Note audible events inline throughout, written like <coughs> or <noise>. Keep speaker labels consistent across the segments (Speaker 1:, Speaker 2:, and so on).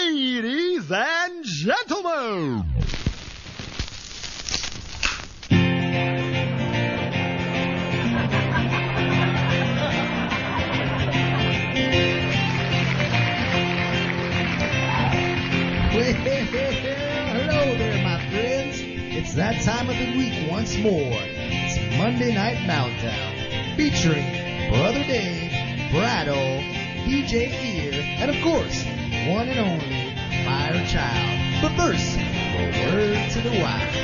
Speaker 1: Ladies and gentlemen.
Speaker 2: Well, hello there, my friends. It's that time of the week once more. It's Monday Night Meltdown, featuring Brother Dave, Brado, DJ Ear, and of course, one and only Fire Child. But first, a word to the wise.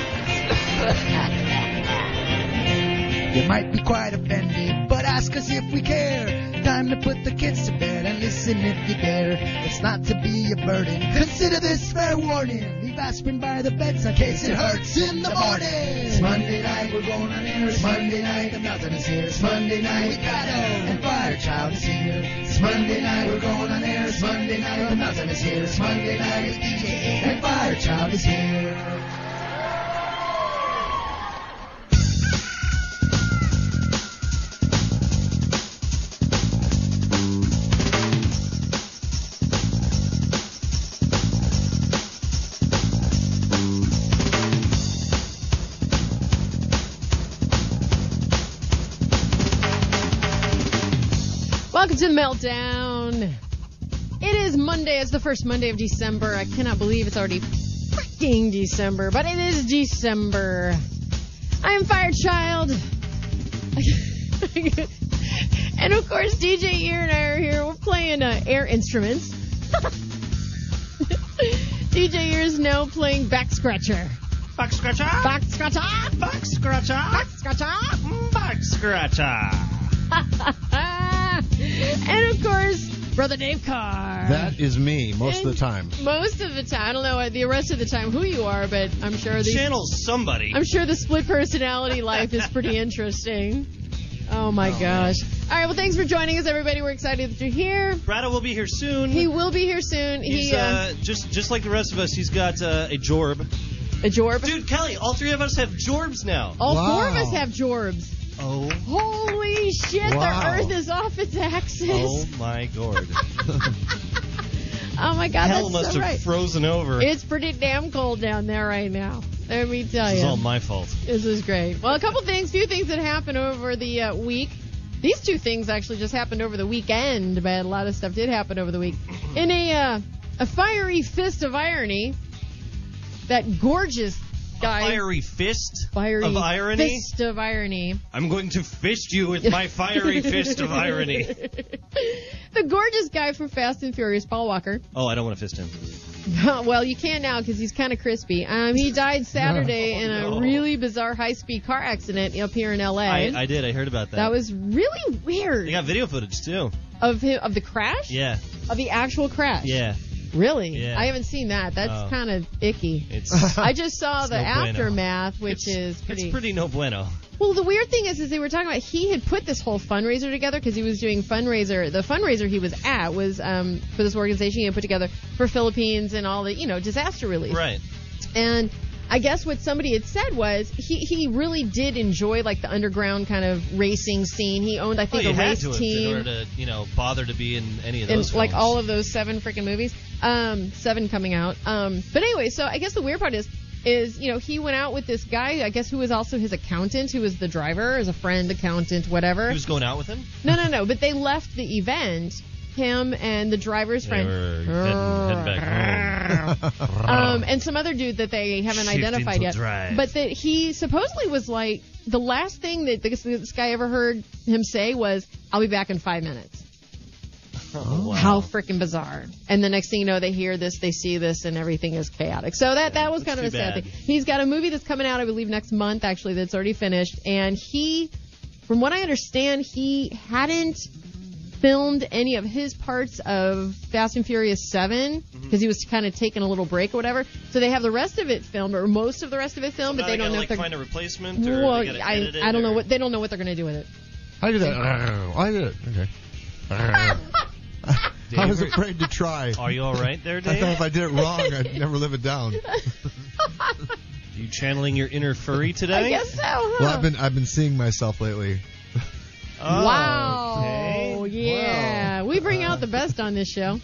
Speaker 2: <laughs> you might be quite offended, but ask us if we care. Time to put the kids to bed and listen if you dare. It's not to be a burden. Consider this fair warning. Leave aspirin by the bedside in case it hurts in the morning. It's Monday night, we're going on air. It's Monday night, the mountain is here. It's Monday night, we got to And fire child is here. It's Monday night, we're going on air. It's Monday night, the mountain is here. It's Monday night, it's DJ and fire child is here.
Speaker 3: Welcome to the meltdown. It is Monday. It's the first Monday of December. I cannot believe it's already freaking December, but it is December. I am Firechild. <laughs> and of course, DJ Ear and I are here. We're playing uh, air instruments. <laughs> DJ Ear is now playing back scratcher.
Speaker 4: Back scratcher.
Speaker 3: Back scratcher.
Speaker 4: Back scratcher. Mm.
Speaker 3: Back scratcher.
Speaker 4: Back scratcher.
Speaker 3: <laughs> and of course, Brother Dave Carr.
Speaker 1: That is me most of the
Speaker 3: And
Speaker 1: time.
Speaker 3: Most of the time, I don't know the rest of the time who you are, but I'm sure the
Speaker 4: Channel somebody.
Speaker 3: I'm sure the split personality life is
Speaker 4: <laughs>
Speaker 3: pretty interesting. Oh my gosh! All right, well, thanks for joining us, everybody. We're excited that you're here.
Speaker 4: Brado will be here soon.
Speaker 3: He will be here soon.
Speaker 4: He's
Speaker 3: he uh,
Speaker 4: uh, just just like the rest of us. He's got uh, a jorb.
Speaker 3: a jorb.
Speaker 4: Dude, Kelly, all three of us have jorbs now.
Speaker 3: um, All four of
Speaker 1: Wow.
Speaker 3: us have jorbs.
Speaker 4: Oh,
Speaker 3: Holy shit!
Speaker 1: Wow.
Speaker 3: The Earth is off its axis.
Speaker 4: oh my god.
Speaker 3: <laughs> Oh my god!
Speaker 4: Hell
Speaker 3: that's
Speaker 4: must
Speaker 3: so
Speaker 4: have
Speaker 3: right.
Speaker 4: frozen over.
Speaker 3: It's pretty damn cold down there right now. Let me tell you.
Speaker 4: It's all my fault.
Speaker 3: This is great. Well, a couple things, few things that happened over the uh, week. These two things actually just happened over the weekend, but a lot of stuff did happen over the week. In a uh, a fiery fist of irony, that gorgeous guy,
Speaker 4: Fiery fist
Speaker 3: fiery
Speaker 4: of irony.
Speaker 3: fist of irony.
Speaker 4: I'm going to fist you with my
Speaker 3: <laughs>
Speaker 4: fiery fist of irony.
Speaker 3: the gorgeous guy from Fast and Furious, Paul Walker.
Speaker 4: Oh, I don't want to fist him.
Speaker 3: <laughs> well, you can now because he's kind of crispy. Um, he died
Speaker 4: <laughs>
Speaker 3: Saturday
Speaker 4: Oh,
Speaker 3: in a
Speaker 4: no.
Speaker 3: really bizarre high-speed car accident up here in L.A.
Speaker 4: I, I did. I heard about that.
Speaker 3: that was really weird.
Speaker 4: They got video footage too.
Speaker 3: Of him, of the crash?
Speaker 4: Yeah,
Speaker 3: Of the actual crash?
Speaker 4: yeah.
Speaker 3: Really?
Speaker 4: Yeah.
Speaker 3: I haven't seen that. That's
Speaker 4: Oh.
Speaker 3: kind of icky.
Speaker 4: It's
Speaker 3: I just saw
Speaker 4: It's
Speaker 3: the
Speaker 4: no bueno.
Speaker 3: aftermath, which
Speaker 4: It's-
Speaker 3: is pretty.
Speaker 4: It's pretty no bueno.
Speaker 3: Well, the weird thing is, is they were talking about he had put this whole fundraiser together because he was doing fundraiser. The fundraiser he was at was um, for this organization he had put together for Philippines and all the you know disaster relief.
Speaker 4: Right.
Speaker 3: And I guess what somebody had said was he, he really did enjoy like the underground kind of racing scene. He owned I
Speaker 4: Well,
Speaker 3: think
Speaker 4: you
Speaker 3: a
Speaker 4: had
Speaker 3: race
Speaker 4: to have
Speaker 3: team.
Speaker 4: in order to, you know, bother to be in any of
Speaker 3: in
Speaker 4: those.
Speaker 3: like
Speaker 4: films.
Speaker 3: all of those seven freaking movies. Um, seven coming out. Um, but anyway, so I guess the weird part is, is you know he went out with this guy, I guess who was also his accountant, who was the driver, as a friend, accountant, whatever.
Speaker 4: He was going out with him.
Speaker 3: no, no, no. But they left the event. Him and the driver's
Speaker 4: They
Speaker 3: friend,
Speaker 4: were heading- heading back
Speaker 3: <laughs> um, and some other dude that they haven't
Speaker 4: Shift
Speaker 3: identified
Speaker 4: into
Speaker 3: yet.
Speaker 4: drive.
Speaker 3: But that he supposedly was like the last thing that this, this guy ever heard him say was, "I'll be back in five minutes."
Speaker 4: Oh, wow.
Speaker 3: How freaking bizarre! And the next thing you know, they hear this, they see this, and everything is chaotic. So that that was
Speaker 4: That's
Speaker 3: kind of a
Speaker 4: too
Speaker 3: sad
Speaker 4: bad.
Speaker 3: thing. He's got a movie that's coming out, I believe, next month. Actually, that's already finished. And he, from what I understand, he hadn't filmed any of his parts of Fast and Furious Seven
Speaker 4: Mm-hmm.
Speaker 3: because he was kind of taking a little break or whatever. So they have the rest of it filmed, or most of the rest of it filmed,
Speaker 4: Now
Speaker 3: but they don't
Speaker 4: gotta,
Speaker 3: know
Speaker 4: like,
Speaker 3: if they're.
Speaker 4: find a replacement or
Speaker 3: Well,
Speaker 4: they gotta
Speaker 3: I,
Speaker 4: edit it
Speaker 3: I don't know
Speaker 4: or-
Speaker 3: what they don't know what they're gonna do with it.
Speaker 4: <laughs>
Speaker 1: I do that. I did it. Okay. I was afraid to try.
Speaker 4: Are you all right there,
Speaker 1: I
Speaker 4: Dave?
Speaker 1: thought if I did it wrong,
Speaker 4: <laughs>
Speaker 1: I'd never live it down.
Speaker 4: you channeling your inner furry today?
Speaker 3: I guess so. Huh?
Speaker 1: Well, I've been I've been seeing myself lately.
Speaker 4: Oh,
Speaker 3: wow.
Speaker 4: okay. uh,
Speaker 3: Yeah. We bring out the best on this show.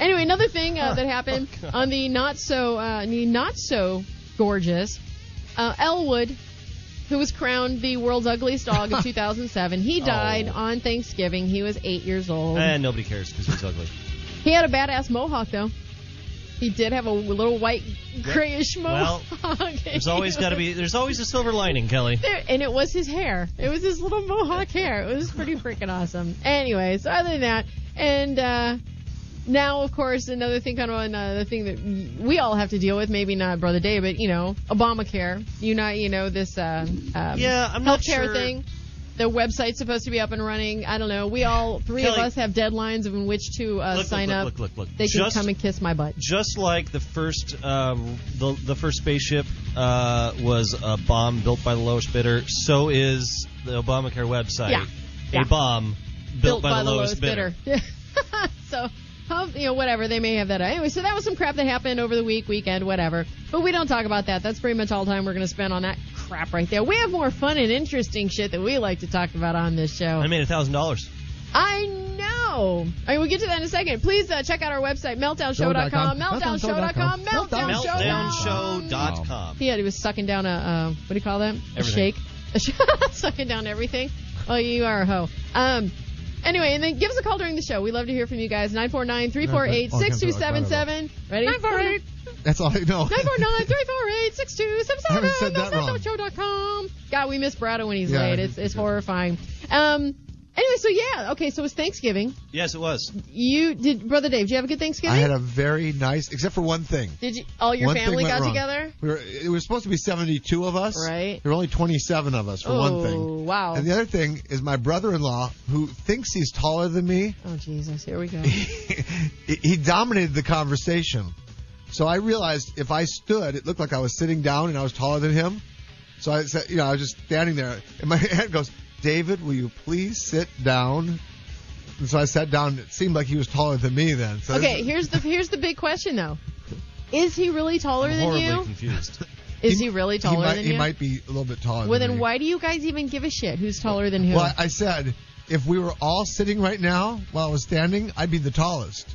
Speaker 3: Anyway, another thing uh,
Speaker 4: <laughs> Oh,
Speaker 3: that happened on the not so uh, the not so gorgeous uh, Elwood, who was crowned the world's ugliest
Speaker 4: <laughs>
Speaker 3: dog of 2007. He died
Speaker 4: Oh.
Speaker 3: on Thanksgiving. He was eight years old.
Speaker 4: And Eh, nobody cares because he's ugly.
Speaker 3: He had a badass mohawk though. He did have a little white grayish
Speaker 4: Well,
Speaker 3: mohawk. <laughs>
Speaker 4: There's always got to be. There's always a silver lining, Kelly.
Speaker 3: There, and it was his hair. It was his little mohawk hair. It was pretty freaking awesome. Anyway, so other than that, and uh, now of course another thing kind of another thing that we all have to deal with. Maybe not Brother Day, but you know Obamacare. You not you know this uh, um,
Speaker 4: Yeah, I'm not
Speaker 3: healthcare
Speaker 4: sure.
Speaker 3: thing. The website's supposed to be up and running. I don't know. We all three of
Speaker 4: Kelly-
Speaker 3: us have deadlines in which to uh,
Speaker 4: Look, look,
Speaker 3: sign
Speaker 4: look,
Speaker 3: up.
Speaker 4: look, look, look.
Speaker 3: They
Speaker 4: Just-
Speaker 3: can come and kiss my butt.
Speaker 4: Just like the first, um, the the first spaceship uh, was a bomb built by the lowest bidder, so is the Obamacare website
Speaker 3: Yeah.
Speaker 4: a
Speaker 3: Yeah.
Speaker 4: bomb built, by, the, lowest, bidder.
Speaker 3: Yeah. <laughs> so, how- you know, whatever they may have that. Anyway, so that was some crap that happened over the week, weekend, whatever. But we don't talk about that. That's pretty much all the time we're going to spend on that crap right there. We have more fun and interesting shit that we like to talk about on this show.
Speaker 4: I made a thousand dollars.
Speaker 3: I know. I mean, we'll get to that in a second. Please uh, check out our website, meltdownshow.com,
Speaker 1: Meltdownshow.com,
Speaker 3: meltdownshow.com, meltdownshow.com.
Speaker 4: Meltdownshow.com.
Speaker 3: Yeah, he was sucking down a uh, what do you call that? A
Speaker 4: Everything.
Speaker 3: shake. A sh- <laughs> sucking down everything. Oh, you are a hoe. Um. Anyway, and then give us a call during the show. We love to hear from you guys. 949-348-6277. Ready? 949
Speaker 1: That's all I know. <laughs>
Speaker 3: 348-6277.
Speaker 1: I haven't said that wrong.
Speaker 3: Show.com. God, we miss Brado when he's
Speaker 1: Yeah,
Speaker 3: late.
Speaker 1: I-
Speaker 3: It's it's horrifying. Um. Anyway, so yeah, okay, so it's Thanksgiving.
Speaker 4: Yes, it was.
Speaker 3: You did, brother Dave? Did you have a good Thanksgiving?
Speaker 1: I had a very nice, except for one thing.
Speaker 3: did you? All Oh, your
Speaker 1: One thing
Speaker 3: family
Speaker 1: went
Speaker 3: got
Speaker 1: wrong.
Speaker 3: together?
Speaker 1: We were, it was supposed to be 72 of us.
Speaker 3: Right.
Speaker 1: There were only 27 of us for
Speaker 3: Oh,
Speaker 1: one thing.
Speaker 3: wow.
Speaker 1: And the other thing is my brother-in-law, who thinks he's taller than me,
Speaker 3: Oh Jesus, here we go.
Speaker 1: he he dominated the conversation. So I realized if I stood, it looked like I was sitting down and I was taller than him. So I said, you know, I was just standing there, and my <laughs> aunt goes, "David, will you please sit down?" And so I sat down. It seemed like he was taller than me then. So
Speaker 3: Okay,
Speaker 1: this-
Speaker 3: here's the here's the big question though. Is he really taller than
Speaker 4: Horribly
Speaker 3: you?
Speaker 4: confused.
Speaker 3: Is he, really taller
Speaker 1: might,
Speaker 3: than
Speaker 1: he
Speaker 3: you?
Speaker 1: might be a little bit taller.
Speaker 3: well,
Speaker 1: than
Speaker 3: then
Speaker 1: me.
Speaker 3: why do you guys even give a shit who's taller than who?
Speaker 1: Well, I said if we were all sitting right now while I was standing, I'd be the tallest.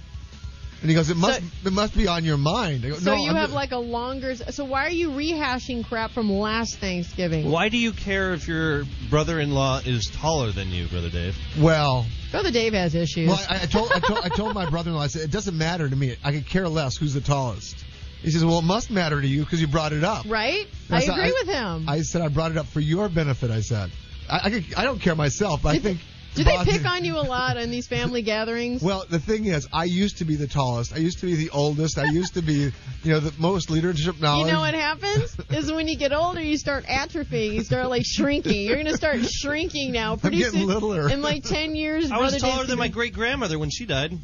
Speaker 1: And he goes, "It must, it must be on your mind." I go,
Speaker 3: so
Speaker 1: no,
Speaker 3: you
Speaker 1: I'm
Speaker 3: have
Speaker 1: ju-
Speaker 3: like a longer. So why are you rehashing crap from last Thanksgiving?
Speaker 4: Why do you care if your brother-in-law is taller than you, brother Dave?
Speaker 1: well.
Speaker 3: Brother Dave has issues.
Speaker 1: Well, I, I told I told I told my brother-in-law. I said it doesn't matter to me. I could care less who's the tallest. He says, "Well, it must matter to you because you brought it up."
Speaker 3: right?
Speaker 1: I
Speaker 3: I
Speaker 1: said,
Speaker 3: agree
Speaker 1: I-
Speaker 3: with him.
Speaker 1: I said I brought it up for your benefit. I said, I I, could, I don't care myself. But I think.
Speaker 3: do they
Speaker 1: Bob-
Speaker 3: pick on you a lot in these family
Speaker 1: <laughs>
Speaker 3: gatherings?
Speaker 1: Well, the thing is, I used to be the tallest. I used to be the oldest. I used to be, you know, the most leadership
Speaker 3: you
Speaker 1: knowledge.
Speaker 3: know what happens
Speaker 1: <laughs>
Speaker 3: is when you get older, you start atrophying. You start like shrinking. You're gonna start shrinking now. Pretty
Speaker 1: getting
Speaker 3: soon,
Speaker 1: littler.
Speaker 3: In like ten years,
Speaker 4: I was
Speaker 3: Brother
Speaker 4: taller
Speaker 3: Dave's
Speaker 4: than my
Speaker 3: gonna
Speaker 4: great grandmother when she died.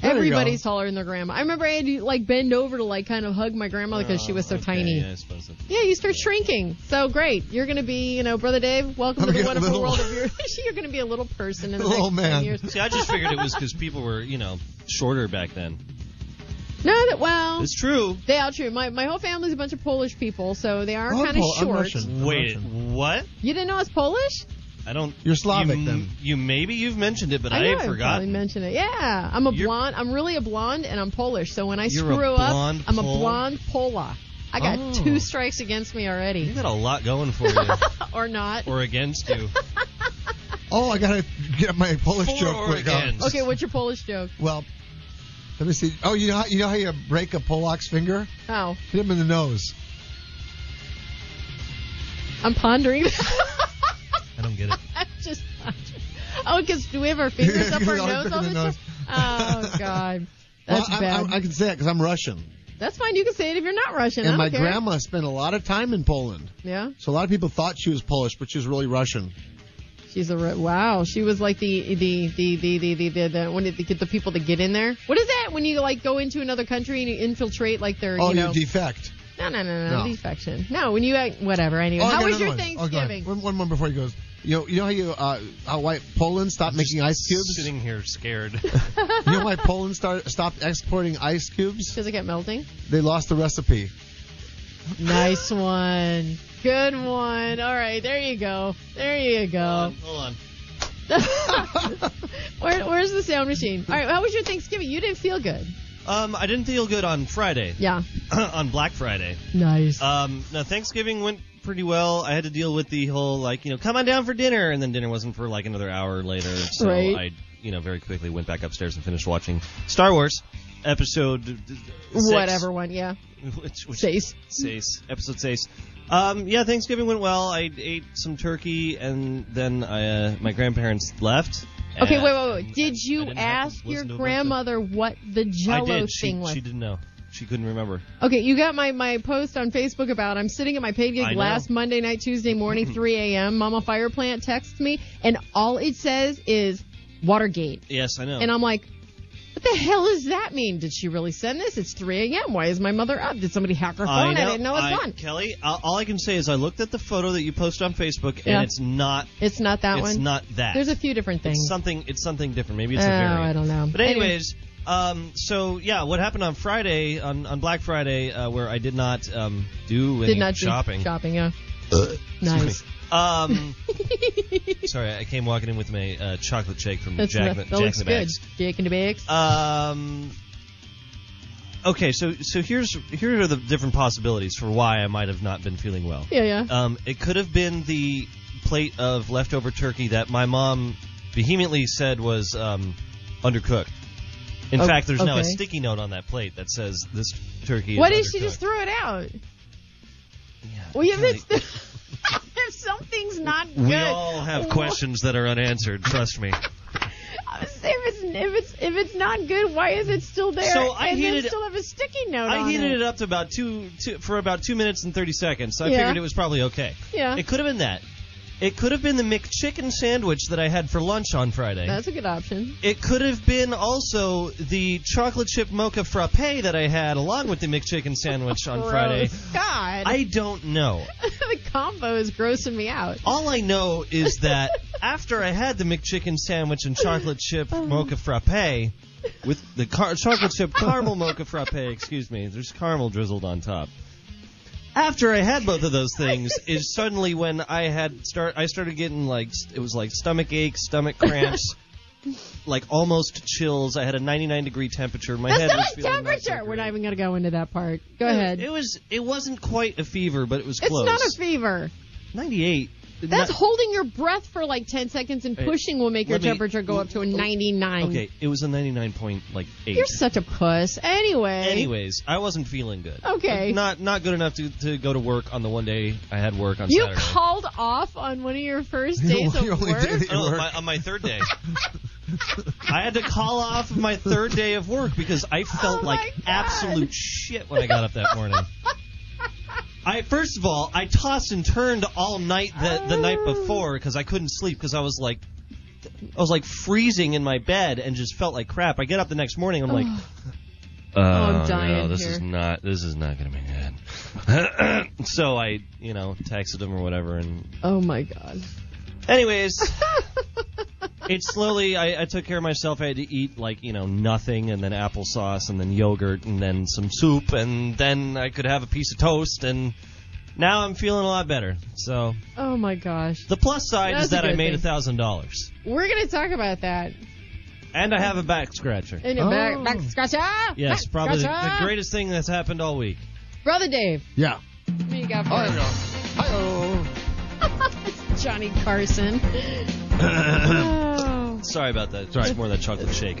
Speaker 1: There you
Speaker 3: Everybody's
Speaker 1: go.
Speaker 3: taller than their grandma. I remember I had to like bend over to like kind of hug my grandma because
Speaker 1: Uh.
Speaker 3: she was so
Speaker 4: Oh, okay,
Speaker 3: tiny.
Speaker 4: Yeah, I suppose that's-
Speaker 3: Yeah, you start shrinking. So great, you're gonna be, you know, brother Dave. Welcome
Speaker 1: I'm
Speaker 3: to the
Speaker 1: getting
Speaker 3: wonderful
Speaker 1: <laughs> little.
Speaker 3: world of your. <laughs> you're gonna be a little person in the
Speaker 1: Little
Speaker 3: next
Speaker 1: man.
Speaker 3: ten years.
Speaker 4: See, I just
Speaker 3: <laughs>
Speaker 4: figured it was because people were, you know, shorter back then.
Speaker 3: No, that well,
Speaker 4: It's true.
Speaker 3: they are true. My my whole family's a bunch of Polish people, so they are
Speaker 1: Oh, I'm
Speaker 3: kind of
Speaker 1: Pol- I'm
Speaker 3: short.
Speaker 1: Russian. I'm
Speaker 4: Wait,
Speaker 1: Russian.
Speaker 4: what?
Speaker 3: You didn't know I was Polish?
Speaker 4: I don't.
Speaker 1: You're Slavic,
Speaker 4: you,
Speaker 1: then.
Speaker 4: You maybe you've mentioned it, but
Speaker 3: I
Speaker 4: I,
Speaker 3: know
Speaker 4: had
Speaker 3: I probably
Speaker 4: forgotten.
Speaker 3: mentioned it. Yeah, I'm a
Speaker 4: You're-
Speaker 3: blonde. I'm really a blonde, and I'm Polish. So when I
Speaker 4: You're a
Speaker 3: screw up,
Speaker 4: blonde
Speaker 3: I'm a
Speaker 4: Pole?
Speaker 3: blonde Pola. I got
Speaker 4: Oh.
Speaker 3: two strikes against me already,
Speaker 4: you got a lot going for you,
Speaker 3: <laughs> or not.
Speaker 4: or against you.
Speaker 1: Oh, I gotta get my Polish
Speaker 4: For
Speaker 1: joke
Speaker 4: or
Speaker 1: quick. out.
Speaker 4: against?
Speaker 3: Okay, what's your Polish joke?
Speaker 1: Well, let me see. Oh, you know how, you know how you break a Polak's finger?
Speaker 3: Oh,
Speaker 1: Hit him in the nose.
Speaker 3: I'm pondering. <laughs>
Speaker 4: I don't get it.
Speaker 3: I'm just pondering. Oh, because do we have our
Speaker 1: <laughs>
Speaker 3: fingers up our
Speaker 1: Our
Speaker 3: nose all the
Speaker 1: finger
Speaker 3: time?
Speaker 1: nose. <laughs>
Speaker 3: Oh, God. <laughs>
Speaker 1: Well,
Speaker 3: That's
Speaker 1: I'm-
Speaker 3: bad.
Speaker 1: I'm- I can say it because I'm Russian,
Speaker 3: That's fine. You can say it if you're not Russian. I
Speaker 1: and
Speaker 3: don't
Speaker 1: my
Speaker 3: care.
Speaker 1: grandma spent a lot of time in Poland,
Speaker 3: Yeah,
Speaker 1: so a lot of people thought she was Polish, but she was really Russian.
Speaker 3: she's a re- wow. She was like the the the the the the, the, the when did they get the people to get in
Speaker 5: Uh,
Speaker 3: there? What is that when you like go into another country and you infiltrate like their
Speaker 1: Oh,
Speaker 3: you know?
Speaker 1: defect.
Speaker 3: no, no no no
Speaker 1: No.
Speaker 3: defection. No, when you act whatever. Anyway,
Speaker 1: Oh, I
Speaker 3: how
Speaker 1: got
Speaker 3: was your
Speaker 1: another one. Oh, go ahead.
Speaker 3: Thanksgiving?
Speaker 1: one, one more before he goes. You know, you know how you uh, how why Poland stopped making ice cubes.
Speaker 4: Sitting here scared.
Speaker 1: <laughs> You know why Poland start, stopped exporting ice cubes?
Speaker 3: Does it get melting?
Speaker 1: They lost the recipe.
Speaker 3: Nice one. Good one. All right, there you go. There you go.
Speaker 4: Hold on.
Speaker 3: Where, where's the sound machine? All right, how was your Thanksgiving? You didn't feel good.
Speaker 5: Um, I didn't feel good on Friday,
Speaker 3: Yeah.
Speaker 5: <clears throat> on Black Friday.
Speaker 3: Nice.
Speaker 5: Um, now Thanksgiving went pretty well. I had to deal with the whole like you know come on down for dinner, and then dinner wasn't for like another hour later. So
Speaker 3: Right.
Speaker 5: I you know very quickly went back upstairs and finished watching Star Wars episode d- d- six,
Speaker 3: Whatever one, yeah.
Speaker 5: <laughs> which, which
Speaker 3: Says.
Speaker 5: Sace, episode Sace. Um, yeah, Thanksgiving went well. I ate some turkey, and then I, uh, my grandparents left.
Speaker 3: Okay,
Speaker 5: And
Speaker 3: wait, wait, wait. Did
Speaker 5: I
Speaker 3: you
Speaker 5: didn't have to
Speaker 3: ask your
Speaker 5: listen to a bunch of-
Speaker 3: grandmother what the Jello
Speaker 5: I did. She,
Speaker 3: thing was?
Speaker 5: she didn't know. She couldn't remember.
Speaker 3: Okay, you got my, my post on Facebook about I'm sitting at my paid
Speaker 5: I
Speaker 3: gig
Speaker 5: know.
Speaker 3: last Monday night, Tuesday
Speaker 5: <clears throat>
Speaker 3: morning, 3 a.m. Mama Fire Plant texts me, and all it says is Watergate.
Speaker 5: Yes, I know.
Speaker 3: And I'm like, what the hell does that mean? Did she really send this? It's 3 a.m. Why is my mother up? Did somebody hack her phone? I, didn't know it's
Speaker 5: I-
Speaker 3: gone.
Speaker 5: Kelly, all, all I can say is I looked at the photo that you posted on Facebook,
Speaker 3: Yeah.
Speaker 5: and it's not.
Speaker 3: It's not that
Speaker 5: it's
Speaker 3: one.
Speaker 5: not that.
Speaker 3: There's a few different things.
Speaker 5: It's something. It's something different. Maybe it's
Speaker 3: oh,
Speaker 5: a variant.
Speaker 3: I don't know.
Speaker 5: But anyways, um, so yeah, what happened on Friday on, on Black Friday, uh, where I did not um, do any
Speaker 3: did not do
Speaker 5: shopping. Uh,
Speaker 3: shopping, yeah.
Speaker 5: Excuse
Speaker 3: nice.
Speaker 5: me.
Speaker 3: <laughs>
Speaker 5: Um, sorry, I came walking in with my uh, chocolate shake from
Speaker 3: That's
Speaker 5: Jack,
Speaker 3: that,
Speaker 5: Jack
Speaker 3: that looks
Speaker 5: in the
Speaker 3: good.
Speaker 5: Bags.
Speaker 3: Jake and the Bakes.
Speaker 5: Um, okay, so so here's here are the different possibilities for why I might have not been feeling well.
Speaker 3: yeah, yeah.
Speaker 5: Um, it could have been the plate of leftover turkey that my mom vehemently said was um, undercooked. In
Speaker 3: Oh,
Speaker 5: fact, there's now a
Speaker 3: okay.
Speaker 5: sticky note on that plate that says this turkey.
Speaker 3: Why did
Speaker 5: is
Speaker 3: she just throw it out? Well, if it's the, <laughs> if something's not good,
Speaker 5: we
Speaker 3: <laughs>
Speaker 5: all have questions that are unanswered. Trust me.
Speaker 3: I was saying, If it's if it's if it's not good, why is it still there?
Speaker 5: So I
Speaker 3: and then
Speaker 5: heated-
Speaker 3: still have a sticky note.
Speaker 5: I
Speaker 3: on
Speaker 5: heated
Speaker 3: it.
Speaker 5: it up to about two, two for about two minutes and thirty seconds. So I
Speaker 3: Yeah.
Speaker 5: figured it was probably okay.
Speaker 3: Yeah,
Speaker 5: It could have been that. It could have been the McChicken sandwich that I had for lunch on Friday.
Speaker 3: that's a good option.
Speaker 5: It could have been also the chocolate chip mocha frappe that I had along with the McChicken sandwich on
Speaker 3: Gross.
Speaker 5: Friday.
Speaker 3: God,
Speaker 5: I don't know.
Speaker 3: <laughs> the combo is grossing me out.
Speaker 5: All I know is that after I had the McChicken sandwich and chocolate chip
Speaker 3: Oh.
Speaker 5: mocha frappe, with the car- chocolate chip caramel mocha frappe, excuse me, there's caramel drizzled on top. After I had both of those things, is suddenly when I had start, I started getting like st- it was like stomach aches, stomach cramps, like almost chills. I had a 99 degree temperature. My head
Speaker 3: That's
Speaker 5: was
Speaker 3: not
Speaker 5: feeling not so
Speaker 3: temperature. We're not
Speaker 5: great.
Speaker 3: even gonna go into that part. Go ahead.
Speaker 5: It was. It wasn't quite a fever, but it was
Speaker 3: it's
Speaker 5: close.
Speaker 3: not a fever.
Speaker 5: 98.
Speaker 3: That's
Speaker 5: Not-
Speaker 3: holding your breath for like 10 seconds and
Speaker 5: Hey,
Speaker 3: pushing will make your
Speaker 5: let me-
Speaker 3: temperature go up to a 99.
Speaker 5: Okay, it was a 99 point like eight.
Speaker 3: You're such a puss. Anyway.
Speaker 5: Anyways, I wasn't feeling good.
Speaker 3: Okay.
Speaker 5: Not not good enough to, to go to work on the one day I had work on
Speaker 3: You
Speaker 5: Saturday.
Speaker 3: called off on one of your
Speaker 5: <laughs>
Speaker 3: first days
Speaker 1: You
Speaker 3: of
Speaker 1: only
Speaker 3: work?
Speaker 1: did it at
Speaker 5: Oh,
Speaker 1: work.
Speaker 5: my, on my third <laughs> day. I had to call off my third day of work because I felt
Speaker 3: Oh,
Speaker 5: like
Speaker 3: my God.
Speaker 5: absolute shit when I got up that morning. I first of all, I tossed and turned all night the, the night before because I couldn't sleep because I was like, I was like freezing in my bed and just felt like crap. I get up the next morning, I'm <sighs> like, oh,
Speaker 3: I'm dying
Speaker 5: no, this is
Speaker 3: here."
Speaker 5: not this is not gonna be good. <laughs> so I, you know, texted him or whatever, and
Speaker 3: Oh my god.
Speaker 5: Anyways,
Speaker 3: <laughs>
Speaker 5: it slowly. I, I took care of myself. I had to eat like you know nothing, and then applesauce, and then yogurt, and then some soup, and then I could have a piece of toast. And now I'm feeling a lot better. So
Speaker 3: Oh my gosh.
Speaker 5: the plus side
Speaker 3: That's
Speaker 5: is that
Speaker 3: a
Speaker 5: I
Speaker 3: good
Speaker 5: made a
Speaker 3: thing.
Speaker 5: thousand dollars,
Speaker 3: We're going to talk about that
Speaker 5: and I have a back scratcher.
Speaker 3: in a
Speaker 1: Oh.
Speaker 3: back back Ah! scratcher.
Speaker 5: Yes,
Speaker 3: back
Speaker 5: probably the,
Speaker 3: scratcher.
Speaker 5: the greatest thing that's happened all week.
Speaker 3: Brother Dave,
Speaker 1: Yeah.
Speaker 3: what do you got for
Speaker 1: Oh, there we
Speaker 3: us?
Speaker 1: go. Hi-oh.
Speaker 3: It's <laughs> Johnny Carson. Oh.
Speaker 5: <coughs> Sorry about that. It's more of that chocolate shake.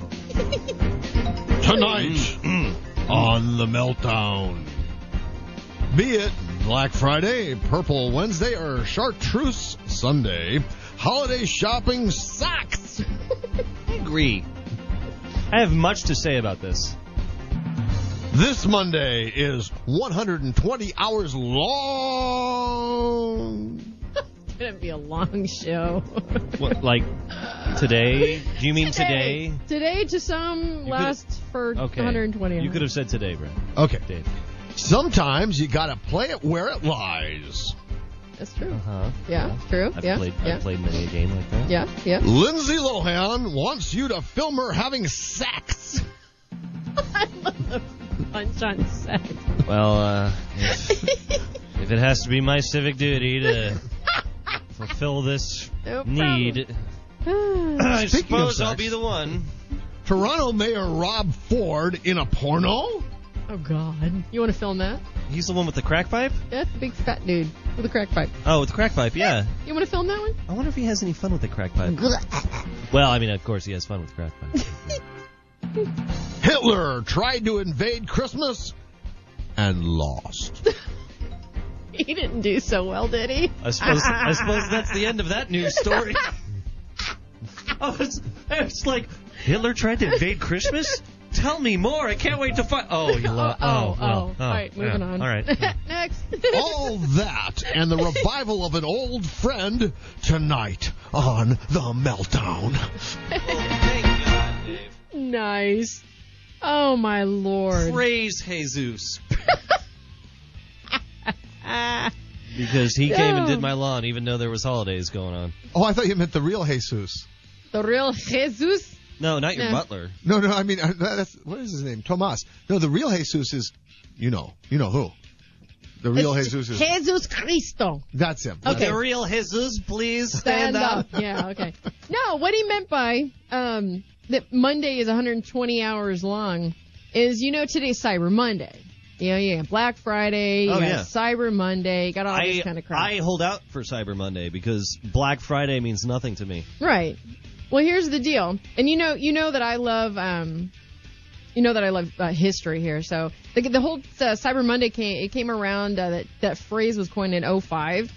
Speaker 4: Tonight
Speaker 1: Mm-hmm.
Speaker 4: on the meltdown.
Speaker 1: Be it Black Friday, Purple Wednesday, or Chartreuse Sunday, holiday shopping sucks.
Speaker 5: <laughs> I agree. I have much to say about this.
Speaker 1: This Monday is 120 hours
Speaker 3: <laughs>
Speaker 1: long.
Speaker 3: It's going to be a long show.
Speaker 5: What, like today? Do you mean today?
Speaker 3: Today to some
Speaker 5: You
Speaker 3: lasts for
Speaker 5: Okay.
Speaker 3: 120
Speaker 5: You
Speaker 3: hours.
Speaker 5: could have said today, Brad.
Speaker 1: Okay.
Speaker 5: Dave.
Speaker 1: Sometimes you gotta play it where it lies.
Speaker 3: That's true.
Speaker 5: huh.
Speaker 3: Yeah, true.
Speaker 5: I've
Speaker 3: yeah.
Speaker 5: played.
Speaker 3: yeah.
Speaker 5: I've played many a game like that.
Speaker 3: yeah, yeah.
Speaker 1: Lindsay Lohan wants you to film her having sex.
Speaker 3: <laughs> I love the punch on sex.
Speaker 5: Well, uh, if, if it has to be my civic duty to fulfill this
Speaker 3: No problem.
Speaker 5: need, I
Speaker 1: Speaking of
Speaker 5: suppose I'll
Speaker 1: sex.
Speaker 5: be the one.
Speaker 1: Toronto Mayor Rob Ford in
Speaker 3: <laughs>
Speaker 1: a porno?
Speaker 3: Oh God. You want to film that?
Speaker 5: He's the one with the crack pipe?
Speaker 3: That's the big fat dude with a crack pipe.
Speaker 5: Oh, with the crack pipe, yeah.
Speaker 3: You want to film that one? <laughs>
Speaker 5: I wonder if he has any fun with the crack pipe. Well, I mean, of course he has fun with crack pipe.
Speaker 1: Hitler tried to invade Christmas and lost.
Speaker 3: He didn't do so well, did he?
Speaker 5: I suppose,
Speaker 3: <laughs>
Speaker 5: I suppose that's the end of that news story. oh, it's, it's like Hitler tried to invade Christmas? Tell me more. I can't wait to find. Oh, you lo-
Speaker 3: oh, oh,
Speaker 5: well,
Speaker 3: All right, moving
Speaker 5: yeah,
Speaker 3: on.
Speaker 5: All right.
Speaker 3: <laughs> Next. <laughs>
Speaker 1: All that and the revival of an old friend tonight on The Meltdown.
Speaker 3: nice. Oh my lord.
Speaker 5: Praise
Speaker 3: <laughs>
Speaker 5: Jesus. because he came and did my lawn, even though there was holidays going on.
Speaker 1: Oh, I thought you meant the real Jesus.
Speaker 3: The real Jesus.
Speaker 5: No, not your
Speaker 3: Yeah.
Speaker 5: butler.
Speaker 1: No, no, I mean uh, that's what is his name? Tomas. No, the real Jesus is, you know, you know who. The real
Speaker 3: It's
Speaker 1: Jesus is.
Speaker 3: Jesus Cristo.
Speaker 1: That's him.
Speaker 3: Okay.
Speaker 5: The real Jesus, please
Speaker 3: Stand up. yeah, okay. No, what he meant by um, that Monday is 120 hours long is, you know, today's Cyber Monday. You know, you got Black Friday, you
Speaker 5: Oh,
Speaker 3: got
Speaker 5: yeah.
Speaker 3: Cyber Monday, you got all
Speaker 5: I,
Speaker 3: this kind of crap.
Speaker 5: I hold out for Cyber Monday because Black Friday means nothing to me.
Speaker 3: Right. Well, here's the deal, and you know, you know that I love, um, you know that I love uh, history here. So the, the whole uh, Cyber Monday came, it came around. Uh, that that phrase was coined in 05,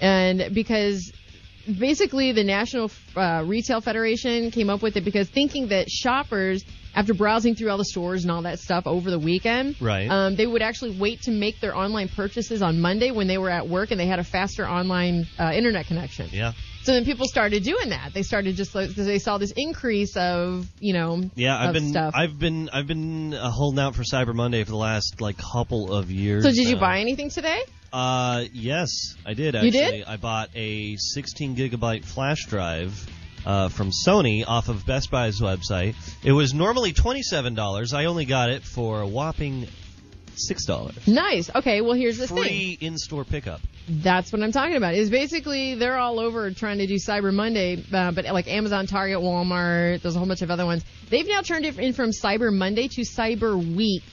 Speaker 3: and because basically the National uh, Retail Federation came up with it because thinking that shoppers, after browsing through all the stores and all that stuff over the weekend,
Speaker 5: Right.
Speaker 3: um, they would actually wait to make their online purchases on Monday when they were at work and they had a faster online uh, internet connection.
Speaker 5: Yeah.
Speaker 3: So then people started doing that. They started just like, they saw this increase of you know
Speaker 5: Yeah, I've
Speaker 3: of
Speaker 5: been
Speaker 3: stuff.
Speaker 5: I've been I've been uh, holding out for Cyber Monday for the last like couple of years.
Speaker 3: so did you
Speaker 5: now.
Speaker 3: buy anything today?
Speaker 5: Uh, yes, I did actually.
Speaker 3: You did?
Speaker 5: I bought a 16 gigabyte flash drive uh, from Sony off of Best Buy's website. It was normally $27. I only got it for a whopping $6.
Speaker 3: Nice. Okay. Well, here's the thing.
Speaker 5: Free in-store pickup.
Speaker 3: That's what I'm talking about. Is basically they're all over trying to do Cyber Monday, uh, but like Amazon, Target, Walmart, there's a whole bunch of other ones. They've now turned it in from Cyber Monday to Cyber Week.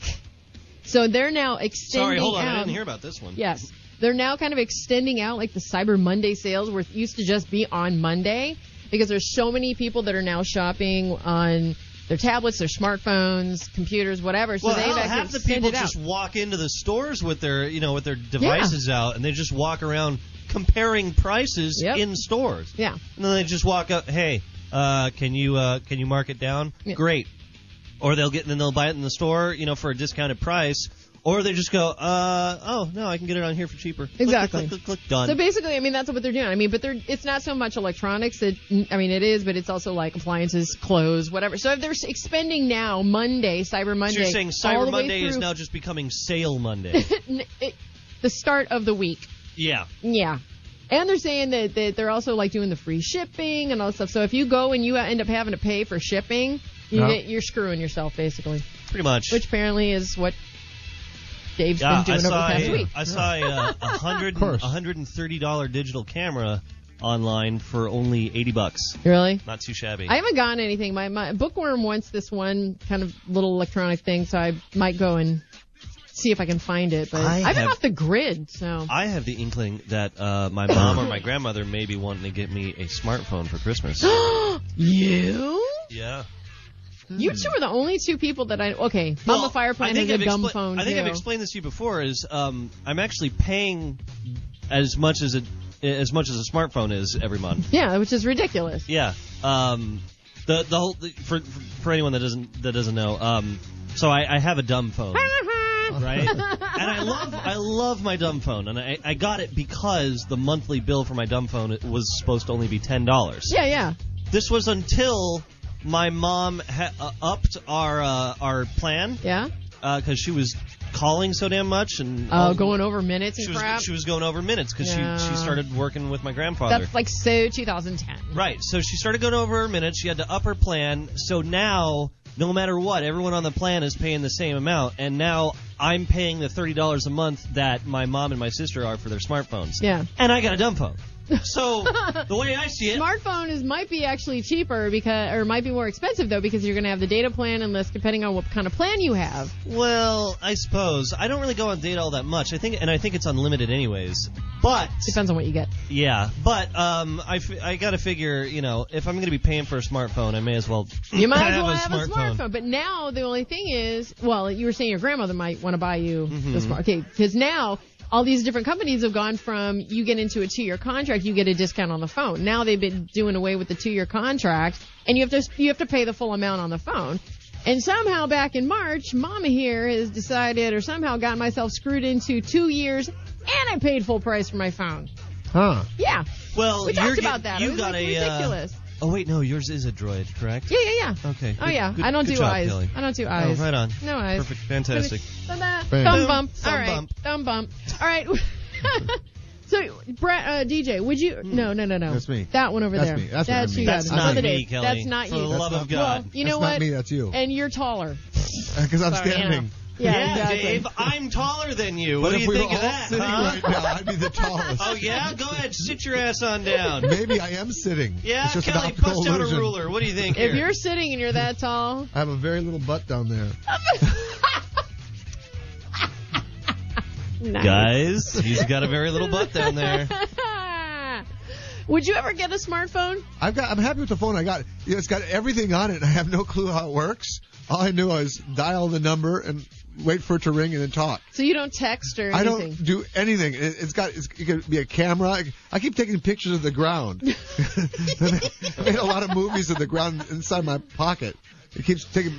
Speaker 3: So they're now extending.
Speaker 5: Sorry, hold on. I
Speaker 3: out-
Speaker 5: didn't hear about this one.
Speaker 3: Yes. They're now kind of extending out like the Cyber Monday sales where it used to just be on Monday because there's so many people that are now shopping on their tablets, their smartphones, computers, whatever. So
Speaker 5: Well,
Speaker 3: they've
Speaker 5: hell,
Speaker 3: actually
Speaker 5: half the
Speaker 3: extended
Speaker 5: people
Speaker 3: out.
Speaker 5: just walk into the stores with their, you know, with their devices out, and they just walk around comparing prices
Speaker 3: Yep.
Speaker 5: in stores.
Speaker 3: Yeah.
Speaker 5: And then they just walk up. Hey, uh, can you uh, can you mark it down?
Speaker 3: Yeah.
Speaker 5: Great. Or they'll get then they'll buy it in the store, you know, for a discounted price. Or they just go, uh, oh no, I can get it on here for cheaper. Click, click,
Speaker 3: Exactly.
Speaker 5: Click, click, click, done.
Speaker 3: So basically, I mean, that's what they're doing. I mean, but they're, it's not so much electronics. It, I mean, it is, but it's also like appliances, clothes, whatever. So if they're expending now Monday, Cyber Monday.
Speaker 5: so you're saying
Speaker 3: all the
Speaker 5: Cyber
Speaker 3: way
Speaker 5: Monday is
Speaker 3: through-
Speaker 5: now just becoming Sale Monday?
Speaker 3: <laughs> N- it- the start of the week.
Speaker 5: yeah.
Speaker 3: Yeah. And they're saying that, that they're also like doing the free shipping and all that stuff. So if you go and you end up having to pay for shipping, you
Speaker 1: Yeah.
Speaker 3: get, you're screwing yourself basically,
Speaker 5: Pretty much.
Speaker 3: which apparently is what Dave's
Speaker 5: Yeah,
Speaker 3: been doing over
Speaker 5: I
Speaker 3: the
Speaker 5: saw
Speaker 3: past
Speaker 5: a,
Speaker 3: week.
Speaker 5: I saw a, uh,
Speaker 3: <laughs>
Speaker 5: a hundred,
Speaker 1: Of course.
Speaker 5: a hundred and thirty dollar digital camera online for only eighty bucks.
Speaker 3: Really?
Speaker 5: Not too shabby.
Speaker 3: I haven't gotten anything. My, my bookworm wants this one kind of little electronic thing, so I might go and see if I can find it. But
Speaker 5: I
Speaker 3: I have been
Speaker 5: have-
Speaker 3: off the grid,
Speaker 5: <gasps>
Speaker 3: so
Speaker 5: I have the inkling that uh, my mom or my grandmother may be wanting to get me a smartphone for Christmas.
Speaker 3: <gasps> you.
Speaker 5: yeah.
Speaker 3: You two are the only two people that I okay. Mama Fire
Speaker 5: I
Speaker 3: Plan
Speaker 5: think
Speaker 3: is a
Speaker 5: I've
Speaker 3: dumb
Speaker 5: expla-
Speaker 3: phone
Speaker 5: I think
Speaker 3: too.
Speaker 5: I've explained this to you before. Is um, I'm actually paying as much as a as much as a smartphone is every month.
Speaker 3: yeah, which is ridiculous.
Speaker 5: Yeah. Um, the the whole the, for for anyone that doesn't that doesn't know. Um, so I, I have a
Speaker 3: <laughs>
Speaker 5: dumb phone. right? and I love I love my dumb phone, and I, I got it because the monthly bill for my dumb phone was supposed to only be ten dollars.
Speaker 3: Yeah, yeah.
Speaker 5: This was until my mom ha- uh, upped our uh, our plan
Speaker 3: Yeah.
Speaker 5: because she was calling so damn much and
Speaker 3: Oh, going over minutes
Speaker 5: she
Speaker 3: and
Speaker 5: was
Speaker 3: crap.
Speaker 5: she was going over minutes because she
Speaker 3: Yeah.
Speaker 5: she started working with my grandfather.
Speaker 3: That's like so 2010. <laughs>
Speaker 5: Right. So she started going over her minutes. She had to up her plan. So now, no matter what, everyone on the plan is paying the same amount. And now I'm paying the $30 a month that my mom and my sister are for their smartphones.
Speaker 3: Yeah.
Speaker 5: And I got a dumb phone.
Speaker 4: So the way I see it,
Speaker 3: Smartphone is might be actually cheaper because, or might be more expensive though, because you're going to have the data plan and list depending on what kind of plan you have.
Speaker 4: well, I suppose I don't really go on date all that much. I think, and I think it's unlimited anyways. But
Speaker 3: Depends on what you get.
Speaker 4: yeah, but um, I, f- I gotta figure, you know, if I'm gonna be paying for a smartphone, I may as well.
Speaker 3: You might
Speaker 5: <laughs>
Speaker 3: as well have a smartphone. But now the only thing is, well, you were saying your grandmother might want to buy you
Speaker 4: Mm-hmm.
Speaker 3: the smart. Okay, because now all these different companies have gone from you get into a two-year contract, you get a discount on the phone. Now they've been doing away with the two-year contract, and you have to you have to pay the full amount on the phone. And somehow back in March, Mama here has decided, or somehow got myself screwed into two years, and I paid full price for my phone.
Speaker 1: Huh.
Speaker 3: Yeah,
Speaker 4: Well,
Speaker 3: we
Speaker 4: you're
Speaker 3: talked
Speaker 4: get-
Speaker 3: about that.
Speaker 4: You
Speaker 3: it was
Speaker 4: got
Speaker 3: like,
Speaker 4: a. uh,
Speaker 3: ridiculous.
Speaker 4: oh wait, no, yours is a droid, correct?
Speaker 3: yeah, yeah, yeah.
Speaker 4: Okay.
Speaker 3: Oh
Speaker 4: good-
Speaker 3: yeah,
Speaker 4: good-
Speaker 3: I don't
Speaker 4: good
Speaker 3: do
Speaker 4: job,
Speaker 3: eyes.
Speaker 4: Kelly.
Speaker 3: I don't do
Speaker 4: Oh,
Speaker 3: eyes.
Speaker 4: right on.
Speaker 3: No eyes.
Speaker 4: Perfect. Fantastic.
Speaker 3: Ta-da.
Speaker 1: Bam.
Speaker 3: Thumb bump.
Speaker 4: Thumb
Speaker 3: All right.
Speaker 4: bump.
Speaker 3: Thumb bump. All right. <laughs> so, Brett, uh, DJ, would you? No, no, no, no.
Speaker 1: Mm. That's me.
Speaker 3: That one over
Speaker 1: That's
Speaker 3: there.
Speaker 1: me. That's what I
Speaker 3: you.
Speaker 1: mean.
Speaker 4: That's
Speaker 3: Another
Speaker 4: not
Speaker 3: day.
Speaker 4: me, Kelly.
Speaker 3: That's not
Speaker 4: For
Speaker 3: you.
Speaker 4: the love
Speaker 1: That's
Speaker 4: of
Speaker 3: well,
Speaker 4: God.
Speaker 3: you
Speaker 1: That's
Speaker 3: know
Speaker 1: not
Speaker 3: what?
Speaker 1: me, that's you.
Speaker 3: And you're taller.
Speaker 1: Because I'm
Speaker 3: Sorry,
Speaker 1: standing.
Speaker 3: Yeah,
Speaker 4: Yeah,
Speaker 3: exactly.
Speaker 4: Dave, I'm taller than you.
Speaker 1: But
Speaker 4: what do
Speaker 1: if
Speaker 4: you
Speaker 1: we
Speaker 4: think
Speaker 1: were
Speaker 4: of
Speaker 1: all
Speaker 4: that?
Speaker 1: sitting
Speaker 4: huh?
Speaker 1: right now, I'd be the tallest.
Speaker 4: Oh yeah, go ahead, sit your ass on
Speaker 1: <laughs>
Speaker 4: down.
Speaker 1: Maybe I am sitting.
Speaker 4: Yeah,
Speaker 1: it's just an
Speaker 4: Kelly,
Speaker 1: optical
Speaker 4: bust out a
Speaker 1: illusion.
Speaker 4: ruler. What do you think?
Speaker 3: If
Speaker 4: here?
Speaker 3: you're sitting and you're that tall,
Speaker 1: I have a very little butt down there.
Speaker 3: nice.
Speaker 4: guys, he's got a very little butt down there.
Speaker 3: Would you ever get a smartphone?
Speaker 1: I've got. I'm happy with the phone I got. You know, it's got everything on it. I have no clue how it works. All I knew was dial the number and wait for it to ring and then talk.
Speaker 3: So you don't text or
Speaker 1: I
Speaker 3: anything.
Speaker 1: don't do anything. It, it's got. It's, it could be a camera. I, I keep taking pictures of
Speaker 3: <laughs>
Speaker 1: the ground. <laughs> I made a lot of movies of the ground inside my pocket. It keeps taking.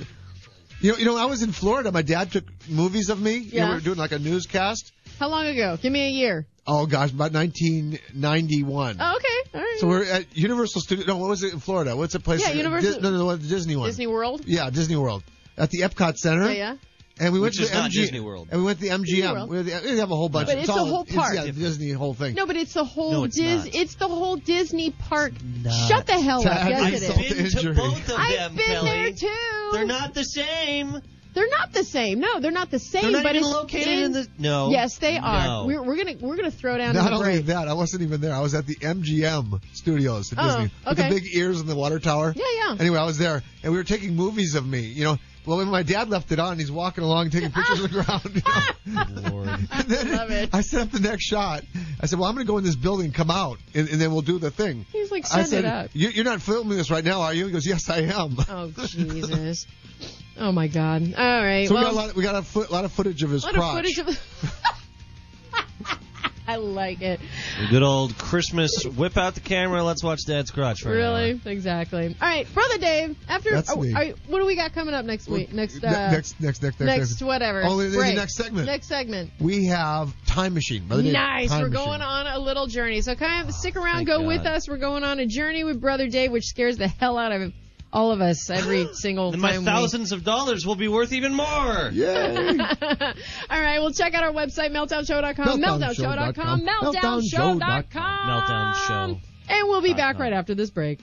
Speaker 1: You know, you know, when I was in Florida. My dad took movies of me. You know,
Speaker 3: Yeah.
Speaker 1: we were doing like a newscast.
Speaker 3: How long ago? Give me a year.
Speaker 1: Oh gosh, about 1991.
Speaker 3: Oh, okay. All right.
Speaker 1: So we're at Universal Studio. No, what was it in Florida? What's the place?
Speaker 3: Yeah, Universal-
Speaker 1: Dis- no, no, no, the Disney one.
Speaker 3: Disney World.
Speaker 1: Yeah, Disney World at the Epcot Center.
Speaker 3: Yeah, yeah.
Speaker 1: And we went
Speaker 4: Which
Speaker 1: to
Speaker 4: is
Speaker 1: the
Speaker 4: not
Speaker 1: MG-
Speaker 4: Disney World.
Speaker 1: And we went to the
Speaker 3: Disney
Speaker 1: MGM.
Speaker 3: World.
Speaker 1: We had- they have a whole bunch.
Speaker 3: But
Speaker 1: of-
Speaker 3: it's a
Speaker 1: all-
Speaker 3: whole
Speaker 1: it's,
Speaker 3: park.
Speaker 1: Yeah, the Disney whole thing.
Speaker 3: No, but it's the whole
Speaker 4: No, it's
Speaker 3: Dis.
Speaker 4: not.
Speaker 3: It's the whole Disney park. Shut the hell up.
Speaker 1: Tag
Speaker 3: Yes,
Speaker 4: I've
Speaker 3: it
Speaker 1: yourself.
Speaker 3: is.
Speaker 4: been to
Speaker 1: Injury.
Speaker 4: both of them,
Speaker 3: I've been
Speaker 4: Kelly.
Speaker 3: there too.
Speaker 4: They're not the same.
Speaker 3: They're not the same. No, they're not the same.
Speaker 4: They're not
Speaker 3: but
Speaker 4: even
Speaker 3: it's
Speaker 4: located in, the. No.
Speaker 3: Yes, they are.
Speaker 4: No.
Speaker 3: We're, we're gonna we're gonna throw down.
Speaker 1: Not
Speaker 3: in the
Speaker 1: only
Speaker 3: break.
Speaker 1: that, I wasn't even there. I was at the MGM studios at
Speaker 3: Oh,
Speaker 1: Disney with the
Speaker 3: okay.
Speaker 1: big ears and the water tower.
Speaker 3: Yeah, yeah.
Speaker 1: Anyway, I was there, and we were taking movies of me. You know, well, when my dad left it on, he's walking along taking pictures
Speaker 3: <laughs>
Speaker 1: of the ground. You know?
Speaker 4: Lord.
Speaker 1: And then
Speaker 3: Love it.
Speaker 1: I set up the next shot. I said, "Well, I'm going to go in this building, come out, and, and then we'll do the thing."
Speaker 3: He's like,
Speaker 1: I
Speaker 3: send
Speaker 1: said,
Speaker 3: it up.
Speaker 1: "You- "You're not filming this right now, are you?" He goes, "Yes, I am."
Speaker 3: Oh Jesus. Oh my God. All right.
Speaker 1: so we
Speaker 3: well,
Speaker 1: got a lot. We got a foot, lot of footage of his
Speaker 3: lot of uh,
Speaker 1: crotch.
Speaker 3: footage of. <laughs> I like it.
Speaker 4: Good old Christmas. Whip out the camera. Let's watch Dad's crotch for an
Speaker 3: Really? Exactly. All right, brother Dave. After
Speaker 1: That's
Speaker 3: oh,
Speaker 1: me.
Speaker 3: are you- what do we got coming up next week? Next.
Speaker 1: Ne-
Speaker 3: Uh,
Speaker 1: next, next, next, next,
Speaker 3: Next, whatever.
Speaker 1: Oh, there's the
Speaker 3: Break.
Speaker 1: next segment.
Speaker 3: Next segment.
Speaker 1: We have Time Machine. Brother Dave,
Speaker 3: Nice.
Speaker 1: Time
Speaker 3: We're
Speaker 1: Machine.
Speaker 3: going on a little journey. So kind of stick around,
Speaker 4: thank
Speaker 3: go
Speaker 4: God.
Speaker 3: with us. We're going on a journey with Brother Dave, which scares the hell out of all of us
Speaker 1: <gasps>
Speaker 3: every single
Speaker 4: And
Speaker 3: time.
Speaker 4: my
Speaker 3: we- <laughs>
Speaker 4: thousands of dollars will be worth even more.
Speaker 1: Yay!
Speaker 3: all right. Well, check out our website, meltdownshow.com,
Speaker 1: Meltdownshow.com,
Speaker 3: meltdownshow.com, meltdownshow.com.
Speaker 4: Meltdown show.
Speaker 3: And we'll be back
Speaker 4: com.
Speaker 3: right after this break.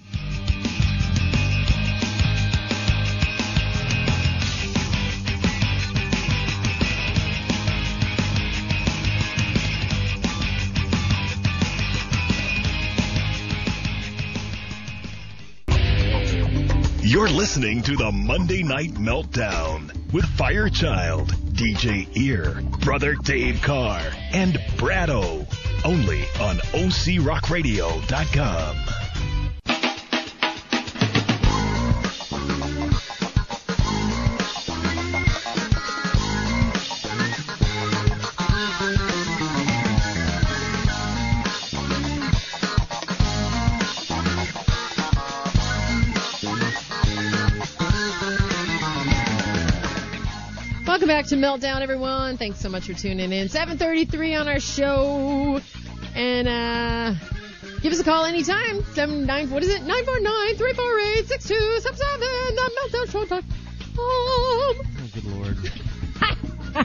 Speaker 6: You're listening to the Monday Night Meltdown with Firechild, DJ Ear, Brother Dave Carr, and Brado. Only on OCRockRadio.com.
Speaker 3: Welcome back to Meltdown, everyone. Thanks so much for tuning in. 7:33 on our show, and uh, give us a call anytime. Seven nine. What is it? Nine four nine three four eight six two seven seven. The Meltdown Show. dot com. <laughs>
Speaker 4: Oh, good Lord.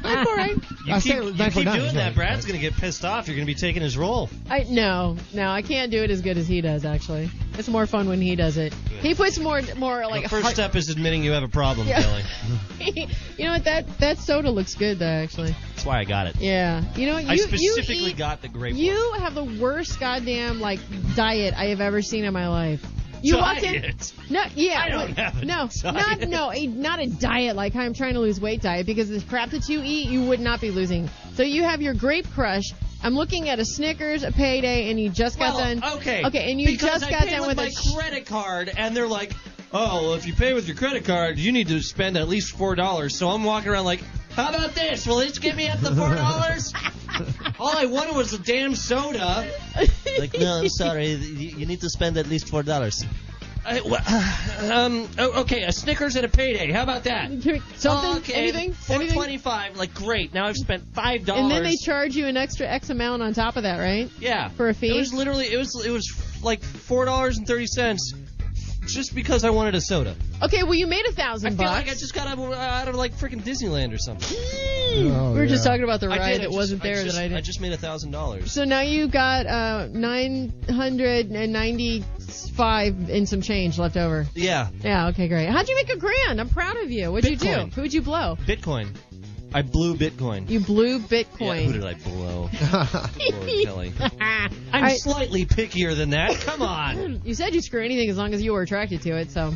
Speaker 3: I'm all right.
Speaker 5: You
Speaker 1: I
Speaker 5: keep,
Speaker 1: say it was
Speaker 5: you
Speaker 1: nine for
Speaker 5: keep
Speaker 1: nine,
Speaker 5: doing
Speaker 1: it's
Speaker 5: that,
Speaker 1: right.
Speaker 5: Brad's gonna get pissed off. You're gonna be taking his role.
Speaker 3: I no, no, I can't do it as good as he does. Actually, it's more fun when he does it. He puts more, more like
Speaker 5: the first
Speaker 3: heart-
Speaker 5: step is admitting you have a problem,
Speaker 3: Yeah.
Speaker 5: Kelly.
Speaker 3: <laughs> you know what? That that soda looks good though. Actually,
Speaker 5: That's why I got it.
Speaker 3: yeah. You know, you
Speaker 5: I specifically
Speaker 3: you eat,
Speaker 5: got the grape. one.
Speaker 3: You have the worst goddamn like diet I have ever seen in my life. You walked in.
Speaker 5: Diet.
Speaker 3: No, yeah,
Speaker 5: I don't
Speaker 3: wait,
Speaker 5: have a
Speaker 3: no, not
Speaker 5: diet.
Speaker 3: no, a, not a diet like I'm trying to lose weight diet because the crap that you eat you would not be losing. So you have your grape crush. I'm looking at a Snickers, a payday, and you just got
Speaker 5: Well,
Speaker 3: done.
Speaker 5: Oh, Okay.
Speaker 3: Okay, and you
Speaker 5: because
Speaker 3: just
Speaker 5: I
Speaker 3: got
Speaker 5: pay
Speaker 3: done
Speaker 5: with,
Speaker 3: with
Speaker 5: my
Speaker 3: a sh-
Speaker 5: credit card, and they're like, "Oh, well, if you pay with your credit card, you need to spend at least four dollars." So I'm walking around like, "How about this? Will this give me up to
Speaker 3: <laughs>
Speaker 5: four dollars?" All I wanted was a damn soda. Like, no, I'm sorry. You need to spend at least four dollars. <sighs> um. oh, Okay, a Snickers and a payday. How about that? Oh,
Speaker 3: something,
Speaker 5: okay,
Speaker 3: anything,
Speaker 5: Four
Speaker 3: anything.
Speaker 5: twenty-five. Like, great. Now I've spent five dollars.
Speaker 3: And then they charge you an extra X amount on top of that, right?
Speaker 5: Yeah.
Speaker 3: For a fee?
Speaker 5: It was literally it was it was like four dollars and thirty cents, just because I wanted a soda.
Speaker 3: Okay, well you made a
Speaker 5: I
Speaker 3: thousand
Speaker 5: feel
Speaker 3: bucks.
Speaker 5: like I just got out of, out of like freaking Disneyland or something.
Speaker 1: Oh,
Speaker 3: Hmm. we were just
Speaker 1: yeah.
Speaker 3: talking about the ride
Speaker 5: I did. I
Speaker 3: that
Speaker 5: just-
Speaker 3: wasn't there
Speaker 5: I just,
Speaker 3: that I
Speaker 5: I
Speaker 3: didn't.
Speaker 5: just made a thousand dollars.
Speaker 3: So now you got uh, 995 and some change left over.
Speaker 5: Yeah,
Speaker 3: Yeah, okay, great. How'd you make a grand? I'm proud of you. What'd you
Speaker 5: Bitcoin.
Speaker 3: do? Who'd you blow?
Speaker 5: Bitcoin. I blew Bitcoin.
Speaker 3: You blew
Speaker 5: Yeah, who
Speaker 3: Bitcoin.
Speaker 5: did I blow?
Speaker 3: <laughs>
Speaker 5: Lord, Kelly. I'm
Speaker 3: Alright.
Speaker 5: slightly pickier than that. <laughs> Come <laughs> on.
Speaker 3: <clears throat> you said you'd screw anything as long as you were attracted to it, so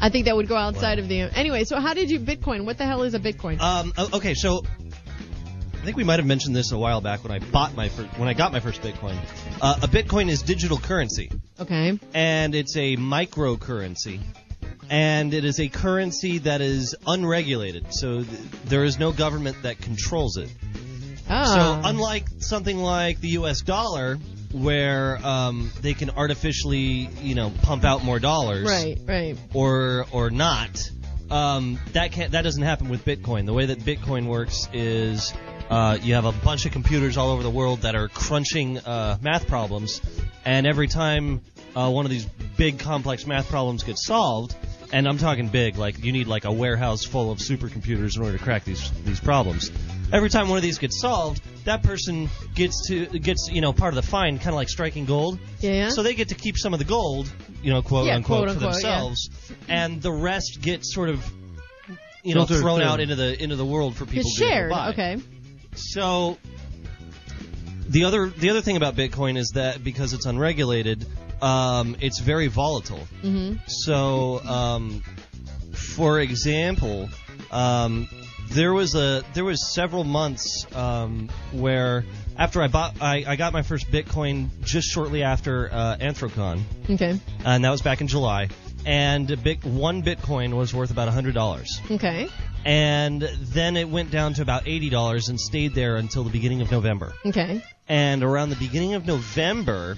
Speaker 3: I think that would go outside of the. Anyway, so how did you Bitcoin? What the hell is a Bitcoin?
Speaker 5: Um. o- Okay. So I think we might have mentioned this a while back when I bought my first when I got my first Bitcoin. Uh, a Bitcoin is digital currency.
Speaker 3: okay.
Speaker 5: and it's a microcurrency. And it is a currency that is unregulated, so th- there is no government that controls it.
Speaker 3: Oh.
Speaker 5: So, unlike something like the U.S. dollar, where um, they can artificially, you know, pump out more dollars,
Speaker 3: right, right.
Speaker 5: or or not. Um, that can't, that doesn't happen with Bitcoin. The way that Bitcoin works is uh, you have a bunch of computers all over the world that are crunching uh, math problems, and every time uh, one of these big complex math problems gets solved, and I'm talking big, like you need like a warehouse full of supercomputers in order to crack these these problems. Every time one of these gets solved, that person gets to gets you know part of the fine, kind of like striking gold.
Speaker 3: Yeah.
Speaker 5: So they get to keep some of the gold, you know, quote
Speaker 3: Yeah,
Speaker 5: unquote,
Speaker 3: quote,
Speaker 5: for
Speaker 3: unquote, yeah.
Speaker 5: themselves, and the rest gets sort of, you know,
Speaker 1: Filtered
Speaker 5: thrown
Speaker 1: through.
Speaker 5: out into the into the world for people
Speaker 3: It's
Speaker 5: to be able to
Speaker 3: shared.
Speaker 5: buy.
Speaker 3: Okay.
Speaker 5: So the other the other thing about Bitcoin is that because it's unregulated, um, it's very volatile.
Speaker 3: Mm-hmm.
Speaker 5: So, um, for example, um, there was a there was several months um, where after I bought I, I got my first Bitcoin just shortly after uh, Anthrocon,
Speaker 3: Okay.
Speaker 5: and that was back in July. And a bit, one Bitcoin was worth about hundred dollars,
Speaker 3: Okay.
Speaker 5: and then it went down to about eighty dollars and stayed there until the beginning of November.
Speaker 3: Okay.
Speaker 5: And around the beginning of November,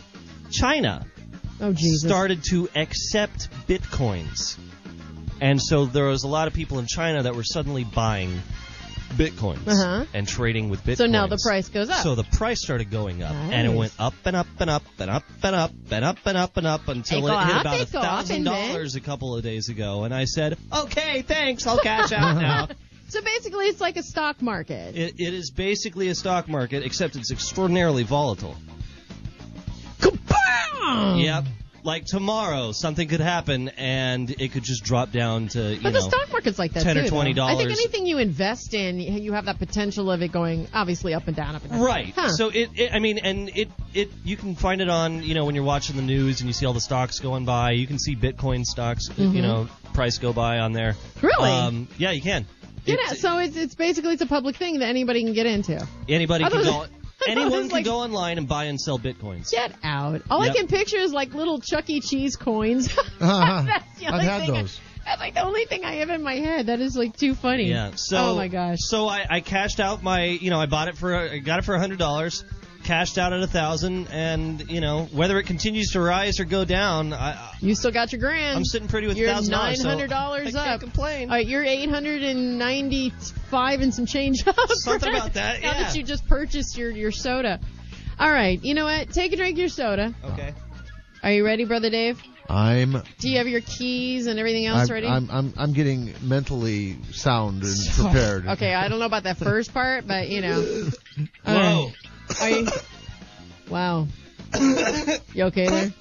Speaker 5: China
Speaker 3: Oh Jesus.
Speaker 5: started to accept bitcoins. And so there was a lot of people in China that were suddenly buying bitcoins
Speaker 3: Uh-huh.
Speaker 5: and trading with bitcoins.
Speaker 3: so now the price goes up.
Speaker 5: So the price started going up, and it
Speaker 3: Nice.
Speaker 5: went up and up and up and up and up and up and up and up until
Speaker 3: It
Speaker 5: it,
Speaker 3: go
Speaker 5: hit
Speaker 3: up,
Speaker 5: about a
Speaker 3: it go up,
Speaker 5: thousand
Speaker 3: and then-
Speaker 5: dollars a couple of days ago. And I said, "Okay, thanks, I'll cash out now."
Speaker 3: <laughs> So basically, it's like a stock market.
Speaker 5: It, it is basically a stock market, except it's extraordinarily volatile.
Speaker 3: Kaboom!
Speaker 5: Yep. Like tomorrow, something could happen, and it could just drop down to you
Speaker 3: But
Speaker 5: know.
Speaker 3: the stock market's like that
Speaker 5: 10 or
Speaker 3: too, though.
Speaker 5: $20.
Speaker 3: I think anything you invest in, you you have that potential of it going obviously up and down, up and down.
Speaker 5: Right.
Speaker 3: Huh.
Speaker 5: So it, it, I mean, and it, it, you can find it on, you know, when you're watching the news and you see all the stocks going by. You can see Bitcoin stocks, uh, you know, price go by on there.
Speaker 3: Mm-hmm. Really?
Speaker 5: Um, yeah, you can.
Speaker 3: You know,
Speaker 5: It's-
Speaker 3: so it's it's basically it's a public thing that anybody can get into.
Speaker 5: anybody
Speaker 3: I <laughs>
Speaker 5: can
Speaker 3: thought- I
Speaker 5: go.
Speaker 3: thought it
Speaker 5: Anyone
Speaker 3: was
Speaker 5: can
Speaker 3: like-
Speaker 5: go online and buy and sell bitcoins.
Speaker 3: Get out! All
Speaker 5: Yep.
Speaker 3: I can picture is like little Chuck E. Cheese coins. <laughs> That's the
Speaker 1: Uh-huh. I've
Speaker 3: only
Speaker 1: had
Speaker 3: thing I-
Speaker 1: those.
Speaker 3: that's like the only thing I have in my head. That is like too funny.
Speaker 5: Yeah. So.
Speaker 3: oh my gosh.
Speaker 5: So I, I cashed out my, you know, I bought it for, I got it for a hundred dollars, cashed out at a thousand, and you know, whether it continues to rise or go down, I,
Speaker 3: You still got your grand.
Speaker 5: I'm sitting pretty with
Speaker 3: You're
Speaker 5: thousand dollars.
Speaker 3: $900
Speaker 5: so I
Speaker 3: up.
Speaker 5: Can't complain.
Speaker 3: All right, you're 895 and some change up.
Speaker 5: Something about
Speaker 3: <laughs>
Speaker 5: that,
Speaker 3: Now
Speaker 5: yeah.
Speaker 3: that you just purchased your, your soda. All right, you know what? Take a drink of your soda.
Speaker 5: okay.
Speaker 3: I Are you ready, brother Dave?
Speaker 1: I'm
Speaker 3: Do you have your keys and everything else
Speaker 1: I'm,
Speaker 3: ready?
Speaker 1: I'm I'm I'm getting mentally sound and
Speaker 3: <laughs>
Speaker 1: prepared.
Speaker 3: okay, I don't know about that first part, but you
Speaker 1: <laughs>
Speaker 3: know. All
Speaker 5: Whoa.
Speaker 3: right. Are you? Wow. You okay there?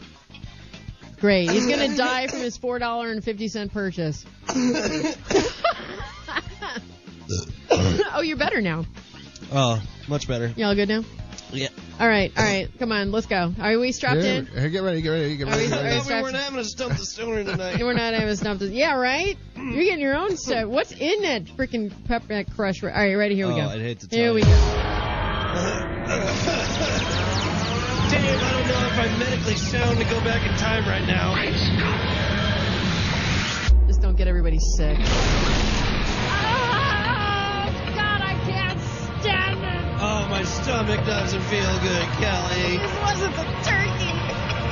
Speaker 3: Great. He's gonna
Speaker 7: <laughs>
Speaker 3: die from his four dollar and fifty cent purchase. oh, you're better now.
Speaker 5: Oh, much <laughs> better.
Speaker 3: Y'all good now?
Speaker 5: Yeah.
Speaker 3: All right, all right. Come on, let's go. Are we strapped
Speaker 1: Here,
Speaker 3: in?
Speaker 1: here, get ready, get ready, get
Speaker 3: Are we-
Speaker 1: ready.
Speaker 3: are we-
Speaker 5: I thought we
Speaker 3: strapped-
Speaker 5: weren't having a stump the stoner tonight.
Speaker 3: We're not having stuff. To, yeah, right. You're getting your own stuff. What's in that freaking peppermint crush? All right, ready. Here we
Speaker 5: Oh,
Speaker 3: go.
Speaker 5: I'd hate to tell
Speaker 3: Here we
Speaker 5: you.
Speaker 3: go.
Speaker 5: Dave, I don't know if I'm medically sound to go back in time right now.
Speaker 3: Just don't get everybody
Speaker 7: Oh,
Speaker 3: sick.
Speaker 7: God, I can't stand it.
Speaker 5: Oh, my stomach doesn't feel good, Kelly.
Speaker 7: This wasn't the turkey.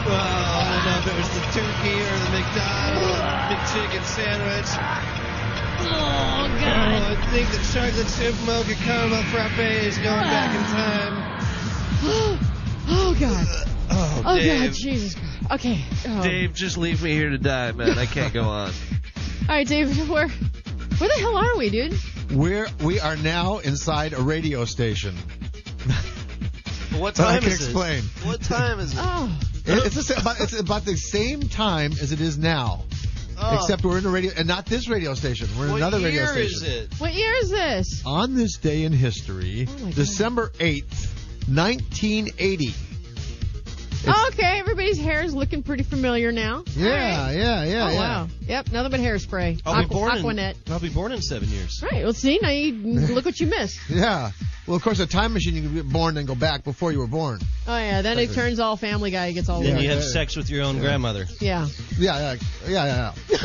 Speaker 5: Well, I don't know if it was the turkey or the McDonald's McChicken sandwich.
Speaker 7: Oh,
Speaker 5: Oh,
Speaker 7: God.
Speaker 5: I think the chocolate chip mocha caramel frappe is going back in time.
Speaker 3: <gasps> oh God.
Speaker 5: Oh,
Speaker 3: Oh God.
Speaker 5: Dave.
Speaker 3: Jesus. God. Okay. Oh.
Speaker 5: Dave, just leave me here to die, man. I can't go on.
Speaker 3: All right, Dave. <laughs> Where, where the hell are we, dude?
Speaker 1: We're we are now inside a radio station.
Speaker 5: <laughs> What
Speaker 1: I
Speaker 5: time
Speaker 1: can
Speaker 5: is it?
Speaker 1: explain.
Speaker 5: What time is it?
Speaker 3: Oh.
Speaker 1: It- It's, the sa- about, it's about the same time as it is now,
Speaker 5: Oh,
Speaker 1: except we're in a radio and not this radio station. We're in
Speaker 5: what
Speaker 1: another radio
Speaker 5: year
Speaker 1: station.
Speaker 5: is it?
Speaker 3: What year is this?
Speaker 1: On this day in history,
Speaker 3: Oh my God.
Speaker 1: December eighth, nineteen eighty.
Speaker 3: Oh, okay, everybody's hair is looking pretty familiar now.
Speaker 1: Yeah, yeah, yeah,
Speaker 3: Oh
Speaker 1: yeah.
Speaker 3: wow. Yep. Nothing but hairspray.
Speaker 5: I'll be
Speaker 3: Aqua-
Speaker 5: born
Speaker 3: Aquanet.
Speaker 5: in. I'll be born in seven years.
Speaker 3: All right. Well, see now you look what you
Speaker 1: <laughs>
Speaker 3: missed.
Speaker 1: Yeah. Well, of course, a time machine you can get born and go back before you were born.
Speaker 3: Oh yeah. Then it turns all Family Guy gets all
Speaker 5: Then
Speaker 1: Yeah,
Speaker 5: you have
Speaker 1: yeah.
Speaker 5: sex with your own grandmother.
Speaker 3: Yeah.
Speaker 1: Yeah, yeah, yeah, yeah.
Speaker 3: <laughs>
Speaker 1: yeah.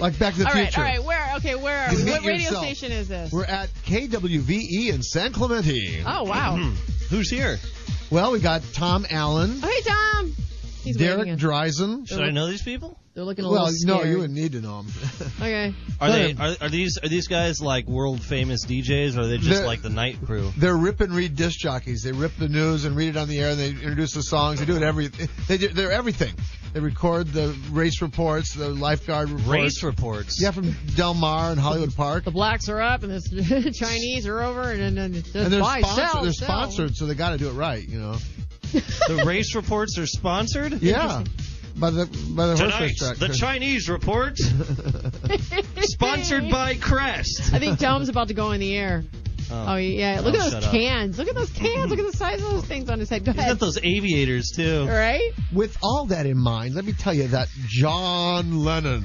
Speaker 1: like Back to the
Speaker 3: All right,
Speaker 1: Future.
Speaker 3: all right. Where? Okay, where? Are
Speaker 1: You
Speaker 3: we?
Speaker 1: meet
Speaker 3: What radio
Speaker 1: yourself.
Speaker 3: station is this?
Speaker 1: We're at KWVE E in San Clemente.
Speaker 3: oh wow.
Speaker 5: Hmm. Who's here?
Speaker 1: Well, we got Tom Allen,
Speaker 3: Oh, hey Tom. He's
Speaker 1: Derek
Speaker 3: waving at-
Speaker 1: Dreisen.
Speaker 5: Should I know these people?
Speaker 3: They're looking a
Speaker 1: Well,
Speaker 3: little scared.
Speaker 1: no, you wouldn't need to know him.
Speaker 3: <laughs> Okay.
Speaker 5: Are they are, are these are these guys like world famous DJs? Or are they just
Speaker 1: They're-
Speaker 5: like the night
Speaker 1: <laughs>
Speaker 5: crew?
Speaker 1: They're rip and read disc jockeys. They rip the news and read it on the air. and They introduce the songs. They do it every. They do, they're everything. They record the race reports, the lifeguard reports.
Speaker 5: Race reports.
Speaker 1: Yeah, from Del Mar and Hollywood Park.
Speaker 3: The blacks are up and the <laughs> Chinese are over and then- then just
Speaker 1: And they're
Speaker 3: buy,
Speaker 1: sponsored.
Speaker 3: sell,
Speaker 1: they're
Speaker 3: sell.
Speaker 1: sponsored, so they got to do it right. You know.
Speaker 5: The race reports are sponsored.
Speaker 1: Yeah. By the by the horse
Speaker 5: Tonight's
Speaker 1: race track.
Speaker 5: the Chinese report,
Speaker 1: <laughs>
Speaker 5: sponsored by Crest.
Speaker 3: I think Tom's about to go in the air. Oh yeah, look
Speaker 5: <laughs> Oh,
Speaker 3: at
Speaker 5: shut
Speaker 3: those
Speaker 5: up.
Speaker 3: cans. Look at those cans. Look at the size of those things on his head. Go
Speaker 5: He's got
Speaker 3: ahead.
Speaker 5: those aviators too.
Speaker 3: Right?
Speaker 1: With all that in mind, let me tell you that John Lennon.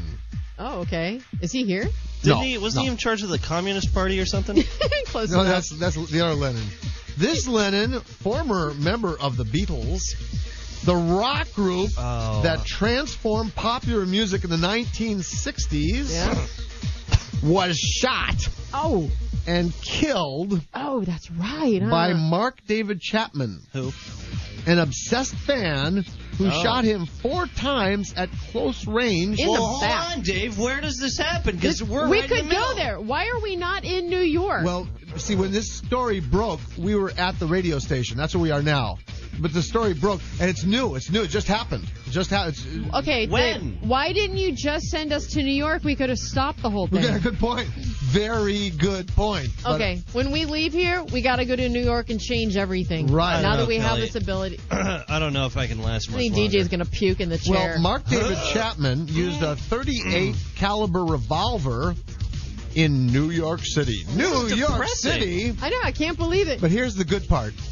Speaker 3: Oh, okay. Is he here?
Speaker 5: Didn't
Speaker 1: No,
Speaker 5: he? Wasn't
Speaker 1: no.
Speaker 5: he in charge of the Communist Party or something?
Speaker 3: <laughs> Close
Speaker 1: No,
Speaker 3: enough.
Speaker 1: that's that's the other Lennon. This Lennon, former member of the Beatles, the rock group
Speaker 5: Oh.
Speaker 1: that transformed popular music in the 1960s,
Speaker 3: Yeah.
Speaker 1: was shot
Speaker 3: Oh,
Speaker 1: and killed
Speaker 3: oh, that's right. Huh?
Speaker 1: by Mark David Chapman,
Speaker 5: Who?
Speaker 1: an obsessed fan who
Speaker 5: Oh.
Speaker 1: shot him four times at close range.
Speaker 3: In
Speaker 5: Well,
Speaker 3: the
Speaker 5: hold
Speaker 3: back.
Speaker 5: on, Dave. Where does this happen? Because we're
Speaker 3: we
Speaker 5: right in
Speaker 3: could
Speaker 5: the
Speaker 3: go
Speaker 5: middle.
Speaker 3: there. Why are we not in New York?
Speaker 1: Well, see, when this story broke, we were at the radio station. That's where we are now. But the story broke, and it's new. It's new. It just happened. It just happened.
Speaker 3: okay. the-
Speaker 5: When?
Speaker 3: why didn't you just send us to New York? We could have stopped the whole thing.
Speaker 1: Yeah, good point. Very good point. But-
Speaker 3: Okay, when we leave here, we got to go to New York and change everything.
Speaker 1: Right.
Speaker 3: Now
Speaker 5: I
Speaker 3: that
Speaker 5: know,
Speaker 3: we have
Speaker 5: Kelly.
Speaker 3: this ability,
Speaker 5: <clears throat> I don't know if I can last
Speaker 3: I
Speaker 5: much
Speaker 3: think
Speaker 5: longer.
Speaker 3: DJ's going to puke in the chair.
Speaker 1: Well, Mark
Speaker 5: <gasps>
Speaker 1: David Chapman used a 38 caliber revolver in New York City. New York
Speaker 5: depressing.
Speaker 1: City.
Speaker 3: I know, I can't believe it.
Speaker 1: But here's the good part. <laughs>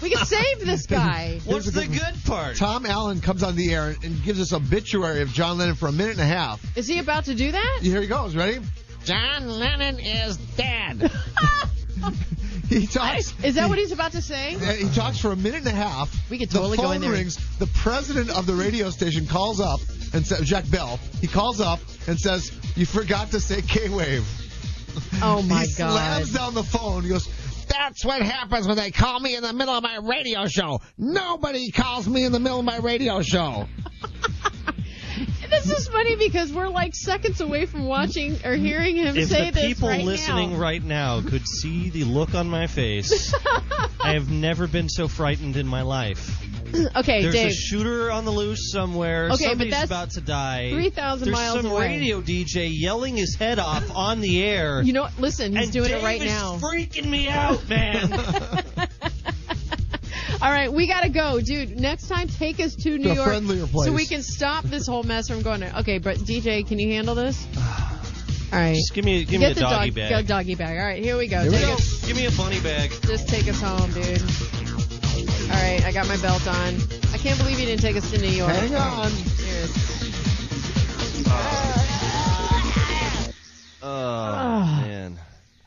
Speaker 3: We
Speaker 5: <laughs>
Speaker 3: can save this guy.
Speaker 5: What's the good part?
Speaker 1: Tom Allen comes on the air and gives us obituary of John Lennon for a minute and a half.
Speaker 3: Is he about to do that?
Speaker 1: Here he goes. Ready?
Speaker 8: John Lennon is dead.
Speaker 1: He talks.
Speaker 3: <laughs> Is that what he's about to say?
Speaker 1: Uh, he talks for a minute and a half.
Speaker 3: We could totally
Speaker 1: the
Speaker 3: go
Speaker 1: phone
Speaker 3: in there.
Speaker 1: rings. The president of the radio station calls up and says, Jack Bell. He calls up and says, "You forgot to say K-wave."
Speaker 3: Oh my
Speaker 1: <laughs> he
Speaker 3: god.
Speaker 1: slams down the phone. He goes,
Speaker 8: That's what happens when they call me in the middle of my radio show. Nobody calls me in the middle of my radio show.
Speaker 3: This is funny because we're like seconds away from watching or hearing him
Speaker 5: if
Speaker 3: say
Speaker 5: the
Speaker 3: this
Speaker 5: people
Speaker 3: right <clears throat>
Speaker 5: listening
Speaker 3: now.
Speaker 5: right now could
Speaker 3: <laughs>
Speaker 5: see the look on my face, I have never been so frightened in my life.
Speaker 3: okay,
Speaker 5: There's a
Speaker 3: Dave.
Speaker 5: shooter on the loose somewhere.
Speaker 3: Okay, but
Speaker 5: Somebody's
Speaker 3: that's
Speaker 5: about to die.
Speaker 3: 3,000
Speaker 5: There's
Speaker 3: miles
Speaker 5: some
Speaker 3: away.
Speaker 5: radio DJ yelling his head off on the air.
Speaker 3: you know, listen, he's
Speaker 5: and
Speaker 3: doing
Speaker 5: Dave
Speaker 3: it right
Speaker 5: is
Speaker 3: now.
Speaker 5: freaking
Speaker 3: <laughs>
Speaker 5: me out, man.
Speaker 3: All right, we gotta go, dude. Next time, take us to New
Speaker 1: a
Speaker 3: York
Speaker 1: friendlier place.
Speaker 3: so we can stop this whole mess from going. To, okay, but DJ, can you handle this? All right,
Speaker 5: Just give me, give me
Speaker 3: get
Speaker 5: a
Speaker 3: the
Speaker 5: doggy
Speaker 3: dog,
Speaker 5: bag.
Speaker 3: Go doggy bag. All right, here we go.
Speaker 1: Here we
Speaker 3: Take
Speaker 1: go.
Speaker 3: us-
Speaker 5: Give me a bunny bag.
Speaker 3: Just take us home, dude. All right, I got my belt on. I can't believe you didn't take us to New York.
Speaker 1: Hang on.
Speaker 3: Cheers.
Speaker 5: Oh,
Speaker 3: Ah.
Speaker 5: man.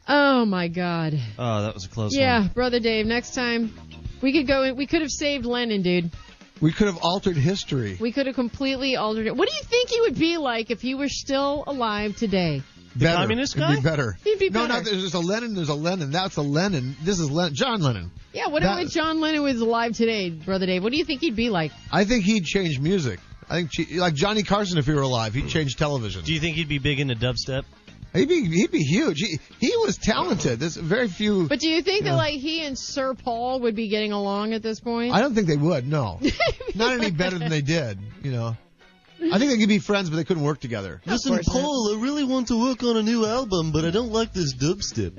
Speaker 3: Oh my God.
Speaker 5: Oh, that was a close
Speaker 3: Yeah,
Speaker 5: one.
Speaker 3: brother Dave. Next time, we could go. We could have saved Lennon, dude.
Speaker 1: <laughs> We could have altered history.
Speaker 3: We could have completely altered it. What do you think he would be like if he were still alive today?
Speaker 1: better.
Speaker 5: communist
Speaker 1: It'd
Speaker 5: guy?
Speaker 1: be better.
Speaker 3: He'd be
Speaker 1: No,
Speaker 3: better.
Speaker 1: not there's a Lennon. There's a Lennon. That's a Lennon. This is Lennon. John Lennon.
Speaker 3: Yeah, what
Speaker 1: That-
Speaker 3: if John Lennon was alive today, brother Dave? What do you think he'd be like?
Speaker 1: I think he'd change music. I think che- like Johnny Carson, if he were alive, he'd change television.
Speaker 5: Do you think he'd be big into dubstep?
Speaker 1: He'd be he'd be huge. He he was talented. There's very few.
Speaker 3: But do you think
Speaker 1: Yeah.
Speaker 3: that like he and Sir Paul would be getting along at this point?
Speaker 1: I don't think they would. No, not any better than they did. You know, I think they could be friends, but they couldn't work together.
Speaker 5: Listen,
Speaker 3: course not.
Speaker 5: Paul, I really want to work on a new album, but I don't like this
Speaker 3: <laughs>
Speaker 5: dubstep.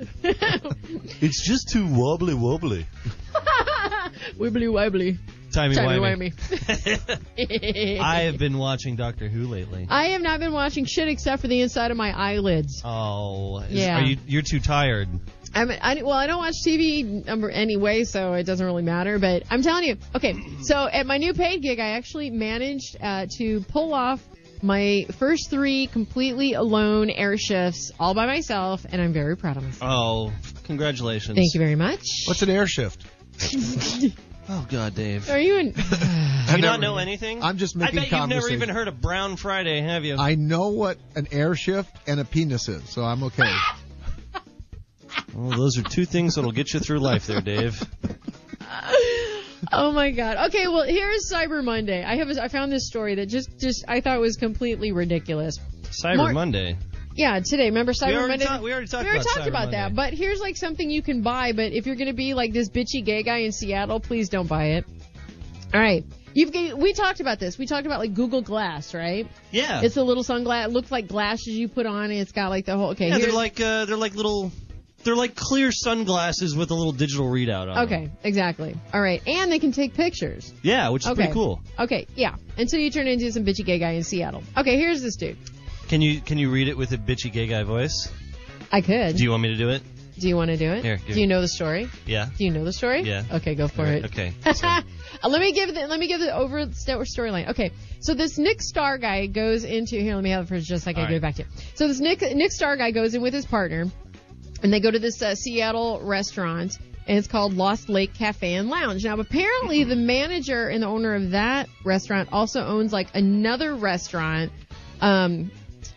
Speaker 5: it's just too wobbly wobbly.
Speaker 3: <laughs> Wibbly wobbly.
Speaker 5: Timey
Speaker 3: Timey
Speaker 5: wimey. <laughs>
Speaker 3: wimey. <laughs>
Speaker 5: I have been watching Doctor Who lately.
Speaker 3: I have not been watching shit except for the inside of my eyelids.
Speaker 5: Oh, is-
Speaker 3: Yeah.
Speaker 5: Are you, you're too tired.
Speaker 3: I mean, I, well, I don't watch TV number anyway, so it doesn't really matter. But I'm telling you, okay. So at my new paid gig, I actually managed uh, to pull off my first three completely alone air shifts, all by myself, and I'm very proud of myself.
Speaker 5: Oh, congratulations.
Speaker 3: Thank you very much.
Speaker 1: What's an air shift?
Speaker 5: <laughs> Oh God, Dave.
Speaker 3: Are you <sighs> in?
Speaker 5: Do you not know anything?
Speaker 1: I'm just making
Speaker 5: I bet you've never
Speaker 1: conversation.
Speaker 5: even heard of Brown Friday, have you?
Speaker 1: I know what an air shift and a penis is, so I'm okay.
Speaker 5: <laughs> Well, those are two things that'll get you through life, there, Dave.
Speaker 3: Oh my God. Okay, well here is Cyber Monday. I have a, I found this story that just just I thought was completely ridiculous.
Speaker 5: <laughs> Cyber
Speaker 3: Mark-
Speaker 5: Monday.
Speaker 3: Yeah, today. Remember Cyber
Speaker 5: we already,
Speaker 3: Monday?
Speaker 5: talked- we already talked
Speaker 3: we already
Speaker 5: about,
Speaker 3: talked
Speaker 5: Cyber
Speaker 3: about that,
Speaker 5: Monday.
Speaker 3: but here's like something you can buy. But if you're gonna be like this bitchy gay guy in Seattle, please don't buy it. All right, you've g- we talked about this. We talked about like Google Glass, right?
Speaker 5: yeah.
Speaker 3: It's a little sunglass. It looks like glasses you put on, and it's got like the whole. Okay,
Speaker 5: yeah, they're
Speaker 3: here's-
Speaker 5: like uh, they're like little they're like clear sunglasses with a little digital readout on. them.
Speaker 3: okay, exactly. All right, and they can take pictures.
Speaker 5: Yeah, which is
Speaker 3: Okay.
Speaker 5: pretty cool.
Speaker 3: Okay, yeah. Until you turn into some bitchy gay guy in Seattle. Okay, here's this dude.
Speaker 5: Can you can you read it with a bitchy gay guy voice?
Speaker 3: I could.
Speaker 5: Do you want me to do it?
Speaker 3: Do you want to do it?
Speaker 5: Here, give
Speaker 3: do you
Speaker 5: me-
Speaker 3: know the story?
Speaker 5: Yeah.
Speaker 3: Do you know the story?
Speaker 5: Yeah.
Speaker 3: Okay, go for it.
Speaker 5: Okay.
Speaker 3: Uh, <laughs> let me give the let me give the over st- storyline. Okay, so this Nick Star guy goes into here. Let me have it for just a second.
Speaker 5: All
Speaker 3: I'll get it back to you. So this Nick Nick Star guy goes in with his partner, and they go to this uh, Seattle restaurant, and it's called Lost Lake Cafe and Lounge. Now apparently the manager and the owner of that restaurant also owns like another restaurant. Um,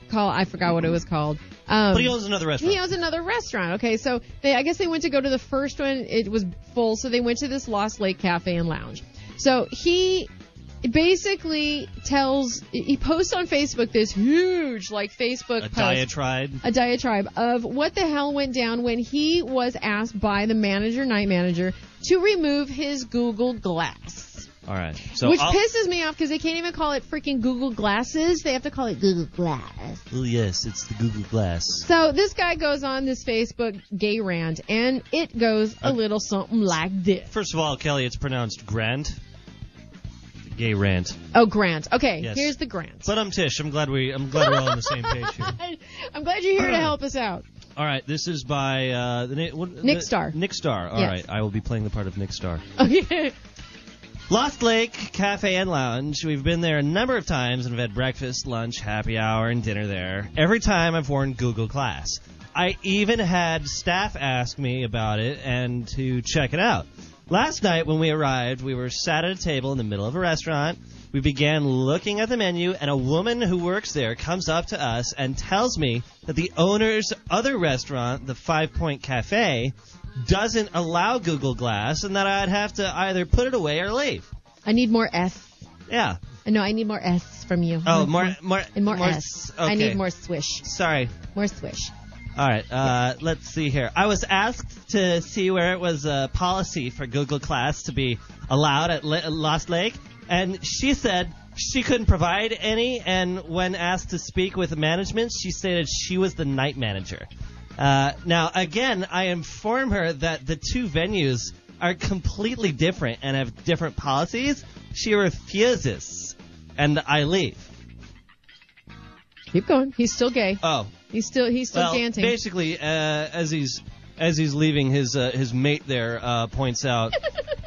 Speaker 3: call I forgot what it was called. Um,
Speaker 5: But he owns another restaurant.
Speaker 3: he owns another restaurant. Okay, so they I guess they went to go to the first one. It was full, so they went to this Lost Lake Cafe and Lounge. So he basically tells he posts on Facebook this huge like Facebook
Speaker 5: a
Speaker 3: post
Speaker 5: diatribe.
Speaker 3: a diatribe of what the hell went down when he was asked by the manager, night manager, to remove his Google Glass.
Speaker 5: All right. So
Speaker 3: which
Speaker 5: I'll-
Speaker 3: pisses me off because they can't even call it freaking Google Glasses. They have to call it Google Glass.
Speaker 5: Oh, yes, it's the Google Glass.
Speaker 3: So this guy goes on this Facebook gay rant, and it goes a little something like this.
Speaker 5: First of all, Kelly, it's pronounced Grant. Gay rant.
Speaker 3: Oh, Grant. Okay,
Speaker 5: Yes.
Speaker 3: here's the Grant.
Speaker 5: But I'm Tish. I'm glad we I'm glad we're all on the same page here.
Speaker 3: <laughs> I'm glad you're here to help us out.
Speaker 5: <laughs> All right, this is by uh, the, na- what,
Speaker 3: Nick
Speaker 5: the-
Speaker 3: Starr.
Speaker 5: Nick Star. All right,
Speaker 3: Yes.
Speaker 5: I will be playing the part of
Speaker 3: <laughs>
Speaker 5: Nick Star.
Speaker 3: Okay.
Speaker 5: Lost Lake Cafe and Lounge. We've been there a number of times and have had breakfast, lunch, happy hour, and dinner there. Every time I've worn Google Glass. I even had staff ask me about it and to check it out. Last night when we arrived, we were sat at a table in the middle of a restaurant. We began looking at the menu, and a woman who works there comes up to us and tells me that the owner's other restaurant, the Five Point Cafe, doesn't allow Google Glass and that I'd have to either put it away or leave.
Speaker 3: I need more S.
Speaker 5: Yeah.
Speaker 3: No, I need more S from you.
Speaker 5: Oh, more, more,
Speaker 3: And more,
Speaker 5: more
Speaker 3: S.
Speaker 5: s-
Speaker 3: I
Speaker 5: okay.
Speaker 3: need more swish.
Speaker 5: Sorry.
Speaker 3: More swish.
Speaker 5: All right, uh, let's see here. I was asked to see where it was a policy for Google Class to be allowed at Le- Lost Lake, and she said she couldn't provide any. And when asked to speak with management, she stated she was the night manager. Uh, now, again, I inform her that the two venues are completely different and have different policies. She refuses, and I leave.
Speaker 3: Keep going. He's still gay.
Speaker 5: Oh,
Speaker 3: He's still he's still
Speaker 5: well,
Speaker 3: dancing. <laughs>
Speaker 5: basically, uh, as he's as he's leaving, his uh, his mate there uh, points out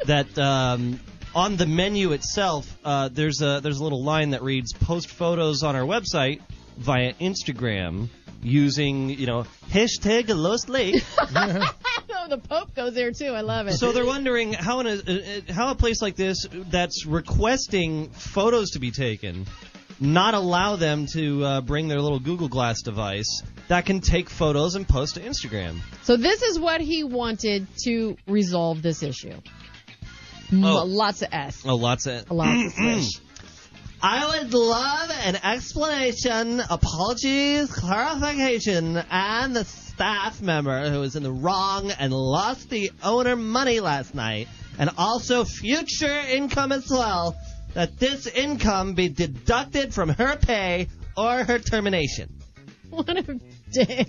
Speaker 5: that um, on the menu itself, uh, there's a there's a little line that reads, "Post photos on our website via Instagram using you know hashtag Lost Lake."
Speaker 3: oh, the Pope goes there too. I love it. <laughs>
Speaker 5: so they're wondering how in a, uh, how a place like this that's requesting photos to be taken not allow them to uh, bring their little Google Glass device that can take photos and post to Instagram.
Speaker 3: So this is what he wanted to resolve this issue. M-
Speaker 5: Oh.
Speaker 3: Lots of S. <laughs>
Speaker 5: Oh, lots of. <clears throat>
Speaker 3: Lots of swish.
Speaker 5: I would love an explanation, apologies, clarification, and the staff member who was in the wrong and lost the owner money last night, and also future income as well, that this income be deducted from her pay or her <laughs> termination.
Speaker 3: What a dick.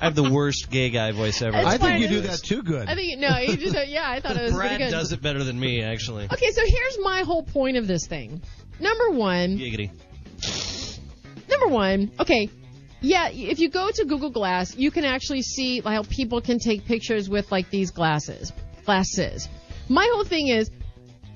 Speaker 5: I have the worst gay guy voice ever.
Speaker 3: That's
Speaker 1: I think
Speaker 3: fine.
Speaker 1: you do that too good.
Speaker 3: I think no, you just yeah, I thought it was
Speaker 5: <laughs>
Speaker 3: pretty
Speaker 5: Brad
Speaker 3: good.
Speaker 5: does it better than me, actually.
Speaker 3: Okay, so here's my whole point of this thing. Number one,
Speaker 5: Giggity.
Speaker 3: number one, okay, yeah, if you go to Google Glass, you can actually see how people can take pictures with like these glasses, glasses. My whole thing is,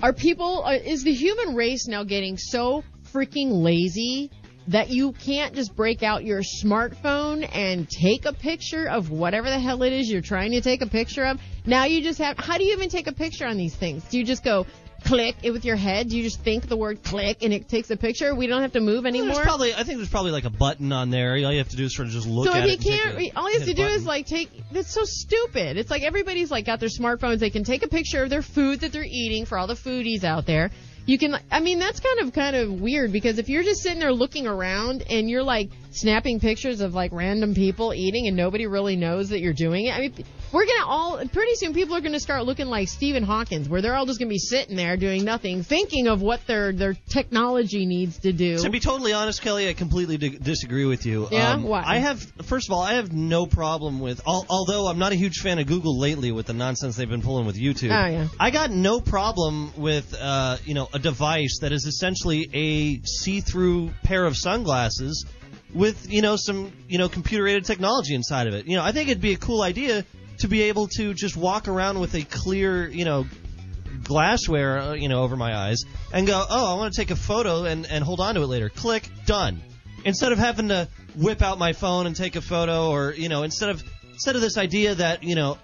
Speaker 3: are people, are, is the human race now getting so freaking lazy that you can't just break out your smartphone and take a picture of whatever the hell it is you're trying to take a picture of? Now you just have, how do you even take a picture on these things? Do you just go, click it with your head? Do you just think the word click and it takes a picture? We don't have to move anymore?
Speaker 5: There's probably, I think there's probably like a button on there. All you have to do is sort of just look
Speaker 3: So if
Speaker 5: at
Speaker 3: he
Speaker 5: it. and take
Speaker 3: can't,
Speaker 5: a-
Speaker 3: re- all he has
Speaker 5: hit
Speaker 3: to
Speaker 5: a
Speaker 3: do
Speaker 5: button.
Speaker 3: is like take. That's so stupid. It's like everybody's like got their smartphones. They can take a picture of their food that they're eating for all the foodies out there. You can. I mean, that's kind of kind of weird because if you're just sitting there looking around and you're like snapping pictures of like random people eating and nobody really knows that you're doing it. I mean, we're gonna all pretty soon people are gonna start looking like Stephen Hawkins, where they're all just gonna be sitting there doing nothing, thinking of what their their technology needs to do.
Speaker 5: To be totally honest, Kelly, I completely di- disagree with you. Um,
Speaker 3: Yeah? Why?
Speaker 5: I have, first of all, I have no problem with, al- although I'm not a huge fan of Google lately with the nonsense they've been pulling with YouTube.
Speaker 3: Oh, yeah.
Speaker 5: I got no problem with, uh, you know, a device that is essentially a see-through pair of sunglasses with, you know, some, you know, computer-aided technology inside of it. You know, I think it'd be a cool idea to be able to just walk around with a clear, you know, glassware, uh, you know, over my eyes and go, oh, I want to take a photo and, and hold on to it later. Click, done. Instead of having to whip out my phone and take a photo or, you know, instead of instead of this idea that, you know,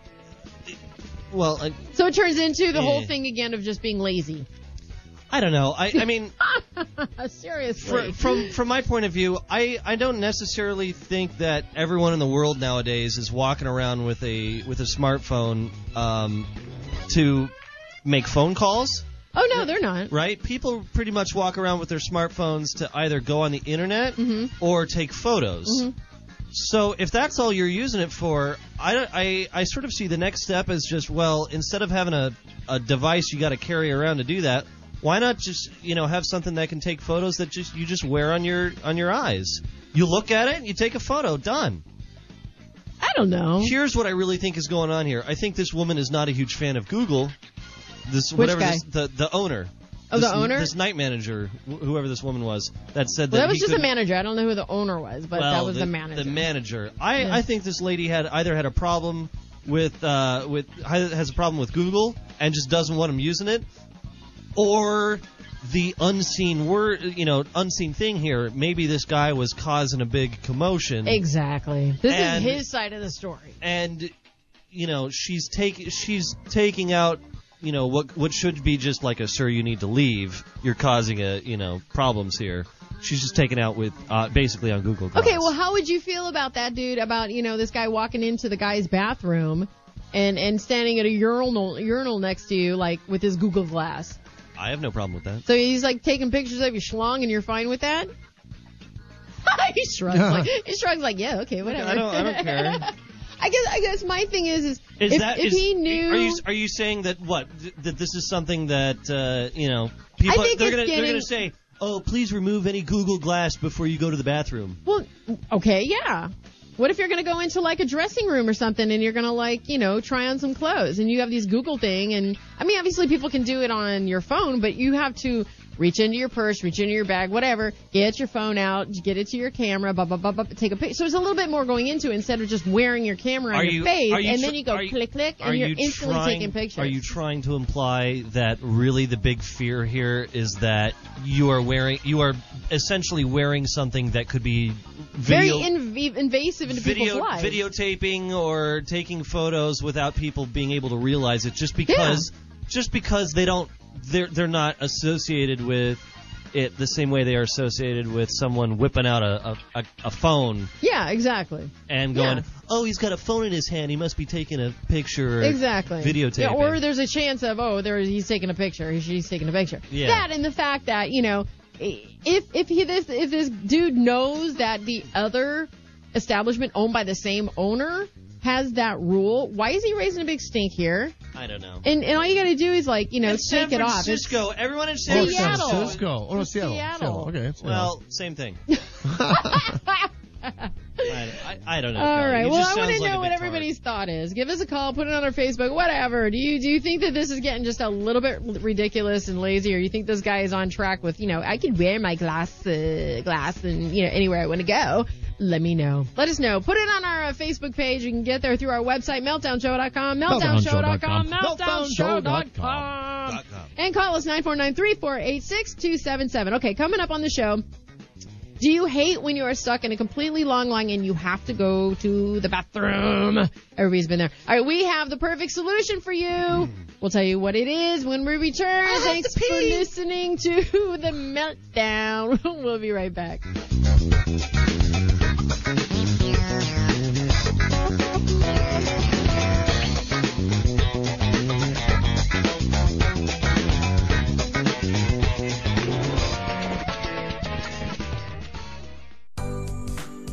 Speaker 5: well, I,
Speaker 3: so it turns into the whole
Speaker 5: Yeah.
Speaker 3: thing again of just being lazy.
Speaker 5: I don't know. I, I mean,
Speaker 3: <laughs> Seriously.
Speaker 5: fr- from from my point of view, I, I don't necessarily think that everyone in the world nowadays is walking around with a with a smartphone um, to make phone calls.
Speaker 3: Oh no, they're not.
Speaker 5: right? People pretty much walk around with their smartphones to either go on the internet
Speaker 3: Mm-hmm.
Speaker 5: or take photos. So if that's all you're using it for, I, don't- I, I sort of see the next step as just well, instead of having a, a device you got to carry around to do that, why not just you know have something that can take photos that just you just wear on your on your eyes? You look at it, you take a photo, done.
Speaker 3: I don't know.
Speaker 5: Here's what I really think is going on here. I think this woman is not a huge fan of Google. This
Speaker 3: Which
Speaker 5: whatever
Speaker 3: guy?
Speaker 5: This, the the owner.
Speaker 3: Oh, the
Speaker 5: This-
Speaker 3: owner?
Speaker 5: This night manager, wh- whoever this woman was, that said
Speaker 3: well, that
Speaker 5: that
Speaker 3: was
Speaker 5: he
Speaker 3: just the
Speaker 5: couldn't-
Speaker 3: manager. I don't know who the owner was, but that
Speaker 5: well,
Speaker 3: was the, manager.
Speaker 5: The manager. I, I think this lady had either had a problem with uh, with has a problem with Google and just doesn't want him using it, or the unseen word, you know, unseen thing here. Maybe this guy was causing a big commotion.
Speaker 3: exactly. This
Speaker 5: And-
Speaker 3: is his side of the story.
Speaker 5: and you know she's take she's taking out you know what what should be just like a sir you need to leave you're causing a you know problems here she's just taken out with uh, basically on google Glass.
Speaker 3: Okay, well, how would you feel about that dude? About you know this guy walking into the guy's bathroom and and standing at a urinal urinal next to you, like with his Google Glass.
Speaker 5: i have no problem with that
Speaker 3: So he's like taking pictures of your schlong, and you're fine with that? <laughs> he shrugs like he shrugs like yeah okay whatever.
Speaker 5: I don't. I don't care.
Speaker 3: <laughs> I guess I guess my thing is is,
Speaker 5: Is
Speaker 3: if,
Speaker 5: that
Speaker 3: if
Speaker 5: is-
Speaker 3: he knew
Speaker 5: Are you are you saying that what th- that this is something that uh, you know people
Speaker 3: think
Speaker 5: they're
Speaker 3: it's
Speaker 5: gonna they're
Speaker 3: getting-
Speaker 5: gonna say oh please remove any Google Glass before you go to the bathroom.
Speaker 3: well okay yeah. What if you're gonna go into like a dressing room or something and you're gonna like you know try on some clothes and you have these Google thing and I mean obviously people can do it on your phone but you have to reach into your purse reach into your bag whatever get your phone out get it to your camera blah blah blah blah take a picture so there's a little bit more going into it instead of just wearing your camera
Speaker 5: Are
Speaker 3: on
Speaker 5: you-
Speaker 3: your face
Speaker 5: are you
Speaker 3: and
Speaker 5: tr-
Speaker 3: then you go
Speaker 5: are you-
Speaker 3: click click
Speaker 5: Are
Speaker 3: and you're
Speaker 5: you
Speaker 3: instantly
Speaker 5: trying-
Speaker 3: taking pictures.
Speaker 5: Are you trying to imply that really the big fear here is that you are wearing you are essentially wearing something that could be video,
Speaker 3: very inv- invasive into
Speaker 5: video
Speaker 3: people's lives.
Speaker 5: videotaping or taking photos without people being able to realize it just because just because they don't they're they're not associated with it the same way they are associated with someone whipping out a, a, a, a phone
Speaker 3: Yeah, exactly.
Speaker 5: and going
Speaker 3: Yeah.
Speaker 5: oh he's got a phone in his hand he must be taking a picture or
Speaker 3: Exactly.
Speaker 5: videotaping
Speaker 3: Yeah, or there's a chance of oh, there he's taking a picture. He, she's taking a picture.
Speaker 5: Yeah.
Speaker 3: That and the fact that you know, if if he this if this dude knows that the other establishment owned by the same owner has that rule, why is he raising a big stink here?
Speaker 5: I don't know
Speaker 3: And and all you got to do is like you know
Speaker 5: In San
Speaker 3: take it off. It's-
Speaker 5: Francisco everyone in San
Speaker 1: Oh, San
Speaker 3: Seattle.
Speaker 1: Francisco. Oh, no, Seattle.
Speaker 3: Seattle.
Speaker 1: Okay. it's
Speaker 5: well same
Speaker 3: <laughs>
Speaker 5: thing I, I, I don't know
Speaker 3: All
Speaker 5: Kelly.
Speaker 3: right.
Speaker 5: It
Speaker 3: Well, I
Speaker 5: just
Speaker 3: want to
Speaker 5: sounds like a
Speaker 3: know what
Speaker 5: big tart.
Speaker 3: everybody's thought is. Give us a call, put it on our Facebook, whatever. Do you do you think that this is getting just a little bit ridiculous and lazy, or you think this guy is on track with you know I could wear my glass uh, glass and you know anywhere I want to go? Let me know. Let us know. Put it on our uh, Facebook page. You can get there through our website meltdownshow.com, meltdownshow.com, meltdownshow.com, and call us 949-348-6277. Okay, coming up on the show. Do you hate when you are stuck in a completely long line and you have to go to the bathroom? Everybody's been there. All right, we have the perfect solution for you. We'll tell you what it is when we return. Thanks for listening to <laughs> the meltdown. <laughs> We'll be right back.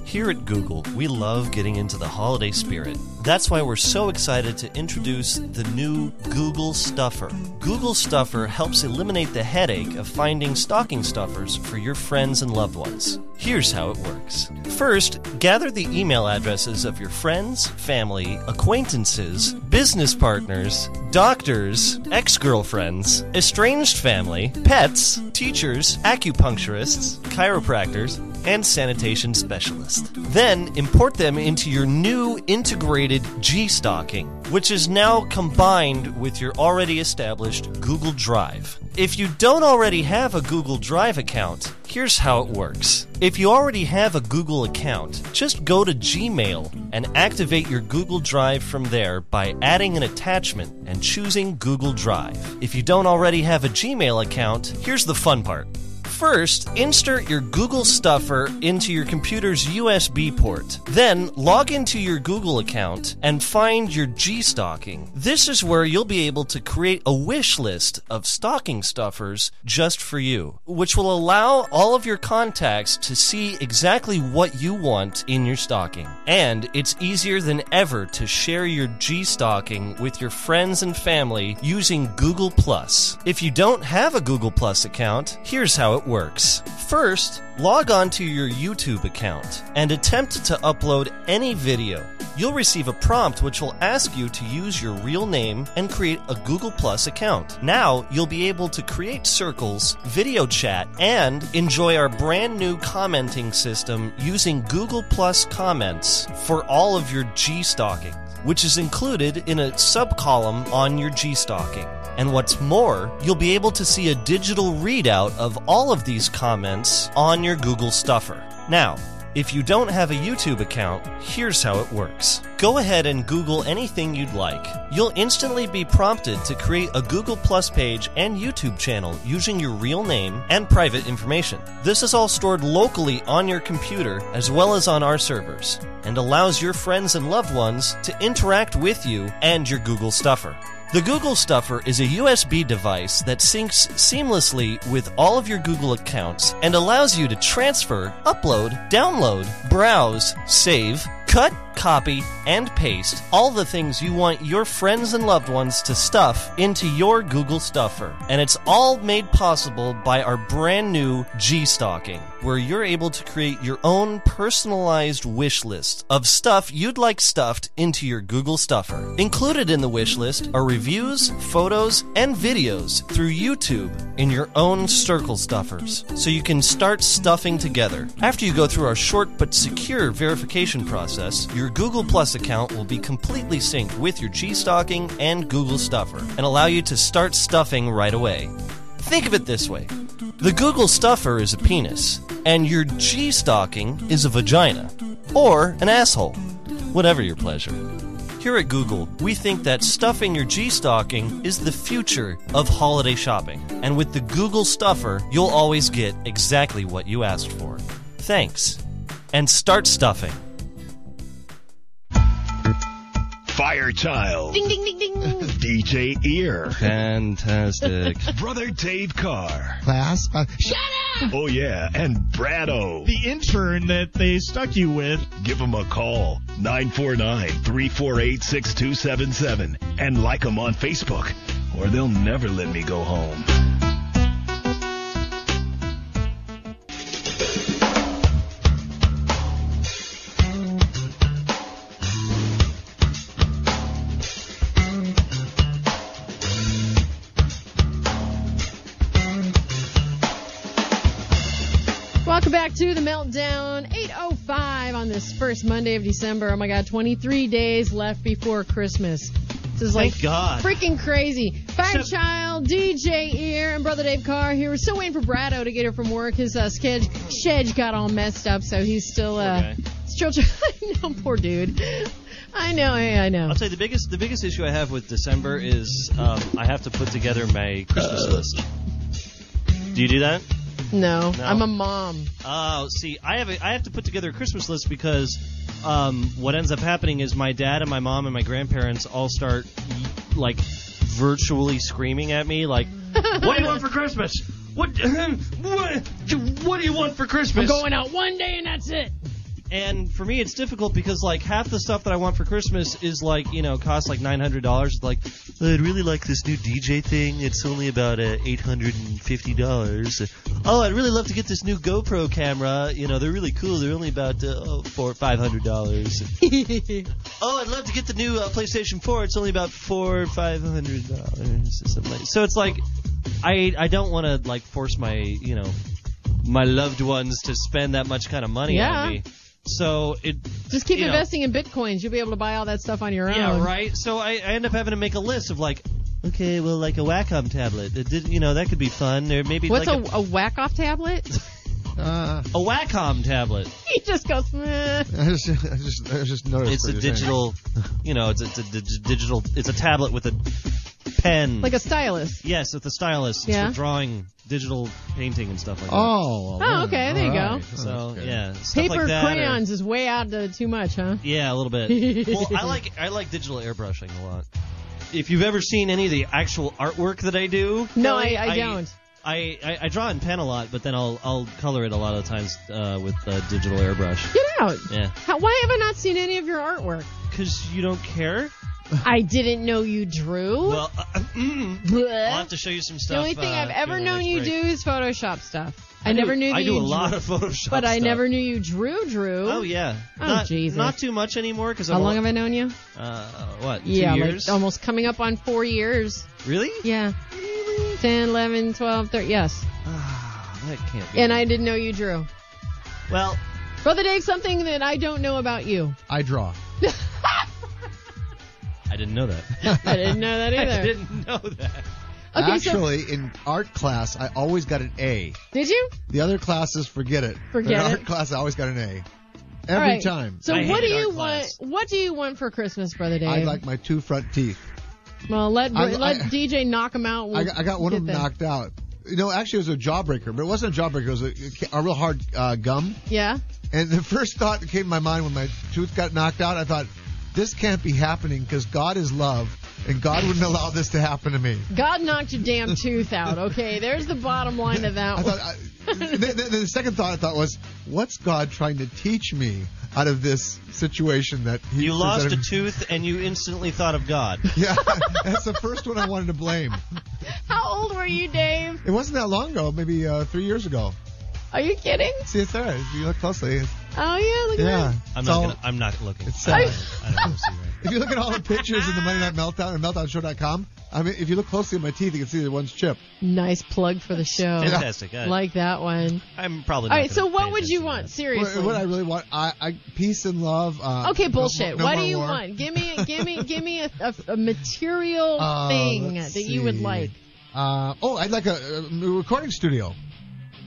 Speaker 5: Here at Google, we love getting into the holiday spirit. That's why we're so excited to introduce the new Google Stuffer. Google Stuffer helps eliminate the headache of finding stocking stuffers for your friends and loved ones. Here's how it works First, gather the email addresses of your friends, family, acquaintances, business partners, doctors, ex girlfriends, estranged family, pets, teachers, acupuncturists, chiropractors, and sanitation specialist. Then import them into your new integrated G-Stocking, which is now combined with your already established Google Drive. If you don't already have a Google Drive account, here's how it works. If you already have a Google account, just go to Gmail and activate your Google Drive from there by adding an attachment and choosing Google Drive. If you don't already have a Gmail account, here's the fun part. First, insert your Google Stuffer into your computer's USB port. Then, log into your Google account and find your G-Stocking. This is where you'll be able to create a wish list of stocking stuffers just for you, which will allow all of your contacts to see exactly what you want in your stocking. And it's easier than ever to share your G-Stocking with your friends and family using Google Plus. If you don't have a Google Plus account, here's how it works. First, log on to your YouTube account and attempt to upload any video. You'll receive a prompt which will ask you to use your real name and create a Google Plus account. Now, you'll be able to create circles, video chat, and enjoy our brand new commenting system using Google Plus comments for all of your G stocking, which is included in a subcolumn on your G stocking. And what's more, you'll be able to see a digital readout of all of these comments on your Google Stuffer. Now, if you don't have a YouTube account, here's how it works. Go ahead and Google anything you'd like. You'll instantly be prompted to create a Google Plus page and YouTube channel using your real name and private information. This is all stored locally on your computer as well as on our servers and allows your friends and loved ones to interact with you and your Google Stuffer. The Google Stuffer is a USB device that syncs seamlessly with all of your Google accounts and allows you to transfer, upload, download, browse, save, cut, copy, and paste all the things you want your friends and loved ones to stuff into your Google Stuffer. And it's all made possible by our brand new G Stocking, where you're able to create your own personalized wish list of stuff you'd like stuffed into your Google Stuffer. Included in the wish list are reviews, photos, and videos through YouTube in your own circle stuffers, so you can start stuffing together. After you go through our short but secure verification process, your Google Plus account will be completely synced with your G Stocking and Google Stuffer and allow you to start stuffing right away. Think of it this way the Google Stuffer is a penis, and your G Stocking is a vagina or an asshole, whatever your pleasure. Here at Google, we think that stuffing your G stocking is the future of holiday shopping. And with the Google Stuffer, you'll always get exactly what you asked for. Thanks. And start stuffing.
Speaker 6: Firechild,
Speaker 9: Ding ding ding
Speaker 6: <laughs>
Speaker 9: ding.
Speaker 6: DJ Ear,
Speaker 4: Fantastic.
Speaker 6: <laughs> Brother Dave Carr.
Speaker 1: Class? Uh, sh-
Speaker 6: Oh yeah, and Brado.
Speaker 10: The intern that they stuck you with.
Speaker 6: Give them a call 949-348-6277 and like them on Facebook or they'll never let me go home.
Speaker 3: Welcome back to the Meltdown 805 on this first Monday of December. Oh my God, 23 days left before Christmas. This is like
Speaker 5: Thank God.
Speaker 3: freaking crazy. Fire Child, DJ Ear, and Brother Dave Carr here. We're still waiting for Brado to get here from work. His uh, schedule schedule got all messed up, so he's still uh,
Speaker 5: guy.
Speaker 3: still <laughs> trying. I know, poor dude. I know, I, I know.
Speaker 5: I'll tell you the biggest the biggest issue I have with December is um, I have to put together my Christmas list. Do you do that?
Speaker 3: No,
Speaker 5: No.
Speaker 3: I'm a mom.
Speaker 5: Oh, see, I have a, I have to put together a Christmas list because um, what ends up happening is my dad and my mom and my grandparents all start like virtually screaming at me, like, "What do
Speaker 3: <laughs>
Speaker 5: you want for Christmas? What <laughs> what what do you want for Christmas?"
Speaker 3: Going out one day and that's it.
Speaker 5: and for me it's difficult because like half the stuff that I want for Christmas is like you know costs like nine hundred dollars. Like I'd really like this new DJ thing. It's only about uh, eight hundred and fifty dollars. Oh, I'd really love to get this new GoPro camera. You know they're really cool. They're only about uh, oh, four five hundred dollars. <laughs> oh, I'd love to get the new uh, PlayStation Four. It's only about four five hundred dollars or something. Like so it's like I I don't want to like force my you know my loved ones to spend that much kind of money
Speaker 3: Yeah.
Speaker 5: on me. So it
Speaker 3: Just keep
Speaker 5: You know.
Speaker 3: investing in bitcoins. You'll be able to buy all that stuff on your own.
Speaker 5: yeah right. So I, I end up having to make a list of like, okay, well like a Wacom tablet. It did, you know that could be fun or maybe
Speaker 3: What's
Speaker 5: like
Speaker 3: a, a whack off tablet? <laughs>
Speaker 1: uh,
Speaker 5: a, a Wacom tablet.
Speaker 3: he just goes, "Meh."
Speaker 1: I just, I just, I just noticed.
Speaker 5: It's
Speaker 1: what
Speaker 5: a
Speaker 1: you're saying.
Speaker 5: digital, you know, it's a, it's a dig- digital. It's a tablet with a pen.
Speaker 3: like a stylus.
Speaker 5: yes, with a stylus. It's
Speaker 3: Yeah.
Speaker 5: for drawing digital painting and stuff like
Speaker 1: Oh.
Speaker 3: Oh, okay, there you go.
Speaker 5: that. So yeah, stuff
Speaker 3: Paper
Speaker 5: like that or-
Speaker 3: crayons is way out uh, too much, huh?
Speaker 5: Yeah, a
Speaker 3: <laughs>
Speaker 5: little bit. well, I like I like digital airbrushing a lot. If you've ever seen any of the actual artwork that I do,
Speaker 3: No,
Speaker 5: Kelly,
Speaker 3: I- I don't.
Speaker 5: I, I, I draw in pen a lot, but then I'll I'll color it a lot of times uh, with uh, digital airbrush.
Speaker 3: Get out.
Speaker 5: Yeah,
Speaker 3: How, why have I not seen any of your artwork?
Speaker 5: because you don't care.
Speaker 3: <laughs> I didn't know you drew.
Speaker 5: Well, uh, mm, I'll
Speaker 3: Bleh.
Speaker 5: have to show you some
Speaker 3: the
Speaker 5: stuff.
Speaker 3: only thing
Speaker 5: uh,
Speaker 3: I've ever
Speaker 5: during the
Speaker 3: known
Speaker 5: next
Speaker 3: you
Speaker 5: break.
Speaker 3: do is Photoshop stuff. I,
Speaker 5: do-
Speaker 3: never knew.
Speaker 5: I
Speaker 3: that
Speaker 5: do
Speaker 3: you
Speaker 5: a lot
Speaker 3: drew,
Speaker 5: of <laughs> Photoshop,
Speaker 3: but I
Speaker 5: stuff.
Speaker 3: never knew you drew. Drew.
Speaker 5: Oh yeah.
Speaker 3: Oh,
Speaker 5: not,
Speaker 3: Jesus.
Speaker 5: Not too much anymore because
Speaker 3: How long have I known you?
Speaker 5: Uh, what?
Speaker 3: yeah,
Speaker 5: two years?
Speaker 3: like almost coming up on four years.
Speaker 5: Really?
Speaker 3: Yeah. 10, 11, 12, 13. Yes.
Speaker 5: Ah, that can't be.
Speaker 3: And I didn't know you drew.
Speaker 5: well,
Speaker 3: Brother Dave, something that I don't know about you.
Speaker 1: I draw.
Speaker 5: I didn't know that.
Speaker 3: I didn't know that either.
Speaker 5: <laughs> I didn't know that.
Speaker 3: Okay, so
Speaker 1: Actually, in art class, I always got an A.
Speaker 3: did you?
Speaker 1: The other classes, forget it.
Speaker 3: Forget
Speaker 1: in
Speaker 3: it.
Speaker 1: art class, I always got an A. Every
Speaker 3: All right.
Speaker 1: time.
Speaker 3: So
Speaker 5: I
Speaker 3: what do
Speaker 5: hated
Speaker 3: you
Speaker 5: art class.
Speaker 3: want? What do you want for Christmas, brother Dave?
Speaker 1: I like my two front teeth.
Speaker 3: well, let
Speaker 1: I-
Speaker 3: let
Speaker 1: I-
Speaker 3: DJ knock him out.
Speaker 1: I got, I got one of them
Speaker 3: Get that.
Speaker 1: knocked out. You know, actually, it was a jawbreaker, but it wasn't a jawbreaker. It was a, a real hard uh, gum.
Speaker 3: Yeah.
Speaker 1: And the first thought that came to my mind when my tooth got knocked out, I thought, this can't be happening because God is love. and God wouldn't allow this to happen to me.
Speaker 3: God knocked your damn tooth out. Okay, there's the bottom line of that
Speaker 1: I
Speaker 3: one.
Speaker 1: thought I, the, the, the second thought I thought was, what's God trying to teach me out of this situation that he
Speaker 5: You lost a
Speaker 1: presented-
Speaker 5: tooth and you instantly thought of God.
Speaker 1: <laughs> Yeah, that's the first one I wanted to blame.
Speaker 3: How old were you, Dave?
Speaker 1: It wasn't that long ago, maybe uh, three years ago.
Speaker 3: Are you kidding?
Speaker 1: See, it's there. If you look closely, it's,
Speaker 3: Oh yeah, look
Speaker 1: yeah.
Speaker 3: at
Speaker 5: I'm not.
Speaker 1: It's all-
Speaker 5: Gonna, I'm not looking.
Speaker 1: It's
Speaker 5: I,
Speaker 1: sad.
Speaker 5: I don't wanna see right.
Speaker 1: if you look at all the pictures in the Monday Night Meltdown and MeltdownShow.com, I mean, if you look closely at my teeth, you can see that one's chipped.
Speaker 3: that. Nice plug for the show.
Speaker 5: Fantastic. I,
Speaker 3: Like that one.
Speaker 5: I'm probably.
Speaker 3: All
Speaker 5: Not
Speaker 3: right, so
Speaker 5: gonna
Speaker 3: what
Speaker 5: pay
Speaker 3: would you
Speaker 5: attention to
Speaker 3: want?
Speaker 5: that.
Speaker 3: Seriously.
Speaker 1: What, what I really want, I, I peace and love. Uh,
Speaker 3: Okay,
Speaker 1: no-
Speaker 3: bullshit.
Speaker 1: no
Speaker 3: what
Speaker 1: more
Speaker 3: do you
Speaker 1: war.
Speaker 3: want? Give me, give me, give
Speaker 1: <laughs>
Speaker 3: me a, a, a material
Speaker 1: Uh,
Speaker 3: thing that
Speaker 1: let's
Speaker 3: you would
Speaker 1: see.
Speaker 3: like.
Speaker 1: Uh, oh, I'd like a, a recording studio.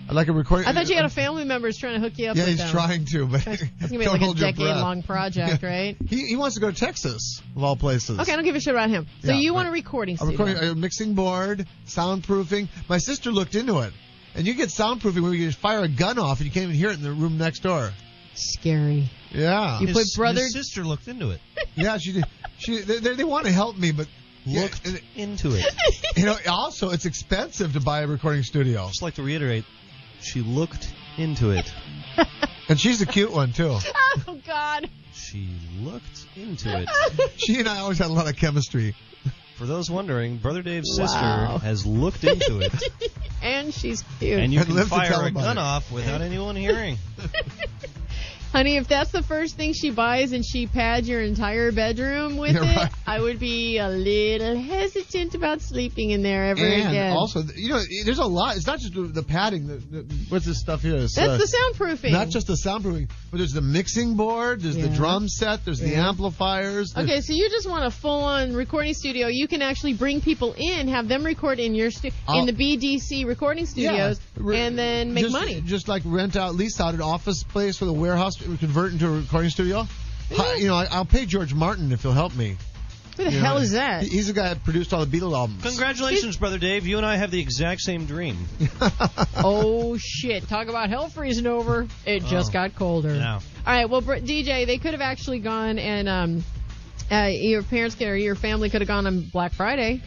Speaker 1: I'd like a recording.
Speaker 3: I thought you had a family member who's trying to hook you up.
Speaker 1: uh, <laughs> Yeah,
Speaker 3: with
Speaker 1: he's
Speaker 3: them. <laughs>
Speaker 1: trying to, but
Speaker 3: It's gonna be
Speaker 1: don't
Speaker 3: like a
Speaker 1: hold your breath.
Speaker 3: decade-long
Speaker 1: <laughs>
Speaker 3: project, right?
Speaker 1: He, he wants to go to Texas, of all places.
Speaker 3: Okay, I don't give a shit about him. So
Speaker 1: Yeah,
Speaker 3: you want
Speaker 1: right.
Speaker 3: a recording
Speaker 1: A
Speaker 3: studio?
Speaker 1: recording, a mixing board, soundproofing. My sister looked into it, and you get soundproofing when you fire a gun off and you can't even hear it in the room next door.
Speaker 3: Scary.
Speaker 1: Yeah,
Speaker 3: You
Speaker 5: His-
Speaker 3: put brother.
Speaker 5: His sister looked into it.
Speaker 1: <laughs> yeah. She did. She they, they, they want to help me, but yeah,
Speaker 5: Looked
Speaker 1: and,
Speaker 5: into it.
Speaker 1: <laughs> you know. Also, it's expensive to buy a recording studio,
Speaker 5: Just like to reiterate, she looked into it.
Speaker 1: <laughs> and she's a cute one too.
Speaker 3: <laughs> Oh God.
Speaker 5: She looked into it.
Speaker 1: She and I always had a lot of chemistry.
Speaker 5: For those wondering, Brother Dave's
Speaker 3: Wow.
Speaker 5: sister has looked into it,
Speaker 3: and she's cute.
Speaker 5: and you
Speaker 1: And
Speaker 5: can
Speaker 1: lived to tell
Speaker 5: fire a
Speaker 1: about
Speaker 5: gun
Speaker 1: it.
Speaker 5: off without anyone hearing.
Speaker 3: <laughs> Honey, if that's the first thing she buys and she pads your entire bedroom with
Speaker 1: Yeah,
Speaker 3: it,
Speaker 1: right.
Speaker 3: I would be a little hesitant about sleeping in there ever
Speaker 1: and
Speaker 3: again.
Speaker 1: also, you know, there's a lot. It's not just the, the padding. The, the, what's this stuff here? It's,
Speaker 3: that's
Speaker 1: uh,
Speaker 3: the soundproofing.
Speaker 1: Not just the soundproofing, but there's the mixing board, there's the
Speaker 3: Yeah.
Speaker 1: drum set, there's the
Speaker 3: Yeah.
Speaker 1: amplifiers. there's-
Speaker 3: Okay, so you just want a full-on recording studio. You can actually bring people in, have them record in your stu-
Speaker 1: I'll-
Speaker 3: in the BDC recording studios,
Speaker 1: Uh, Re-
Speaker 3: and then make
Speaker 1: just, <laughs>
Speaker 3: money.
Speaker 1: Just like rent out, lease out an office place with a warehouse, convert into a recording studio. Hi- you know, I, I'll pay George Martin if he'll help me.
Speaker 3: Who the
Speaker 1: You
Speaker 3: hell
Speaker 1: know,
Speaker 3: is that?
Speaker 1: he- He's the guy that produced all the Beatles albums.
Speaker 5: Congratulations, Brother Dave. You and I have the exact same dream.
Speaker 3: oh shit! Talk about hell freezing over. It
Speaker 5: Oh.
Speaker 3: just got colder.
Speaker 5: Now,
Speaker 3: All right. Well, Br- DJ, they could have actually gone and um, uh, your parents could, or your family could have gone on Black Friday,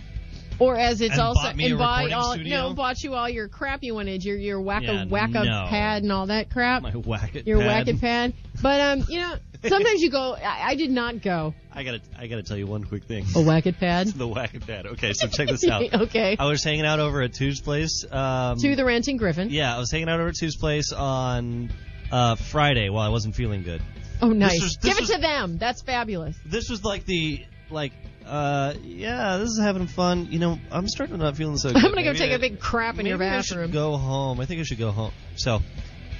Speaker 3: or as it's
Speaker 5: And
Speaker 3: also
Speaker 5: bought me
Speaker 3: and
Speaker 5: a
Speaker 3: buy
Speaker 5: recording
Speaker 3: all
Speaker 5: studio?
Speaker 3: no bought you all your crap you wanted your your whack
Speaker 5: Yeah,
Speaker 3: a whack a
Speaker 5: no.
Speaker 3: pad and all that crap.
Speaker 5: my whack it.
Speaker 3: your
Speaker 5: pad.
Speaker 3: whack a pad. But um, you
Speaker 5: <laughs>
Speaker 3: know, sometimes you go. I, I did not go
Speaker 5: I gotta, I gotta tell you one quick thing.
Speaker 3: a whack it pad.
Speaker 5: <laughs> the whack it pad. Okay, so check this out.
Speaker 3: <laughs> okay.
Speaker 5: I was hanging out over at Tu's place. Um,
Speaker 3: to the ranting griffin.
Speaker 5: yeah, I was hanging out over at Tu's place on uh, Friday while I wasn't feeling good.
Speaker 3: Oh, nice.
Speaker 5: was- this
Speaker 3: Give
Speaker 5: was-
Speaker 3: it to them. That's fabulous. <laughs>
Speaker 5: This was like the like, uh, yeah, this is having fun. You know, I'm starting to not feeling so
Speaker 3: <laughs>
Speaker 5: good.
Speaker 3: I'm gonna go
Speaker 5: Maybe
Speaker 3: take
Speaker 5: I-
Speaker 3: a big crap in your
Speaker 5: maybe I should
Speaker 3: bathroom.
Speaker 5: go home. I think I should go home. So,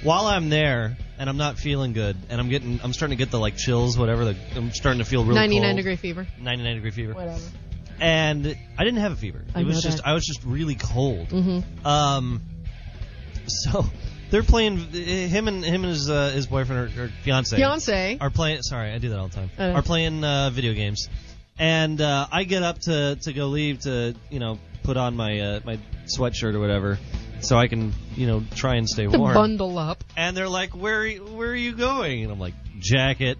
Speaker 5: while I'm there and I'm not feeling good and I'm getting, I'm starting to get the like chills, whatever. The, I'm starting to feel really
Speaker 3: 99
Speaker 5: cold.
Speaker 3: degree fever.
Speaker 5: 99 degree fever.
Speaker 3: Whatever.
Speaker 5: and I didn't have a fever. It
Speaker 3: I know
Speaker 5: was just
Speaker 3: that. Mm-hmm.
Speaker 5: I was just really cold. Um, <laughs> so they're playing eh, him and him and his uh, his boyfriend or, or fiance.
Speaker 3: Beyonce.
Speaker 5: are playing. Sorry, I do that all the time.
Speaker 3: I know.
Speaker 5: Are playing uh, video games, and uh, I get up to to go leave to you know put on my uh, my sweatshirt or whatever. So I can, you know, try and stay
Speaker 3: To
Speaker 5: warm.
Speaker 3: bundle up.
Speaker 5: and they're like, "Where, are you- where are you going?" And I'm like, "Jacket."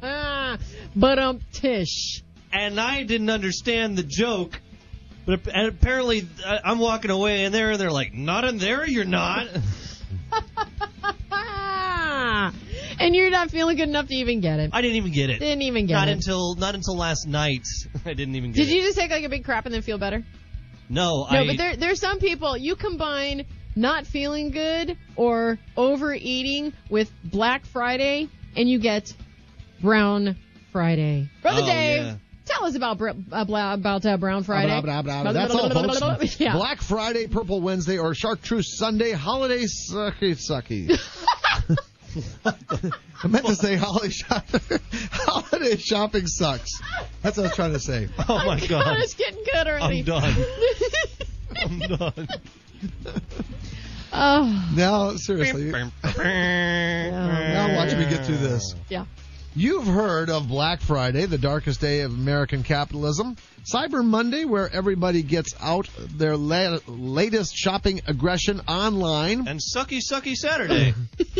Speaker 3: but um, Tish. <laughs>
Speaker 5: and I didn't understand the joke. But ap- and apparently, I- I'm walking away, and they're they're like, "Not in there, you're not." <laughs>
Speaker 3: Ah, and you're not feeling good enough to even get it.
Speaker 5: I didn't even get it.
Speaker 3: Didn't even get
Speaker 5: not
Speaker 3: it.
Speaker 5: until not until last night. <laughs> I didn't even get
Speaker 3: Did
Speaker 5: it.
Speaker 3: you just take like a big crap and then feel better?
Speaker 5: No,
Speaker 3: No,
Speaker 5: I.
Speaker 3: but there there's some people you combine not feeling good or overeating with Black Friday and you get Brown Friday. Brother
Speaker 5: Oh,
Speaker 3: Dave,
Speaker 5: yeah.
Speaker 3: tell us about br- uh, bla- about uh, Brown Friday.
Speaker 1: Blah, blah, blah, blah. That's all,
Speaker 3: <laughs>
Speaker 1: folks.
Speaker 3: Yeah.
Speaker 1: Black Friday, Purple Wednesday, or Chartreuse Sunday, holiday
Speaker 3: <laughs>
Speaker 1: sucky sucky. I meant to say holiday, shop- <laughs> holiday shopping sucks. That's what I was trying to say.
Speaker 5: <laughs> <laughs> oh my
Speaker 3: <laughs> God,
Speaker 5: god,
Speaker 3: it's getting good already.
Speaker 5: I'm
Speaker 3: <laughs>
Speaker 5: done. I'm done.
Speaker 3: oh,
Speaker 1: Now, seriously,
Speaker 3: <laughs>
Speaker 1: now watch me get through this.
Speaker 3: yeah.
Speaker 1: You've heard of Black Friday, the darkest day of American capitalism, Cyber Monday, where everybody gets out their la- latest shopping aggression online,
Speaker 5: And sucky sucky Saturday.
Speaker 1: <laughs>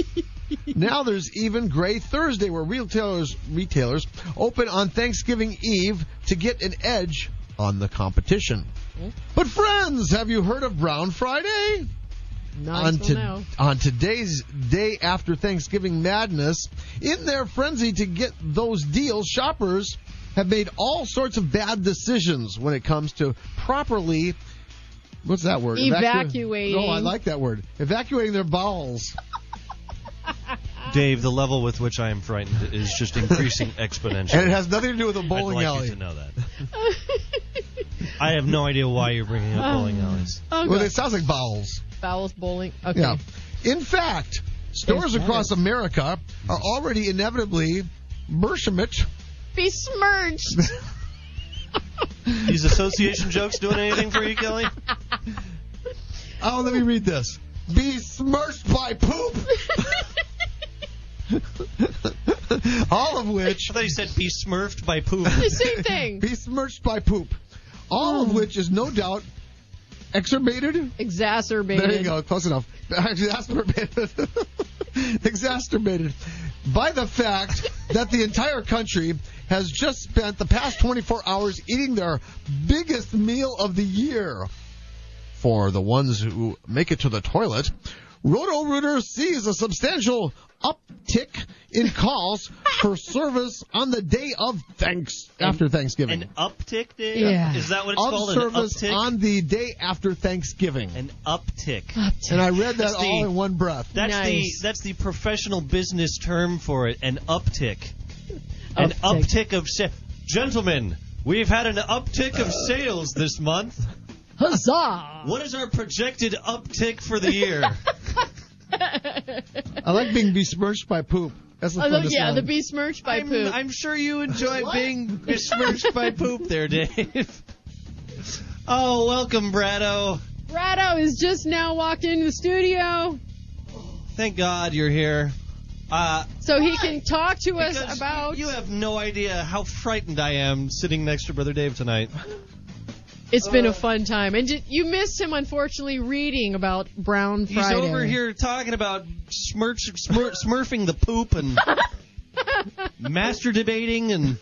Speaker 1: Now there's even Gray Thursday, where retailers retailers open on Thanksgiving Eve to get an edge on the competition. But friends, have you heard of Brown Friday?
Speaker 3: Not
Speaker 1: on,
Speaker 3: until
Speaker 1: to-
Speaker 3: now.
Speaker 1: on today's day after Thanksgiving madness, in their frenzy to get those deals, shoppers have made all sorts of bad decisions when it comes to properly. What's that word? Evacu-
Speaker 3: Evacuating.
Speaker 1: No, I like that word. Evacuating their bowels.
Speaker 5: Dave, the level with which I am frightened is just
Speaker 1: <laughs>
Speaker 5: increasing exponentially.
Speaker 1: And it has nothing to do with a
Speaker 5: I'd
Speaker 1: bowling
Speaker 5: like
Speaker 1: alley.
Speaker 5: you to know that. <laughs> I have no idea why you're bringing up bowling alleys.
Speaker 3: Oh,
Speaker 1: Well,
Speaker 3: God.
Speaker 1: it sounds like bowels.
Speaker 3: Bowels bowling. Okay.
Speaker 1: Yeah. In fact, stores
Speaker 3: Yes,
Speaker 1: across America are already inevitably Bershemich.
Speaker 3: Besmirched.
Speaker 5: <laughs> These association jokes doing anything for you, Kelly?
Speaker 1: Oh, let me read this. Besmirched by poop. <laughs> All of which
Speaker 5: I thought you said be smurfed by
Speaker 3: <laughs>
Speaker 5: poop.
Speaker 3: the same thing. Mm.
Speaker 1: besmirched by poop. All of which is no doubt exacerbated.
Speaker 3: Exacerbated.
Speaker 1: There you go, close enough. <laughs> Exacerbated. <laughs> exacerbated by
Speaker 3: <laughs>
Speaker 1: the fact that the entire country has just spent the past 24 hours eating their biggest meal of the year. For the ones who make it to the toilet, Roto-Rooter sees a substantial uptick in calls
Speaker 5: <laughs>
Speaker 1: for service on the day of thanks after Thanksgiving.
Speaker 5: An uptick, Dave?
Speaker 3: Yeah.
Speaker 5: Is that what it's
Speaker 1: of
Speaker 5: called? An
Speaker 1: service
Speaker 5: uptick?
Speaker 1: on the day after Thanksgiving.
Speaker 5: An uptick.
Speaker 1: And I read that
Speaker 5: That's the-
Speaker 1: all in one breath.
Speaker 5: That's
Speaker 3: Nice.
Speaker 5: the that's the professional business term for it. An <laughs> uptick. An
Speaker 3: Uptick.
Speaker 5: uptick of sa- gentlemen. We've had an uptick of sales this month.
Speaker 3: Huzzah.
Speaker 5: What is our projected uptick for the year?
Speaker 1: I like being besmirched by poop. That's the
Speaker 3: Although,
Speaker 1: funnest
Speaker 3: yeah,
Speaker 1: one.
Speaker 3: Oh, the besmirched by
Speaker 5: I'm,
Speaker 3: poop.
Speaker 5: I'm sure you enjoy being <laughs> besmirched by poop there, Dave. Oh, welcome, Brado.
Speaker 3: <laughs> Rado is just now walked into the studio
Speaker 5: Thank God you're here. Uh,
Speaker 3: so he can talk to us
Speaker 5: because
Speaker 3: about.
Speaker 5: you have no idea how frightened I am sitting next to Brother Dave tonight.
Speaker 3: It's been
Speaker 10: Oh.
Speaker 3: a fun time, and ju- you missed him unfortunately reading about Brown
Speaker 5: He's
Speaker 3: Friday.
Speaker 5: over here talking about smirch, smir, smurfing the
Speaker 3: <laughs>
Speaker 5: poop and master debating and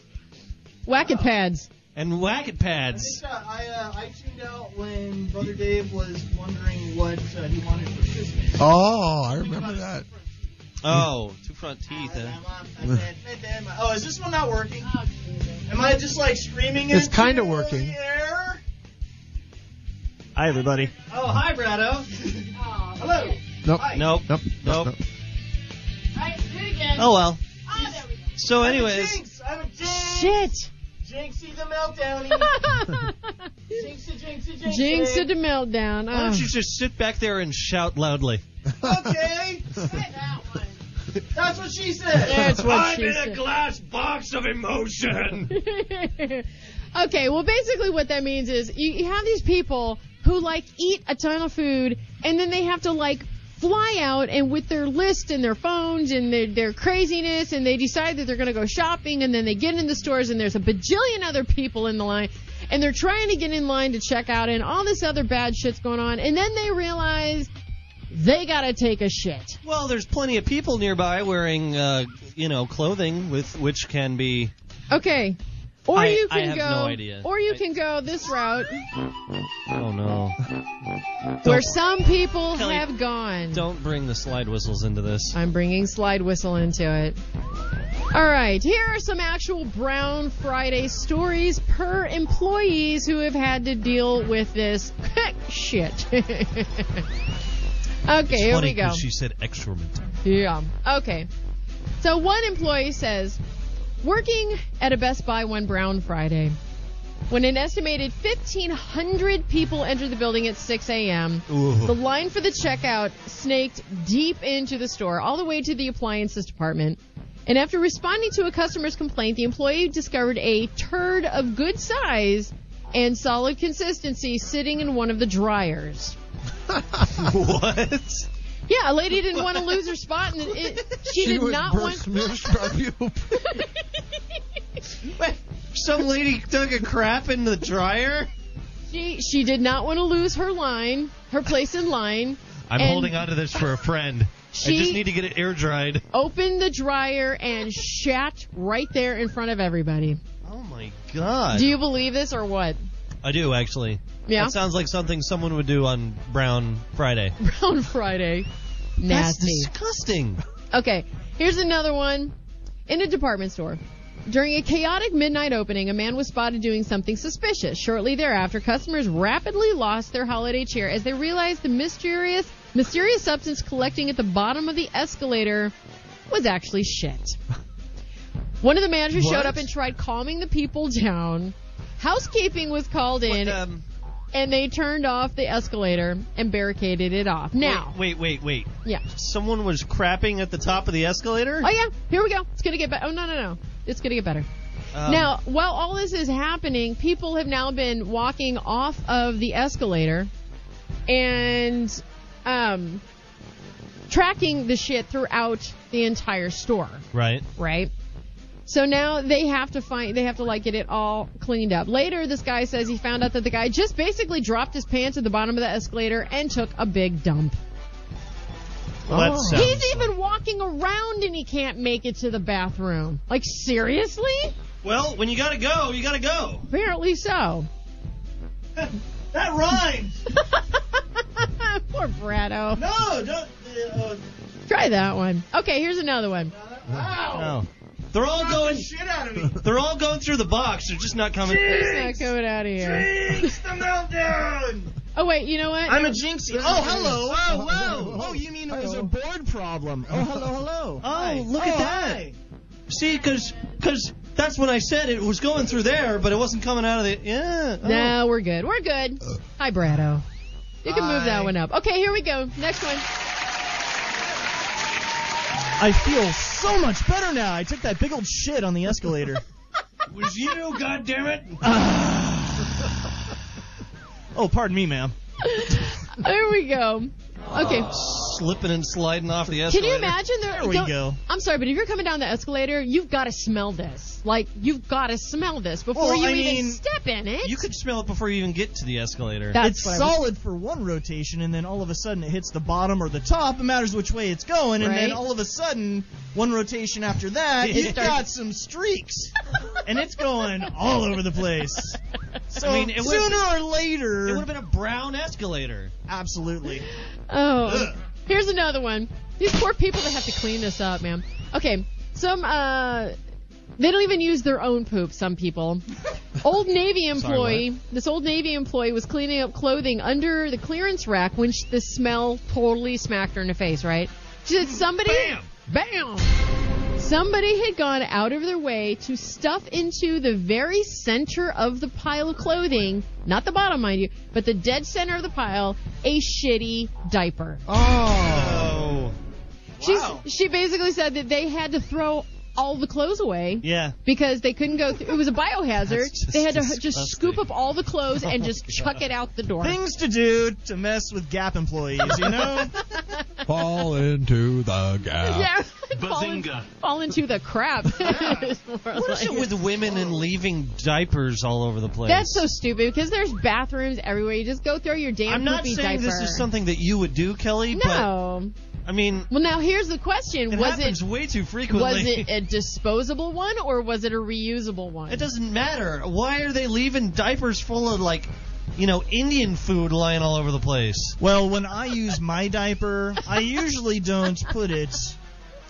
Speaker 3: Wacket pads.
Speaker 5: and whack pads.
Speaker 10: I, uh, I tuned out when Brother Dave was wondering what uh, he wanted for Christmas.
Speaker 1: oh, I remember that.
Speaker 5: Oh, two front teeth.
Speaker 10: And
Speaker 5: Huh?
Speaker 10: I'm on- I said, "Hey, Dad, my- Oh, is this one not working? Am I just like screaming?
Speaker 1: It's
Speaker 10: into
Speaker 1: kinda
Speaker 10: the
Speaker 1: working.
Speaker 10: air?
Speaker 5: Hi, everybody.
Speaker 10: Oh, hi, Brado. <laughs> Hello.
Speaker 1: Nope.
Speaker 10: Hi.
Speaker 5: Nope.
Speaker 1: Nope.
Speaker 5: Nope.
Speaker 9: Alright, do it again.
Speaker 5: Oh well.
Speaker 9: Ah, there we go.
Speaker 5: So,
Speaker 10: I'm a
Speaker 5: anyways,
Speaker 10: jinx. I'm a jinx.
Speaker 3: Shit.
Speaker 10: Jinxie the
Speaker 7: <laughs>
Speaker 10: meltdowny. jinxie, jinxie, jinxie.
Speaker 3: Jinx to the meltdown.
Speaker 5: why don't you
Speaker 3: Oh.
Speaker 5: just sit back there and shout loudly?
Speaker 3: <laughs>
Speaker 10: okay.
Speaker 9: Try that one.
Speaker 10: That's what she said.
Speaker 3: That's what she said.
Speaker 5: glass box of emotion.
Speaker 3: <laughs> okay, well, basically, what that means is you, you have these people who like eat a ton of food, and then they have to like fly out and with their list and their phones and their, their craziness, and they decide that they're going to go shopping, and then they get in the stores, and there's a bajillion other people in the line. And they're trying to get in line to check out, and all this other bad shit's going on. And then they realize they gotta take a shit.
Speaker 5: well, there's plenty of people nearby wearing, uh, you know, clothing with which can be.
Speaker 3: Okay, or
Speaker 5: I-
Speaker 3: you
Speaker 5: I
Speaker 3: can
Speaker 5: have
Speaker 3: go,
Speaker 5: no idea.
Speaker 3: or you
Speaker 5: I-
Speaker 3: can go this route.
Speaker 5: Oh no!
Speaker 3: where some people
Speaker 5: Kelly,
Speaker 3: have gone.
Speaker 5: Don't bring the slide whistles into this.
Speaker 3: I'm bringing slide whistle into it. All right, here are some actual Brown Friday stories per employees who have had to deal with this <laughs> shit. <laughs> okay, here
Speaker 5: Funny
Speaker 3: we go.
Speaker 5: 'cause she said excrement.
Speaker 3: Yeah. Okay. So one employee says, working at a Best Buy one Brown Friday, when an estimated 1,500 people entered the building at 6 a.m., the line for the checkout snaked deep into the store, all the way to the appliances department. And after responding to a customer's complaint, the employee discovered a turd of good size and solid consistency sitting in one of the dryers.
Speaker 5: <laughs> what?
Speaker 1: <laughs>
Speaker 3: Yeah, a lady didn't want to lose her spot, and it, she,
Speaker 1: She
Speaker 3: did
Speaker 1: was
Speaker 3: not want.
Speaker 1: besmirched by poop.
Speaker 5: Some lady took a crap in the dryer.
Speaker 3: <laughs> She she did not want to lose her line, her place in line.
Speaker 5: I'm
Speaker 3: And-
Speaker 5: holding on to this for a friend. I just need
Speaker 3: She
Speaker 5: to get it air dried.
Speaker 3: opened the dryer and shat right there in front of everybody.
Speaker 5: Oh my god.
Speaker 3: Do you believe this or what?
Speaker 5: I do actually.
Speaker 3: Yeah.
Speaker 5: That sounds like something someone would do on Brown Friday.
Speaker 3: <laughs> Brown Friday.
Speaker 5: That's
Speaker 3: Nasty.
Speaker 5: disgusting.
Speaker 3: Okay, here's another one. In a department store. During a chaotic midnight opening, a man was spotted doing something suspicious. Shortly thereafter, customers rapidly lost their holiday cheer as they realized the mysterious mysterious substance collecting at the bottom of the escalator was actually shit. One of the managers
Speaker 5: What?
Speaker 3: showed up and tried calming the people down. Housekeeping was called in,
Speaker 5: But, um,
Speaker 3: and they turned off the escalator and barricaded it off. Now,
Speaker 5: Wait, wait, wait.
Speaker 3: yeah.
Speaker 5: Someone was crapping at the top of the escalator?
Speaker 3: Oh yeah, here we go. It's gonna get better. Oh no no no, it's gonna get better.
Speaker 5: Um,
Speaker 3: now, while all this is happening, people have now been walking off of the escalator and um, tracking the shit throughout the entire store,
Speaker 5: Right.
Speaker 3: right? So now they have to find, they have to like get it all cleaned up. Later, this guy says he found out that the guy just basically dropped his pants at the bottom of the escalator and took a big dump.
Speaker 5: Well, that sounds
Speaker 3: He's even walking around and he can't make it to the bathroom. Like, seriously?
Speaker 5: Well, when you gotta go, you gotta go.
Speaker 3: Apparently so.
Speaker 4: <laughs> That rhymes.
Speaker 3: <laughs> Poor Brado.
Speaker 4: No, don't. Uh,
Speaker 3: Try that one. Okay, here's another one.
Speaker 4: uh, wow.
Speaker 3: Oh.
Speaker 5: No. They're all
Speaker 4: Knock
Speaker 5: going
Speaker 4: the shit out of me.
Speaker 5: <laughs> they're all going through the box, they're just not coming.
Speaker 3: It's not coming out of here.
Speaker 4: Jinx the meltdown.
Speaker 3: Oh, wait, you know what?
Speaker 7: I'm a jinxie. Oh, hello. Whoa, whoa.
Speaker 1: Whoa.
Speaker 7: Oh, you mean it was a board problem. Oh, <laughs> hello, hello.
Speaker 5: Oh, look
Speaker 7: Oh,
Speaker 5: at that.
Speaker 7: hi.
Speaker 5: See, cause, 'cause that's when I said it was going through there, but it wasn't coming out of the yeah. oh.
Speaker 3: No, we're good. We're good. Hi, Brado. You can move that one up. Okay, here we go. Next one.
Speaker 7: I feel so much better now. I took that big old shit on the escalator.
Speaker 5: was you, <laughs> goddammit. Ah.
Speaker 7: oh, pardon me, ma'am.
Speaker 3: There we go. Okay.
Speaker 5: Oh, Slipping and sliding off the
Speaker 3: Can
Speaker 5: escalator.
Speaker 3: you imagine the,
Speaker 7: There we
Speaker 3: don't-
Speaker 7: go.
Speaker 3: I'm sorry, but if you're coming down the escalator, you've got to smell this. Like you've got to smell this before
Speaker 7: Well,
Speaker 3: you
Speaker 7: I
Speaker 3: even
Speaker 7: mean,
Speaker 3: step in it.
Speaker 5: You could smell it before you even get to the escalator.
Speaker 3: That's
Speaker 7: it's
Speaker 3: what I was-
Speaker 7: solid for one rotation, and then all of a sudden it hits the bottom or the top. It matters which way it's going, and
Speaker 3: Right.
Speaker 7: then all of a sudden, one rotation
Speaker 3: <laughs>
Speaker 7: after that, it's got some streaks, and it's going all over the place.
Speaker 3: <laughs>
Speaker 7: So
Speaker 5: mean, it would've-
Speaker 7: sooner or
Speaker 5: it would
Speaker 7: later,
Speaker 5: have been a brown escalator.
Speaker 7: absolutely.
Speaker 3: Oh, here's another one. These poor people that have to clean this up, man. Okay, some uh, they don't even use their own poop. Some people. Old Navy employee. this old Navy employee was cleaning up clothing under the clearance rack when sh- the smell totally smacked her in the face. Right? She said somebody. Bam. Somebody had gone out of their way to stuff into the very center of the pile of clothing, not the bottom, mind you, but the dead center of the pile, a shitty diaper.
Speaker 5: Oh.
Speaker 3: She's, she basically said that they had to throw all the clothes away
Speaker 5: Yeah.
Speaker 3: because they couldn't go through. It was a biohazard.
Speaker 5: That's just
Speaker 3: They had to
Speaker 5: disgusting. Oh,
Speaker 3: just scoop up all the clothes and just chuck it out the door.
Speaker 7: Things to do to mess with Gap employees, you know?
Speaker 1: Fall into the gap.
Speaker 3: <laughs> yeah. <laughs> fall, in-
Speaker 11: Bazinga.
Speaker 3: fall into the
Speaker 5: <laughs>
Speaker 3: crap. <laughs> It's more
Speaker 5: What's
Speaker 3: like-
Speaker 5: it with women and leaving diapers all over the
Speaker 3: <laughs>
Speaker 5: place?
Speaker 3: That's so stupid because there's bathrooms everywhere. You just go throw your damn
Speaker 5: I'm not
Speaker 3: poopy
Speaker 5: saying
Speaker 3: diaper.
Speaker 5: this is something that you would do, Kelly, but
Speaker 3: No.
Speaker 5: I mean,
Speaker 3: Well, now here's the question:
Speaker 5: it
Speaker 3: Was
Speaker 5: happens
Speaker 3: it
Speaker 5: way too frequently.
Speaker 3: was it a disposable one or was it a reusable one?
Speaker 5: <laughs> It doesn't matter. Why are they leaving diapers full of like, you know, Indian food lying all over the place?
Speaker 7: Well, when I use my diaper, I usually don't put it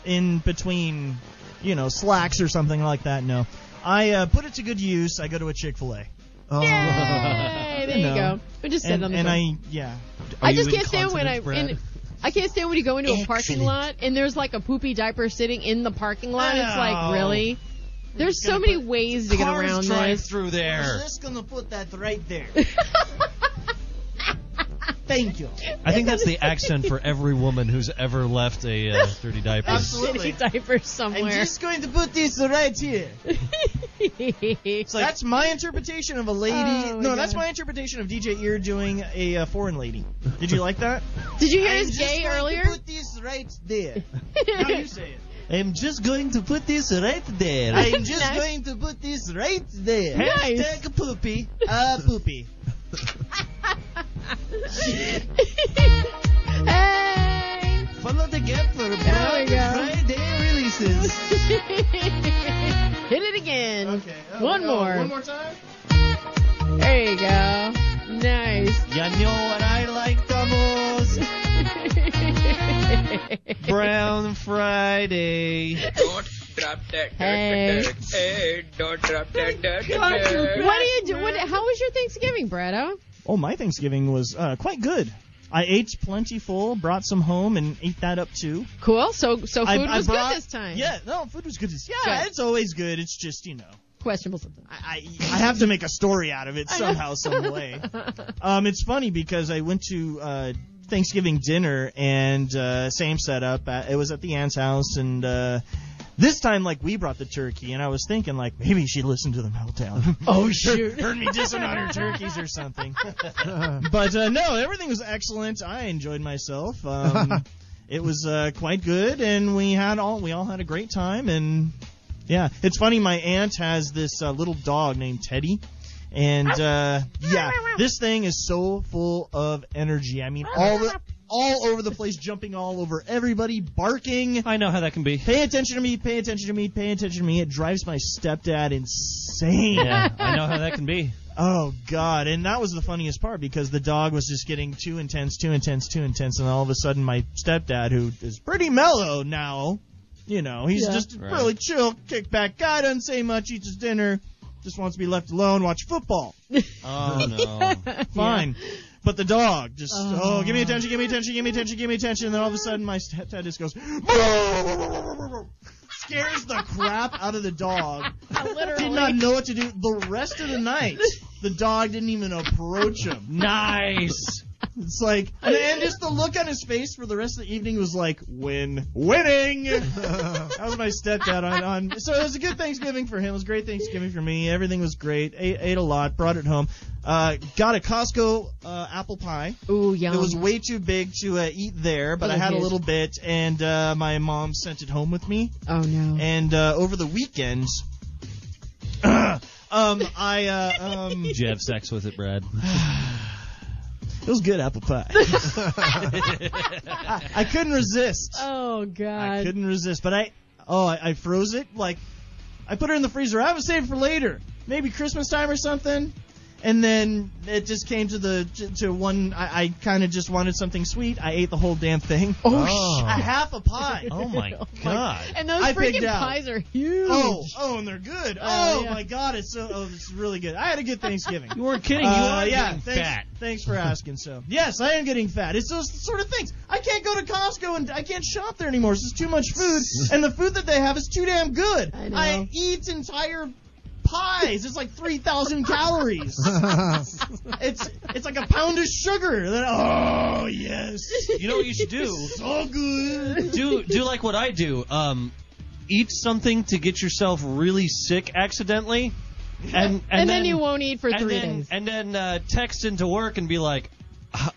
Speaker 7: in between, you know, slacks or something like that. No, I uh, put it to good use. I go to a Chick Fil A,
Speaker 3: Yay!
Speaker 7: <laughs>
Speaker 3: There you
Speaker 7: No.
Speaker 3: go. We just said
Speaker 7: and,
Speaker 3: on the
Speaker 7: and
Speaker 3: phone.
Speaker 7: I yeah.
Speaker 3: I just can't stand when I in, I can't stand when you go into a parking
Speaker 7: Excellent.
Speaker 3: lot and there's like a poopy diaper sitting in the parking lot. It's
Speaker 5: No.
Speaker 3: like really. There's so many ways to get
Speaker 5: Cars
Speaker 3: around
Speaker 5: drive
Speaker 3: this.
Speaker 5: through there.
Speaker 7: just gonna put that right
Speaker 3: <laughs>
Speaker 7: there. Thank you.
Speaker 5: I think that's the accent
Speaker 3: <laughs>
Speaker 5: for every woman who's ever left a uh, dirty diaper.
Speaker 7: Absolutely.
Speaker 3: Shitty diapers
Speaker 7: I'm
Speaker 3: somewhere.
Speaker 7: just going to put this right
Speaker 3: <laughs>
Speaker 7: here. that's my interpretation of a lady.
Speaker 3: Oh, my
Speaker 7: no, that's
Speaker 3: God.
Speaker 7: my interpretation of DJ Ear doing a uh, foreign lady. Did you like that?
Speaker 3: <laughs> Did you hear
Speaker 7: I'm
Speaker 3: his
Speaker 7: just
Speaker 3: gay
Speaker 7: going to
Speaker 3: earlier?
Speaker 7: Put this right
Speaker 3: <laughs>
Speaker 7: there. Now you say it.
Speaker 5: I'm just going to put this right there.
Speaker 3: <laughs>
Speaker 7: I'm just
Speaker 3: Nice.
Speaker 7: going to put this right there.
Speaker 3: Nice.
Speaker 7: Hashtag
Speaker 3: <laughs>
Speaker 7: poopy. Uh, poopy. <laughs>
Speaker 3: hey.
Speaker 5: Bundle together for
Speaker 3: we go.
Speaker 5: Friday releases.
Speaker 3: <laughs> Hit it again.
Speaker 10: Okay. oh,
Speaker 3: One
Speaker 10: oh,
Speaker 7: uh,
Speaker 3: more.
Speaker 10: One more time.
Speaker 3: There you go. Nice.
Speaker 5: You know what I like the most? Brown Friday.
Speaker 12: Don't drop that dirt,
Speaker 3: Hey.
Speaker 12: dirt. Hey, don't drop that dirt, dirt.
Speaker 3: <laughs> What do you do? What, how was your Thanksgiving, Bretto?
Speaker 7: Oh, my Thanksgiving was uh, quite good. I ate plenty full, brought some home, and ate that up too.
Speaker 3: Cool. So so food
Speaker 7: I, I
Speaker 3: was
Speaker 7: brought-
Speaker 3: good this time.
Speaker 7: Yeah, no, food was good. This, yeah,
Speaker 3: Good.
Speaker 7: it's always good. It's just you know,
Speaker 3: Questionable sometimes.
Speaker 7: I I I <laughs> have to make a story out of it somehow,
Speaker 3: <laughs>
Speaker 7: some way. Um, it's funny because I went to uh, Thanksgiving dinner and uh, same setup. At, it was at the aunt's house, and uh, this time like we brought the turkey, and I was thinking like maybe she listened to the meltdown. oh shoot, <laughs> heard me dissing on her turkeys or something. <laughs> but uh, no, everything was excellent. I enjoyed myself. Um, it was uh, quite good, and we had all we all had a great time. And yeah, it's funny. My aunt has this uh, little dog named Teddy. And uh, yeah, this thing is so full of energy. I mean, all the, all over the place, jumping all over everybody, barking.
Speaker 5: I know how that can be.
Speaker 7: Pay attention to me! Pay attention to me! Pay attention to me! It drives my stepdad insane.
Speaker 5: Yeah, I know how that can be.
Speaker 7: Oh God! And that was the funniest part because the dog was just getting too intense, too intense, too intense, and all of a sudden my stepdad, who is pretty mellow now, you know, he's
Speaker 3: Yeah.
Speaker 7: just
Speaker 5: Right.
Speaker 7: really chill, kick back guy, doesn't say much, eats his dinner, just wants to be left alone, watch football.
Speaker 5: Oh <laughs> no.
Speaker 7: <laughs> Fine. But the dog just oh, give me attention, give me attention, give me attention, give me attention, and then all of a sudden my stepdad just goes scares the crap out of the
Speaker 3: <laughs>
Speaker 7: dog. Did not know what to do the rest of the night. The dog didn't even approach him.
Speaker 5: Nice.
Speaker 7: It's like, and, and just the look on his face for the rest of the evening was like, win, winning. that was my stepdad on, on. So it was a good Thanksgiving for him. It was a great Thanksgiving for me. Everything was great. Ate, ate a lot. Brought it home. Uh, got a Costco uh, apple pie.
Speaker 3: Ooh, yum.
Speaker 7: It was way too big to uh, eat there, but I had a
Speaker 3: Okay.
Speaker 7: little bit, and uh, my mom sent it home with me.
Speaker 3: oh no.
Speaker 7: And uh, over the weekend, <clears throat> um, I uh, um,
Speaker 5: Did you have sex with it,
Speaker 7: <sighs>
Speaker 5: Brad?
Speaker 7: It was good apple pie. I, <laughs> I couldn't resist.
Speaker 3: oh
Speaker 7: I
Speaker 3: god.
Speaker 7: couldn't resist. But I, oh, I, I froze it. Like, I put it in the freezer. I would save it for later, maybe Christmas time or something. And then it just came to the to, to one. I, I kind of just wanted something sweet. I ate the whole damn thing.
Speaker 3: <sighs> Oh,
Speaker 7: A half
Speaker 3: <laughs>
Speaker 7: a pie.
Speaker 5: Oh
Speaker 7: <laughs>
Speaker 5: my <laughs> god.
Speaker 3: And those
Speaker 7: I
Speaker 3: freaking
Speaker 7: pigged out.
Speaker 3: pies are huge.
Speaker 7: Oh,
Speaker 5: <laughs>
Speaker 7: oh, and they're good.
Speaker 3: Oh,
Speaker 7: Oh,
Speaker 3: yeah.
Speaker 7: my God, it's so, oh, it's really good. I had a good Thanksgiving.
Speaker 5: <laughs> You weren't kidding. You
Speaker 7: Uh,
Speaker 5: are
Speaker 7: yeah,
Speaker 5: getting
Speaker 7: thanks,
Speaker 5: fat.
Speaker 7: Thanks for asking. So yes, I am getting fat. It's those sort of things. I can't go to Costco and I can't shop there anymore. It's just too much
Speaker 5: <laughs>
Speaker 7: food, and the food that they have is too damn good.
Speaker 3: I know.
Speaker 7: eat entire pies. It's like
Speaker 3: <laughs>
Speaker 7: three thousand calories. it's it's like a pound of sugar. Then, oh yes,
Speaker 5: You know what you should do?
Speaker 7: so good.
Speaker 5: <laughs> do do like what I do. Um, eat something to get yourself really sick
Speaker 3: <laughs>
Speaker 5: accidentally, and and,
Speaker 3: and, then, you won't eat for
Speaker 5: and
Speaker 3: three
Speaker 5: then,
Speaker 3: days.
Speaker 5: And then uh, text into work and be like, "Ah,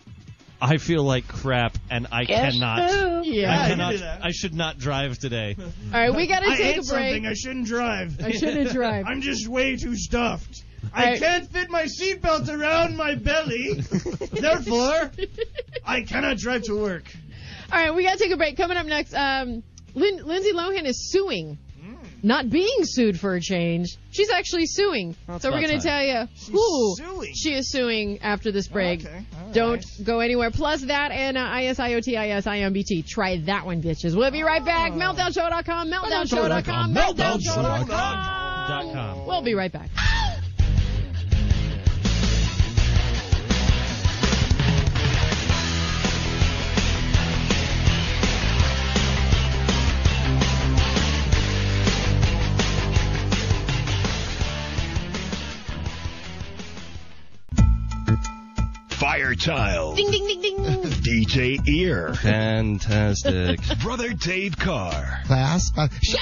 Speaker 5: I feel like crap, and I cannot.
Speaker 3: yeah.
Speaker 5: I
Speaker 7: you
Speaker 5: cannot.
Speaker 7: do that.
Speaker 5: I should not drive
Speaker 3: <laughs>
Speaker 5: today.
Speaker 3: All right, we gotta
Speaker 7: I
Speaker 3: take
Speaker 7: ate
Speaker 3: a break.
Speaker 7: something I shouldn't drive.
Speaker 3: I shouldn't drive.
Speaker 7: <laughs> I'm just way too stuffed.
Speaker 3: I-
Speaker 7: I can't fit my seatbelt around
Speaker 3: <laughs>
Speaker 7: my belly. Therefore, I cannot drive to work.
Speaker 3: All right, we got to take a break. Coming up next, um, Lin- Lindsay Lohan is suing. Not being sued for a change. She's actually suing.
Speaker 5: That's
Speaker 3: so we're
Speaker 5: about
Speaker 3: going to tell
Speaker 5: time.
Speaker 3: you who
Speaker 7: suing.
Speaker 3: she is suing after this break.
Speaker 7: Okay, all
Speaker 3: Don't go anywhere. Plus that and uh, ISIOTISIMBT. Try that one, bitches. We'll be right
Speaker 7: Oh.
Speaker 3: back. MeltdownShow.com, MeltdownShow.com, MeltdownShow.com.
Speaker 5: Dot com.
Speaker 3: We'll be right back.
Speaker 6: Firechild,
Speaker 3: Ding, ding,
Speaker 6: <laughs>
Speaker 3: ding, ding.
Speaker 6: DJ Ear,
Speaker 5: Fantastic.
Speaker 6: <laughs> Brother Dave Carr.
Speaker 1: Class. Uh, sh-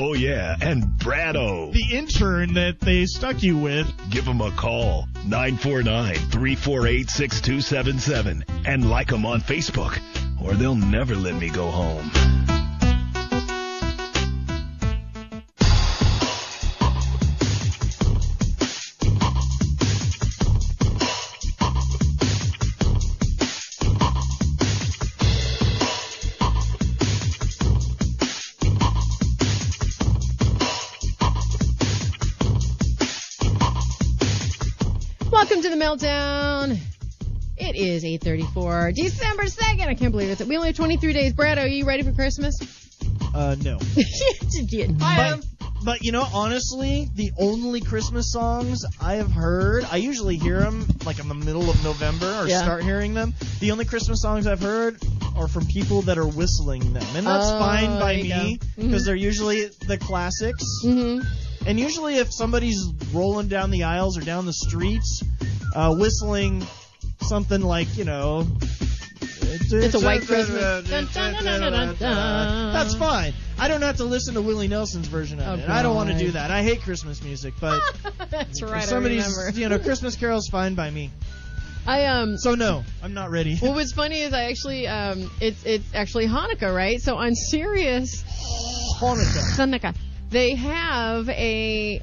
Speaker 6: Oh yeah, and Brado.
Speaker 7: The intern that they stuck you with.
Speaker 6: Give them a call 949-348-6277 and like them on Facebook or they'll never let me go home.
Speaker 3: Welcome to the meltdown. It is 8:34, December 2nd. I can't believe it's we only have 23 days. Brad, are you ready for Christmas? <laughs>
Speaker 7: Uh, no.
Speaker 3: I
Speaker 7: But, but you know, honestly, the only Christmas songs I have heard, I usually hear them like in the middle of November or
Speaker 3: Yeah.
Speaker 7: start hearing them. The only Christmas songs I've heard are from people that are whistling them, and that's
Speaker 3: Oh,
Speaker 7: fine by
Speaker 3: there you
Speaker 7: me
Speaker 3: go. Mm-hmm.
Speaker 7: because they're usually the classics.
Speaker 3: hmm
Speaker 7: And usually, if somebody's rolling down the aisles or down the streets, uh, whistling something like you know,
Speaker 3: It's a White Christmas. Dun, dun, dun, dun, dun, dun.
Speaker 7: That's fine. I don't have to listen to Willie Nelson's version of
Speaker 3: Oh,
Speaker 7: it. I don't want to
Speaker 3: God.
Speaker 7: do that. I hate Christmas music, but
Speaker 3: <laughs> That's
Speaker 7: if
Speaker 3: right. I
Speaker 7: somebody's
Speaker 3: remember.
Speaker 7: you know Christmas carols fine by me.
Speaker 3: I um
Speaker 7: So no, I'm not ready.
Speaker 3: Well, what's funny is I actually, um, it's it's actually Hanukkah, right? So on Sirius
Speaker 7: Hanukkah.
Speaker 3: Hanukkah, they have a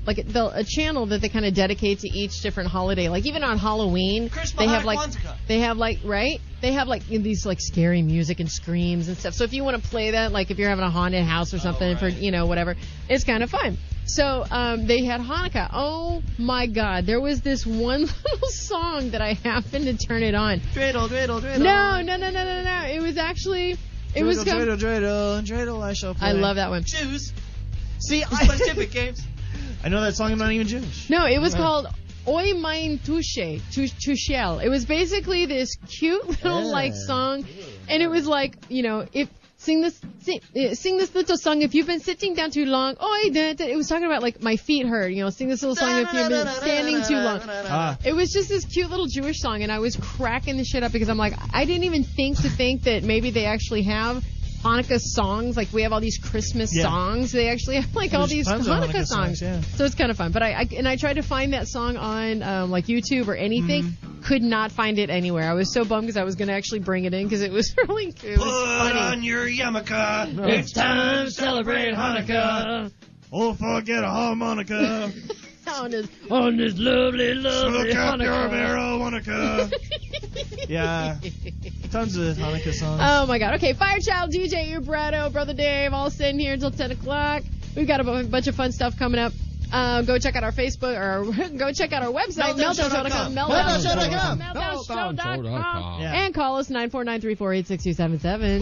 Speaker 3: like they'll- a channel that they kind of dedicate to each different holiday. Like even on Halloween, they have like they have like right, they have like these like scary music and screams and stuff. So if you want to play that, like if you're having a haunted
Speaker 7: Oh,
Speaker 3: house or something for you know whatever, it's kind of fun. So um, they had Hanukkah. Oh my God! There was this one <laughs> little song that I happened to turn it on.
Speaker 7: Dreidel, dreidel, dreidel.
Speaker 3: No, no, no, no, no, no. It was actually. It was. com-
Speaker 7: dreidel, dreidel, and dreidel. I shall play.
Speaker 3: I love that one.
Speaker 7: Jews. <laughs> See, I, games. I know that song. I'm not even Jewish.
Speaker 3: No, it was
Speaker 7: Wow.
Speaker 3: called Oi Mein Tusche, Tu- Tushel. It was basically this cute little like song, and it was like you know if. Sing this, sing, eh, sing this little song if you've been sitting down too long. Oi, da, da. it was talking about like my feet hurt. You know, sing this little song if you've been standing too long.
Speaker 7: Ah,
Speaker 3: It was just this cute little Jewish song, and I was cracking the shit up because I'm like, I didn't even think to think that maybe they actually have Hanukkah songs. Like we have all these Christmas
Speaker 7: Yeah.
Speaker 3: songs. They actually have like all
Speaker 7: There's
Speaker 3: these
Speaker 7: tons
Speaker 3: Hanukkah,
Speaker 7: of Hanukkah
Speaker 3: songs.
Speaker 7: songs, yeah.
Speaker 3: So it's kind of fun. But I, I and I tried to find that song on um, like YouTube or anything. Could not find it anywhere. I was so bummed because I was gonna actually bring it in because it was <laughs> really it was funny.
Speaker 5: your yarmulke.
Speaker 3: it's time to celebrate Hanukkah
Speaker 7: oh, forget a harmonica.
Speaker 3: on this <laughs> on this lovely lovely Hanukkah.
Speaker 7: marijuana. yeah, tons of Hanukkah songs.
Speaker 3: <laughs> Oh my god. Okay, Firechild, DJ Ubrato, Brother Dave, all sitting here until 10 o'clock. We've got a bu- bunch of fun stuff coming up. Um, go check out our Facebook or <laughs> go check out our website, meltdownshow.com. Meltdownshow.com.
Speaker 4: Oh.
Speaker 3: Meltdownshow.com.
Speaker 7: Yeah.
Speaker 3: And call us 949 348 6277.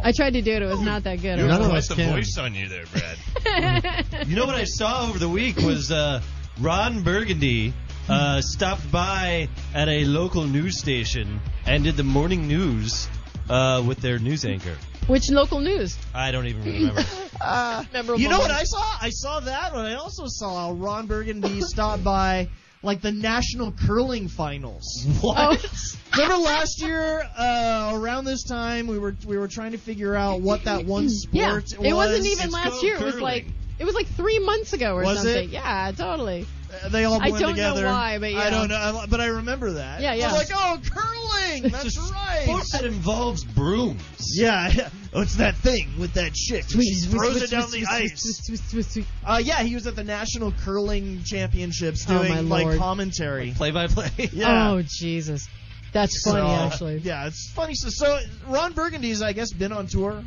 Speaker 3: I tried to do it, it was not that good.
Speaker 1: None of
Speaker 5: Quite
Speaker 1: us
Speaker 5: the
Speaker 1: can.
Speaker 5: voice on you there, Brad.
Speaker 3: <laughs> I
Speaker 5: You know what I saw over the week was uh, Ron Burgundy uh, stopped by at a local news station and did the morning news uh, with their news anchor.
Speaker 3: Which local news?
Speaker 5: I don't even
Speaker 3: <laughs>
Speaker 5: remember.
Speaker 3: Oh, Memorable
Speaker 7: You know what
Speaker 3: news.
Speaker 7: I saw? I saw that one. I also saw Ron Burgundy <laughs> stop by like the national curling finals.
Speaker 3: Oh.
Speaker 7: <laughs> Remember last year, uh, around this time, we were we were trying to figure out what that one sport
Speaker 3: Hmm. Yeah, it
Speaker 7: was.
Speaker 3: wasn't even
Speaker 7: It's
Speaker 3: last
Speaker 7: called
Speaker 3: year. It was
Speaker 7: curling.
Speaker 3: like it was like three months ago or
Speaker 7: Was
Speaker 3: something.
Speaker 7: it?
Speaker 3: Yeah, totally.
Speaker 7: Uh, they all
Speaker 3: I
Speaker 7: blend
Speaker 3: don't know
Speaker 7: together.
Speaker 3: why, but yeah.
Speaker 7: I don't know, I- but I remember that.
Speaker 3: Yeah, yeah.
Speaker 7: I was like, oh, curling.
Speaker 5: It's
Speaker 7: That's
Speaker 5: a
Speaker 7: right.
Speaker 5: Sport that involves brooms.
Speaker 7: Yeah, <laughs> oh, it's that thing with that chick. She throws it down the ice. Uh, yeah, he was at the national curling championships
Speaker 3: Oh,
Speaker 7: doing
Speaker 3: my
Speaker 7: like
Speaker 3: Lord.
Speaker 7: commentary.
Speaker 5: Play by play.
Speaker 7: <laughs> Yeah.
Speaker 3: Oh Jesus, that's funny
Speaker 7: So,
Speaker 3: actually.
Speaker 7: Yeah, it's funny. So, so Ron Burgundy's, I guess, been on tour.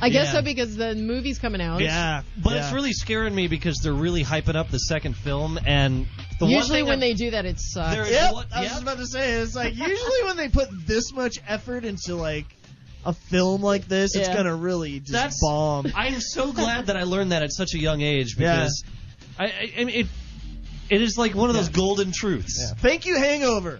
Speaker 3: I guess
Speaker 5: Yeah.
Speaker 3: so because the movie's coming out.
Speaker 5: But it's really scaring me because they're really hyping up the second film, and the one
Speaker 3: Usually
Speaker 5: thing
Speaker 3: when
Speaker 5: that-
Speaker 3: they do that, it sucks.
Speaker 5: there is
Speaker 7: Uh, Yep,
Speaker 5: one-
Speaker 7: I was
Speaker 5: yep.
Speaker 7: just about to say it's like usually when they put this much effort into like a film like this, it's
Speaker 3: Yeah.
Speaker 7: gonna really just
Speaker 5: That's-
Speaker 7: bomb.
Speaker 5: I'm so glad that I learned that at such a young age because I, I, I mean, it it is like one of those
Speaker 7: Yeah.
Speaker 5: golden truths.
Speaker 7: Thank you, Hangover.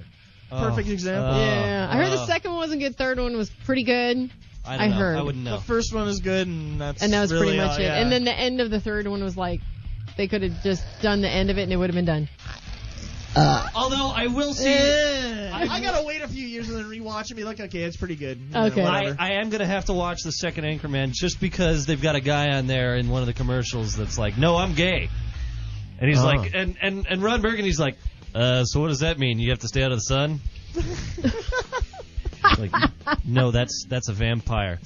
Speaker 5: Oh,
Speaker 7: Perfect example.
Speaker 5: uh,
Speaker 3: yeah, I heard the
Speaker 5: uh,
Speaker 3: second one wasn't good. Third one was pretty good,
Speaker 5: I,
Speaker 3: I
Speaker 5: don't know.
Speaker 3: heard.
Speaker 5: I wouldn't know.
Speaker 7: The first one is good, and that's
Speaker 3: and that was
Speaker 7: really
Speaker 3: pretty much
Speaker 7: all-
Speaker 3: it.
Speaker 7: yeah.
Speaker 3: And then the end of the third one was like, they could have just done the end of it and it would have been done. Uh,
Speaker 5: Although I will
Speaker 3: Eh.
Speaker 5: see,
Speaker 7: Yeah. I, I gotta wait a few years and then rewatch and be like, okay, it's pretty good. You know,
Speaker 3: Okay.
Speaker 5: I,
Speaker 7: whatever.
Speaker 5: I am gonna have to watch the second Anchorman just because they've got a guy on there in one of the commercials that's like, "No, I'm gay," and he's
Speaker 1: Oh.
Speaker 7: Uh-huh.
Speaker 5: like, and and and Ron Burgundy's like, uh, "So what does that mean? You have to stay out of the
Speaker 3: <laughs>
Speaker 5: sun?" like, no, that's that's a vampire.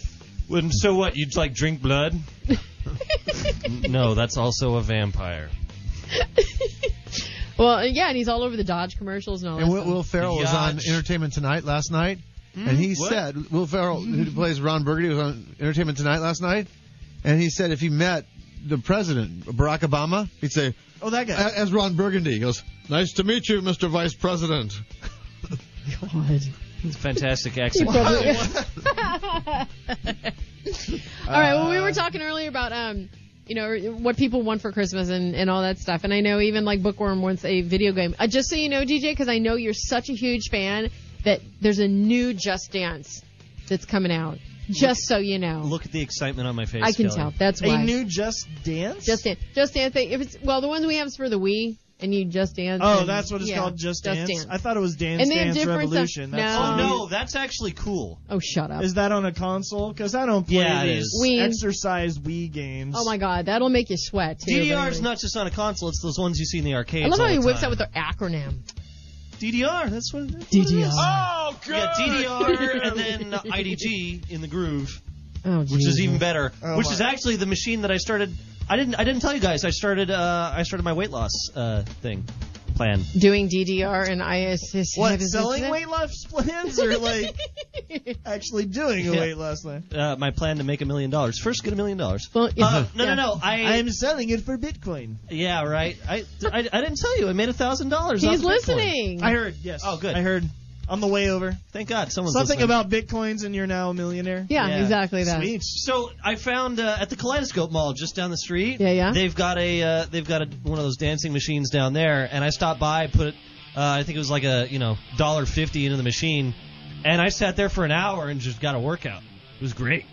Speaker 5: And so what? You'd like drink blood? Mm, no, that's also a vampire.
Speaker 3: <laughs> Well, yeah, and he's all over the Dodge commercials and all
Speaker 1: And
Speaker 3: that.
Speaker 1: Will, Will Ferrell was on
Speaker 5: Yatch.
Speaker 1: Entertainment Tonight last night, and he
Speaker 5: what?
Speaker 1: said Will Ferrell, who plays Ron Burgundy, was on Entertainment Tonight last night, and he said if he met the president, Barack Obama, he'd say,
Speaker 7: Oh, that guy.
Speaker 1: a- as Ron Burgundy, he goes, "Nice to meet you, Mr. Vice President."
Speaker 3: God.
Speaker 5: It's fantastic
Speaker 3: You
Speaker 5: accent.
Speaker 1: <laughs>
Speaker 3: probably- <laughs> all right. Well, we were talking earlier about um, you know, what people want for Christmas and and all that stuff. And I know even like Bookworm wants a video game. Uh, just so you know, DJ, because I know you're such a huge fan that there's a new Just Dance that's coming out. Just so you know,
Speaker 5: Look at the excitement on my face.
Speaker 3: I can
Speaker 5: Kelly.
Speaker 3: tell. That's why.
Speaker 7: A new Just Dance?
Speaker 3: Just Dance. Just Dance. They, if it's well, the ones we have is for the Wii, and you Just Dance.
Speaker 7: Oh,
Speaker 3: and-
Speaker 7: that's what it's
Speaker 3: yeah,
Speaker 7: called, Just, Dance.
Speaker 3: Dance.
Speaker 7: I thought it was Dance
Speaker 3: And they have
Speaker 7: Dance
Speaker 3: different stuff-
Speaker 7: Revolution. That's
Speaker 3: No.
Speaker 5: Oh
Speaker 7: on-
Speaker 5: no, that's actually cool.
Speaker 3: oh, shut up.
Speaker 7: Is that on a console? Because I don't play
Speaker 5: Yeah, it
Speaker 7: these
Speaker 5: is.
Speaker 3: Wii.
Speaker 7: exercise Wii games.
Speaker 3: Oh my God, that'll make you sweat. Too,
Speaker 5: DDR is
Speaker 3: baby.
Speaker 5: not just on a console; it's those ones you see in the arcades.
Speaker 3: I love how
Speaker 5: all
Speaker 3: he
Speaker 5: the
Speaker 3: whips
Speaker 5: time.
Speaker 3: out with the acronym.
Speaker 5: DDR. That's what. That's
Speaker 3: DDR.
Speaker 5: Oh, good. Yeah,
Speaker 3: <laughs>
Speaker 5: DDR
Speaker 7: <laughs>
Speaker 5: and then IDG in the groove,
Speaker 3: Oh,
Speaker 5: which
Speaker 3: Jesus.
Speaker 5: is even better.
Speaker 7: Oh,
Speaker 5: which
Speaker 7: my.
Speaker 5: is actually the machine that I started. I didn't. I didn't tell you guys. I started. Uh, I started my weight loss uh, thing plan.
Speaker 3: doing DDR and ISS.
Speaker 7: What, selling weight loss plans
Speaker 3: <laughs>
Speaker 7: or like actually doing a
Speaker 5: Yeah.
Speaker 7: weight loss plan?
Speaker 5: Uh, my plan to make a million dollars. First, get a million dollars.
Speaker 3: Well, yeah.
Speaker 5: Uh, no,
Speaker 3: Yeah.
Speaker 5: no, no. I
Speaker 7: I'm selling it for Bitcoin.
Speaker 5: yeah, right. I, I, I didn't tell you. I made a thousand dollars.
Speaker 3: He's listening.
Speaker 7: I heard, yes.
Speaker 5: Oh, good.
Speaker 7: I heard on the way over.
Speaker 5: Thank God, someone's
Speaker 7: Something
Speaker 5: listening.
Speaker 7: about Bitcoins and you're now a millionaire.
Speaker 3: yeah,
Speaker 5: Yeah.
Speaker 3: exactly that.
Speaker 7: Sweet.
Speaker 5: So I found uh, at the Kaleidoscope Mall just down the street.
Speaker 3: Yeah, yeah.
Speaker 5: They've got a uh, they've got a, one of those dancing machines down there, and I stopped by, put uh, I think it was like a you know dollar fifty into the machine, and I sat there for an hour and just got a workout. It was
Speaker 7: <laughs>
Speaker 5: great.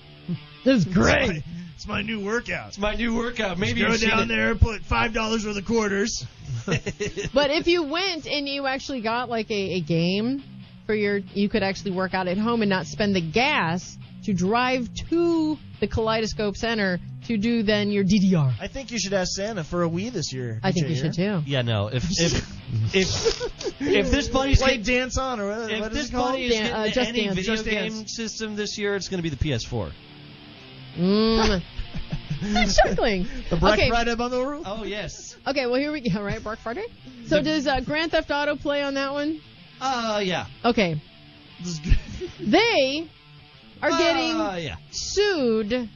Speaker 3: This is great.
Speaker 7: It's my new workout.
Speaker 5: It's my new workout. Maybe
Speaker 7: Go
Speaker 5: you've seen
Speaker 7: down
Speaker 5: it.
Speaker 7: there, put five dollars worth of <laughs> quarters.
Speaker 3: But if you went and you actually got like a, a game for your, you could actually work out at home and not spend the gas to drive to the Kaleidoscope Center to do then your DDR.
Speaker 7: I think you should ask Santa for a Wii this year.
Speaker 3: I think
Speaker 7: DJ
Speaker 3: you should
Speaker 7: here.
Speaker 3: too.
Speaker 5: Yeah, no. If if if if this bunny's
Speaker 7: Like
Speaker 5: getting-
Speaker 7: dance on or what,
Speaker 5: if
Speaker 7: what is
Speaker 5: this
Speaker 7: it called?
Speaker 5: bunny is
Speaker 3: Dan-
Speaker 5: getting
Speaker 3: uh,
Speaker 5: to
Speaker 3: Just
Speaker 5: any
Speaker 3: Dance,
Speaker 5: video
Speaker 3: Just
Speaker 5: game
Speaker 3: Dance.
Speaker 5: system this year, it's going to be the PS4.
Speaker 3: <laughs> Mm. Stop chuckling.
Speaker 7: The Black
Speaker 3: okay,
Speaker 7: Friday bundle rule.
Speaker 5: Oh yes.
Speaker 3: okay. Well, here we go. Right, Black Friday. So does uh, Grand Theft Auto play on that one?
Speaker 5: Uh yeah.
Speaker 3: Okay.
Speaker 5: <laughs>
Speaker 3: They are getting
Speaker 5: Uh, yeah.
Speaker 3: sued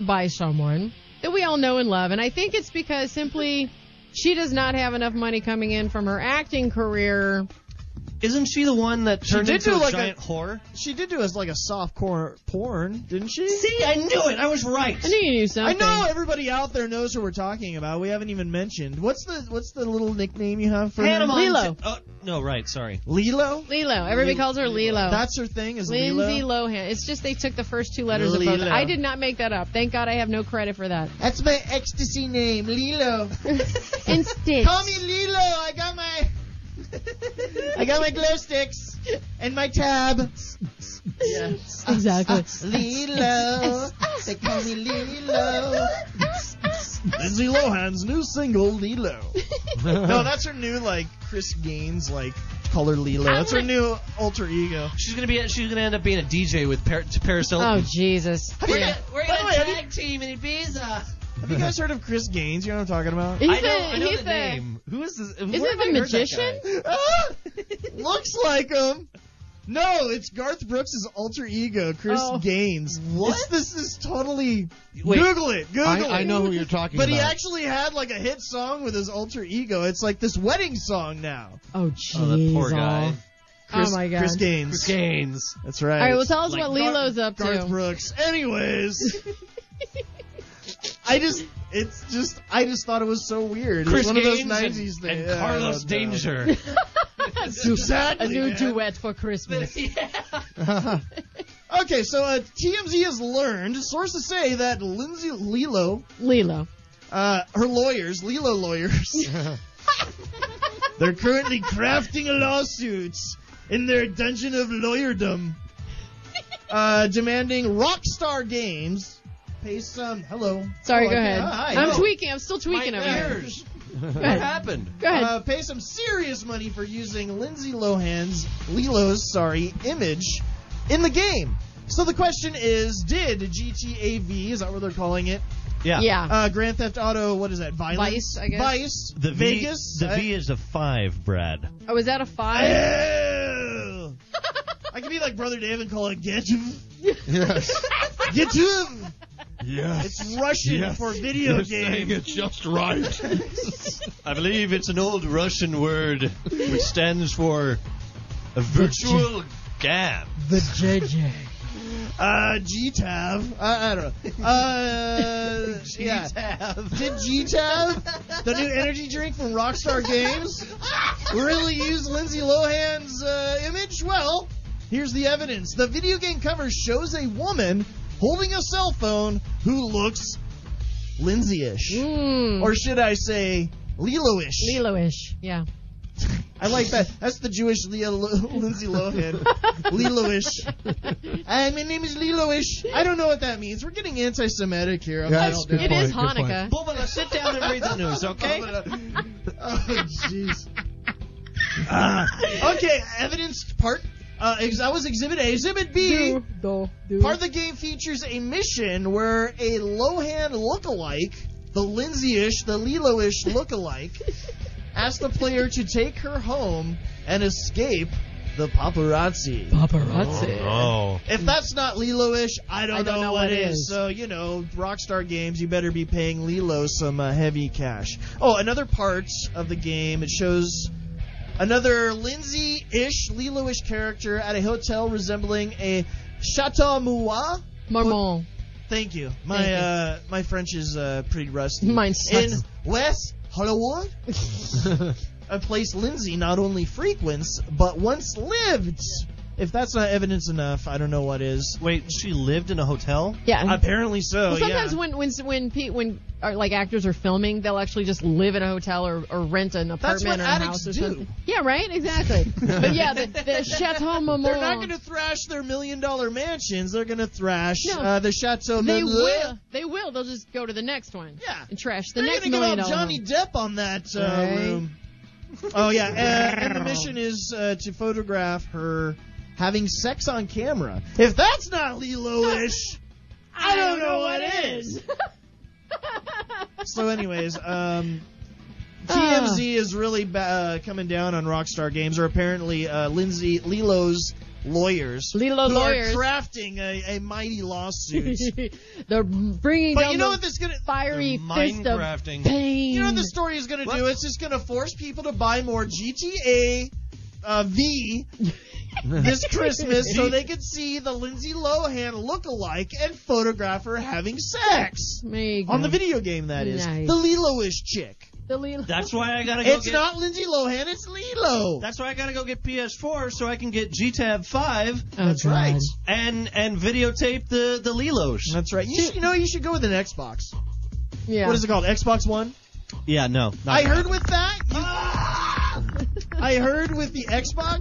Speaker 3: by someone that we all know and love. And I think it's because simply she does not have enough money coming in from her acting career.
Speaker 5: Isn't she the one that turned
Speaker 7: did
Speaker 5: into
Speaker 7: do
Speaker 5: a
Speaker 7: like a-
Speaker 5: giant whore?
Speaker 7: She did do us like a soft core porn, didn't she?
Speaker 5: See, I knew it. I was right.
Speaker 3: I knew you knew
Speaker 7: I
Speaker 3: something.
Speaker 7: know everybody out there knows who we're talking about. We haven't even mentioned. What's the what's the little nickname you have for her?
Speaker 5: Hannah Mon-
Speaker 3: Lilo.
Speaker 5: Oh, no, right. Sorry.
Speaker 7: Lilo?
Speaker 3: Lilo. Everybody calls her Lilo.
Speaker 7: That's her thing is
Speaker 3: Lindsay
Speaker 7: Lilo.
Speaker 3: Lohan. It's just they took the first two letters of both.
Speaker 7: Lilo.
Speaker 3: I did not make that up. Thank God I have no credit for that.
Speaker 7: That's my ecstasy name, Lilo.
Speaker 3: <laughs> Instead.
Speaker 7: Call me Lilo. I got Oh my I got my glow sticks and my tab.
Speaker 3: Exactly.
Speaker 7: Lilo. They call me Lilo. Lindsay Lohan's new single, Lilo. no, that's her new like Chris Gaines like color Lilo. That's her new alter ego.
Speaker 5: She's gonna be. She's gonna end up being a DJ with Par- to Paris
Speaker 3: Oh
Speaker 5: Hilton.
Speaker 3: Jesus.
Speaker 5: we're gonna,
Speaker 7: Yeah. By
Speaker 5: we're
Speaker 7: the
Speaker 5: gonna
Speaker 7: way, have you-
Speaker 5: tag team in Ibiza.
Speaker 7: Have you guys heard of Chris Gaines? You know what I'm talking about?
Speaker 3: He's
Speaker 5: I know, I know
Speaker 3: he's
Speaker 5: the
Speaker 3: a-
Speaker 5: name. Who is this? Isn't
Speaker 3: Isn't it the magician?
Speaker 7: Ah! <laughs> Looks like him. No, it's Garth Brooks' alter ego, Chris
Speaker 3: Oh.
Speaker 7: Gaines.
Speaker 5: What?
Speaker 7: It's- this is totally.
Speaker 5: Wait.
Speaker 7: Google it. Google
Speaker 1: I,
Speaker 7: it.
Speaker 1: I know who you're talking
Speaker 7: But
Speaker 1: about.
Speaker 7: he actually had like a hit song with his alter ego. It's like this wedding song now.
Speaker 3: Oh Jesus.
Speaker 5: Oh, that poor guy.
Speaker 7: Chris,
Speaker 3: oh my God.
Speaker 7: Chris Gaines.
Speaker 5: Chris Gaines.
Speaker 7: That's right.
Speaker 3: All right. Well, tell us
Speaker 5: Like
Speaker 3: what Lilo's up to.
Speaker 7: Garth Brooks. Anyways, I just it's just I just thought it was so weird. it's
Speaker 5: Chris
Speaker 7: one
Speaker 5: Gaines
Speaker 7: of those 90s
Speaker 5: and,
Speaker 7: things.
Speaker 5: and
Speaker 7: Yeah, I
Speaker 5: Carlos
Speaker 7: don't know.
Speaker 5: Danger.
Speaker 7: Exactly.
Speaker 3: a new
Speaker 7: man.
Speaker 3: duet for Christmas.
Speaker 7: <laughs> Okay, so uh, TMZ has learned sources say that Lindsay Lilo,
Speaker 3: Lilo.
Speaker 7: uh, her lawyers, Lilo
Speaker 3: <laughs>
Speaker 7: lawyers, they're currently crafting a lawsuit in their dungeon of lawyerdom, uh, demanding Rockstar Games pay some. Hello.
Speaker 3: Sorry,
Speaker 7: Oh,
Speaker 3: go
Speaker 7: I
Speaker 3: ahead.
Speaker 7: can't- Hi.
Speaker 3: I'm
Speaker 7: No.
Speaker 3: tweaking. I'm still tweaking
Speaker 5: My
Speaker 3: over here.
Speaker 5: ears.
Speaker 3: Go
Speaker 5: What
Speaker 3: ahead.
Speaker 5: happened?
Speaker 3: Go ahead.
Speaker 7: Uh, pay some serious money for using Lindsay Lohan's Lilo's sorry image in the game. So the question is, did GTA V, is that what they're calling it?
Speaker 5: Yeah.
Speaker 3: yeah.
Speaker 7: Uh, Grand Theft Auto, what is that? Violence?
Speaker 3: Vice, I guess.
Speaker 7: Vice.
Speaker 5: The v,
Speaker 7: Vegas.
Speaker 5: The V
Speaker 7: I-
Speaker 5: is a five, Brad.
Speaker 3: oh, is that a five? <laughs>
Speaker 7: Ew. I could be like Brother Dave and call it Get Him.
Speaker 1: yes.
Speaker 7: Get Him.
Speaker 6: Yes.
Speaker 7: It's Russian for video
Speaker 6: You're saying
Speaker 7: game.
Speaker 6: it just right.
Speaker 5: <laughs> I believe it's an old Russian word which stands for a virtual gam.
Speaker 2: The JJ.
Speaker 7: Uh, GTAV. I, I don't know. Uh, yeah. Did GTAV, the new energy drink from Rockstar Games,
Speaker 5: Oh,
Speaker 7: really use Lindsay Lohan's uh, image? Well, here's the evidence. The video game cover shows a woman holding a cell phone who looks Lindsay-ish,
Speaker 3: Mm.
Speaker 7: or should I say Lilo-ish?
Speaker 3: Lilo-ish. Yeah.
Speaker 7: I like that. That's the Jewish Leo,
Speaker 3: <laughs>
Speaker 7: Lindsay Lohan. Lilo-ish. Hi, my name is Lilo-ish. I don't know what that means. We're getting anti-Semitic here. I'm
Speaker 1: Yeah,
Speaker 7: I
Speaker 1: it's
Speaker 7: don't
Speaker 1: good
Speaker 7: know.
Speaker 3: It is
Speaker 1: point, good
Speaker 3: Hanukkah.
Speaker 5: Bubala, sit down and read the news,
Speaker 1: <laughs>
Speaker 5: okay?
Speaker 7: Oh, jeez. Ah. <laughs> okay, evidence part. Uh, ex- that was Exhibit A. Exhibit B.
Speaker 2: Do, do.
Speaker 7: Part of the game features a mission where a Lohan lookalike, the Lindsay-ish, the
Speaker 2: <laughs>
Speaker 7: Lilo-ish lookalike, asks the player to take her home and escape the paparazzi.
Speaker 2: paparazzi.
Speaker 5: Oh.
Speaker 7: If that's not Lilo-ish, I don't,
Speaker 3: Hmm. I don't know what
Speaker 7: is.
Speaker 3: is.
Speaker 7: So you know, Rockstar Games, you better be paying Lilo some uh, heavy cash. Oh, another part of the game it shows another Lindsay-ish, Lilo-ish character at a hotel resembling a Chateau Moua.
Speaker 3: Marmon.
Speaker 7: Thank you. My
Speaker 3: Thank you.
Speaker 7: uh my French is uh pretty rusty.
Speaker 3: Mine sucks.
Speaker 7: In West
Speaker 3: <laughs>
Speaker 7: Hollywood, a place Lindsay not only frequents but once lived. If that's not evidence enough, I don't know what is.
Speaker 5: Wait, she lived in a hotel?
Speaker 3: Yeah.
Speaker 7: Apparently so.
Speaker 3: well, sometimes
Speaker 7: yeah.
Speaker 3: when when when Pete when or like actors are filming, they'll actually just live in a hotel or, or rent an apartment
Speaker 7: That's what
Speaker 3: or a house
Speaker 7: addicts
Speaker 3: or
Speaker 7: do.
Speaker 3: something. Yeah, right.
Speaker 7: <laughs>
Speaker 3: Exactly. but yeah, the, the Chateau Marmont.
Speaker 7: They're not going to thrash their million dollar mansions. They're going to thrash
Speaker 3: No.
Speaker 7: uh, the Chateau.
Speaker 3: They
Speaker 7: Meublé.
Speaker 3: will. They will. They'll just go to the next one.
Speaker 7: Yeah.
Speaker 3: And trash the
Speaker 7: They're
Speaker 3: next
Speaker 7: gonna
Speaker 3: million
Speaker 7: give out
Speaker 3: dollar
Speaker 7: Johnny
Speaker 3: one.
Speaker 7: Depp on that uh,
Speaker 3: Right.
Speaker 7: room. Oh yeah, uh, and the mission is uh, to photograph her having sex on camera. If that's not Lilo-ish, I don't know what is. so, anyways,
Speaker 3: <laughs>
Speaker 7: um, TMZ
Speaker 3: Ah.
Speaker 7: is really ba- uh, coming down on Rockstar Games, or apparently uh, Lindsay Lilo's lawyers
Speaker 3: Lilo
Speaker 7: who
Speaker 3: lawyers.
Speaker 7: are crafting a, a mighty lawsuit.
Speaker 3: <laughs> They're bringing
Speaker 7: but
Speaker 3: down
Speaker 7: you know what
Speaker 3: the
Speaker 7: this is gonna
Speaker 3: fiery fist of
Speaker 5: Minecrafting.
Speaker 3: pain.
Speaker 7: you know what the story is going to do? It's just going to force people to buy more GTA uh,
Speaker 3: <laughs>
Speaker 7: V this Christmas so they can see the Lindsay Lohan look-alike and photograph her having sex.
Speaker 3: There you go.
Speaker 7: On the video game, that is.
Speaker 3: Nice.
Speaker 7: The Lilo-ish chick.
Speaker 3: The Lilo.
Speaker 5: That's why I gotta go
Speaker 7: It's
Speaker 5: get.
Speaker 7: not Lindsay Lohan, it's Lilo.
Speaker 5: that's why I gotta go get PS4 so I can get GTAB 5
Speaker 3: Oh,
Speaker 7: That's
Speaker 3: God.
Speaker 7: right.
Speaker 5: and and videotape the the Lilos.
Speaker 7: That's right. You, should, you know, you should go with an Xbox.
Speaker 3: Yeah.
Speaker 7: What is it called? Xbox One?
Speaker 5: Yeah, no. not
Speaker 7: I
Speaker 5: that.
Speaker 7: heard with that. You, I heard with the Xbox.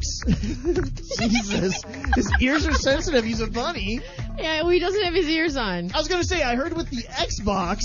Speaker 7: <laughs> Jesus, his ears are sensitive. He's a bunny.
Speaker 3: Yeah, well, he doesn't have his ears on.
Speaker 7: I was gonna say I heard with the Xbox,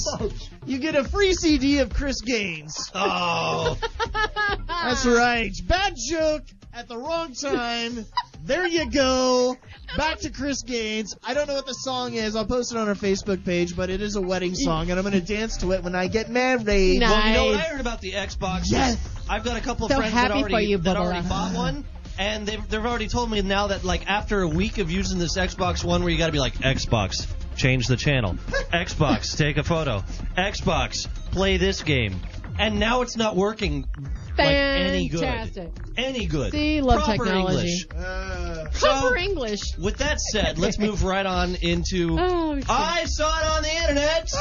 Speaker 7: you get a free CD of Chris Gaines.
Speaker 5: Oh.
Speaker 7: That's
Speaker 3: Ah.
Speaker 7: right. Bad joke at the
Speaker 3: <laughs>
Speaker 7: wrong time. There you go. Back to Chris Gaines. I don't know what the song is. I'll post it on our Facebook page, but it is a wedding song, and I'm gonna dance to it when I get married.
Speaker 3: Nice.
Speaker 5: Well, you know what I heard about the Xbox?
Speaker 7: Yes.
Speaker 5: I've got a couple of
Speaker 3: So
Speaker 5: friends that
Speaker 3: happy for
Speaker 5: already,
Speaker 3: you,
Speaker 5: that
Speaker 3: Bubba.
Speaker 5: already bought one. And they've, they've already told me now that, like, after a week of using this Xbox One, where you got to be like, Xbox, change the channel. Xbox, take a photo. Xbox, play this game. And now it's not working like any good.
Speaker 3: Fantastic.
Speaker 5: Any good.
Speaker 3: See, love
Speaker 5: Proper
Speaker 3: technology.
Speaker 5: English.
Speaker 7: Uh,
Speaker 3: Proper English.
Speaker 5: With that said,
Speaker 3: <laughs>
Speaker 5: let's move right on into.
Speaker 3: Oh, shit.
Speaker 5: I saw it on the internet, so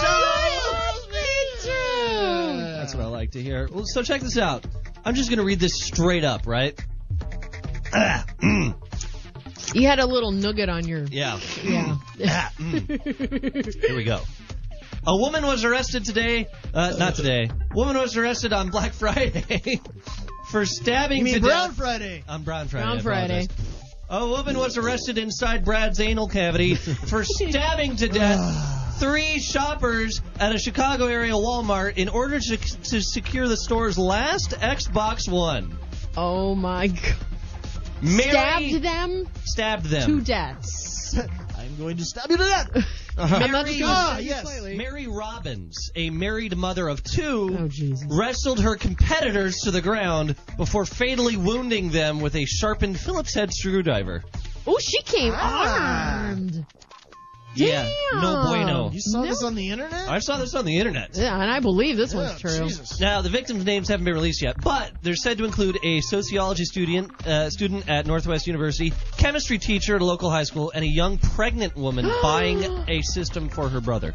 Speaker 5: That's what I like to hear. Well, so check this out. I'm just going to read this straight up, right? Ah, mm,
Speaker 3: You had a little nugget on your.
Speaker 5: yeah.
Speaker 3: Yeah.
Speaker 5: Ah,
Speaker 3: <laughs>
Speaker 5: mm. Here we go. A woman was arrested today.
Speaker 3: Oh,
Speaker 5: Uh, not today. Woman was arrested on Black Friday <laughs> for stabbing
Speaker 7: you
Speaker 5: to
Speaker 7: mean Brown
Speaker 5: death-
Speaker 7: Friday?
Speaker 5: on Brown Friday.
Speaker 3: Brown
Speaker 5: I
Speaker 3: Friday.
Speaker 5: apologize. A woman was arrested inside Brad's anal cavity for stabbing to death three shoppers at a Chicago area Walmart in order to, to secure the store's last Xbox One.
Speaker 3: Oh my god.
Speaker 5: Mary
Speaker 3: Stabbed them
Speaker 5: stabbed
Speaker 3: to
Speaker 5: them.
Speaker 3: deaths.
Speaker 7: <laughs> I'm going to stab you
Speaker 3: <laughs>
Speaker 7: to death.
Speaker 3: I'm not just gonna
Speaker 7: Ah,
Speaker 3: say
Speaker 7: yes.
Speaker 3: slightly.
Speaker 5: Mary Robbins, a married mother of two,
Speaker 3: Oh Jesus.
Speaker 5: wrestled her competitors to the ground before fatally wounding them with a sharpened Phillips head screwdriver.
Speaker 3: Oh, she came Oh, armed.
Speaker 5: Yeah, no
Speaker 3: Damn.
Speaker 5: bueno.
Speaker 7: Ah. You saw
Speaker 3: No.
Speaker 7: this on the internet?
Speaker 5: I saw this on the internet.
Speaker 3: Yeah, and I believe this
Speaker 7: Yeah,
Speaker 3: one's true.
Speaker 7: Jesus.
Speaker 5: Now, the victims' names haven't been released yet, but they're said to include a sociology student, uh, student at Northwest University, chemistry teacher at a local high school, and a young
Speaker 7: <gasps>
Speaker 5: pregnant woman buying a system for her brother.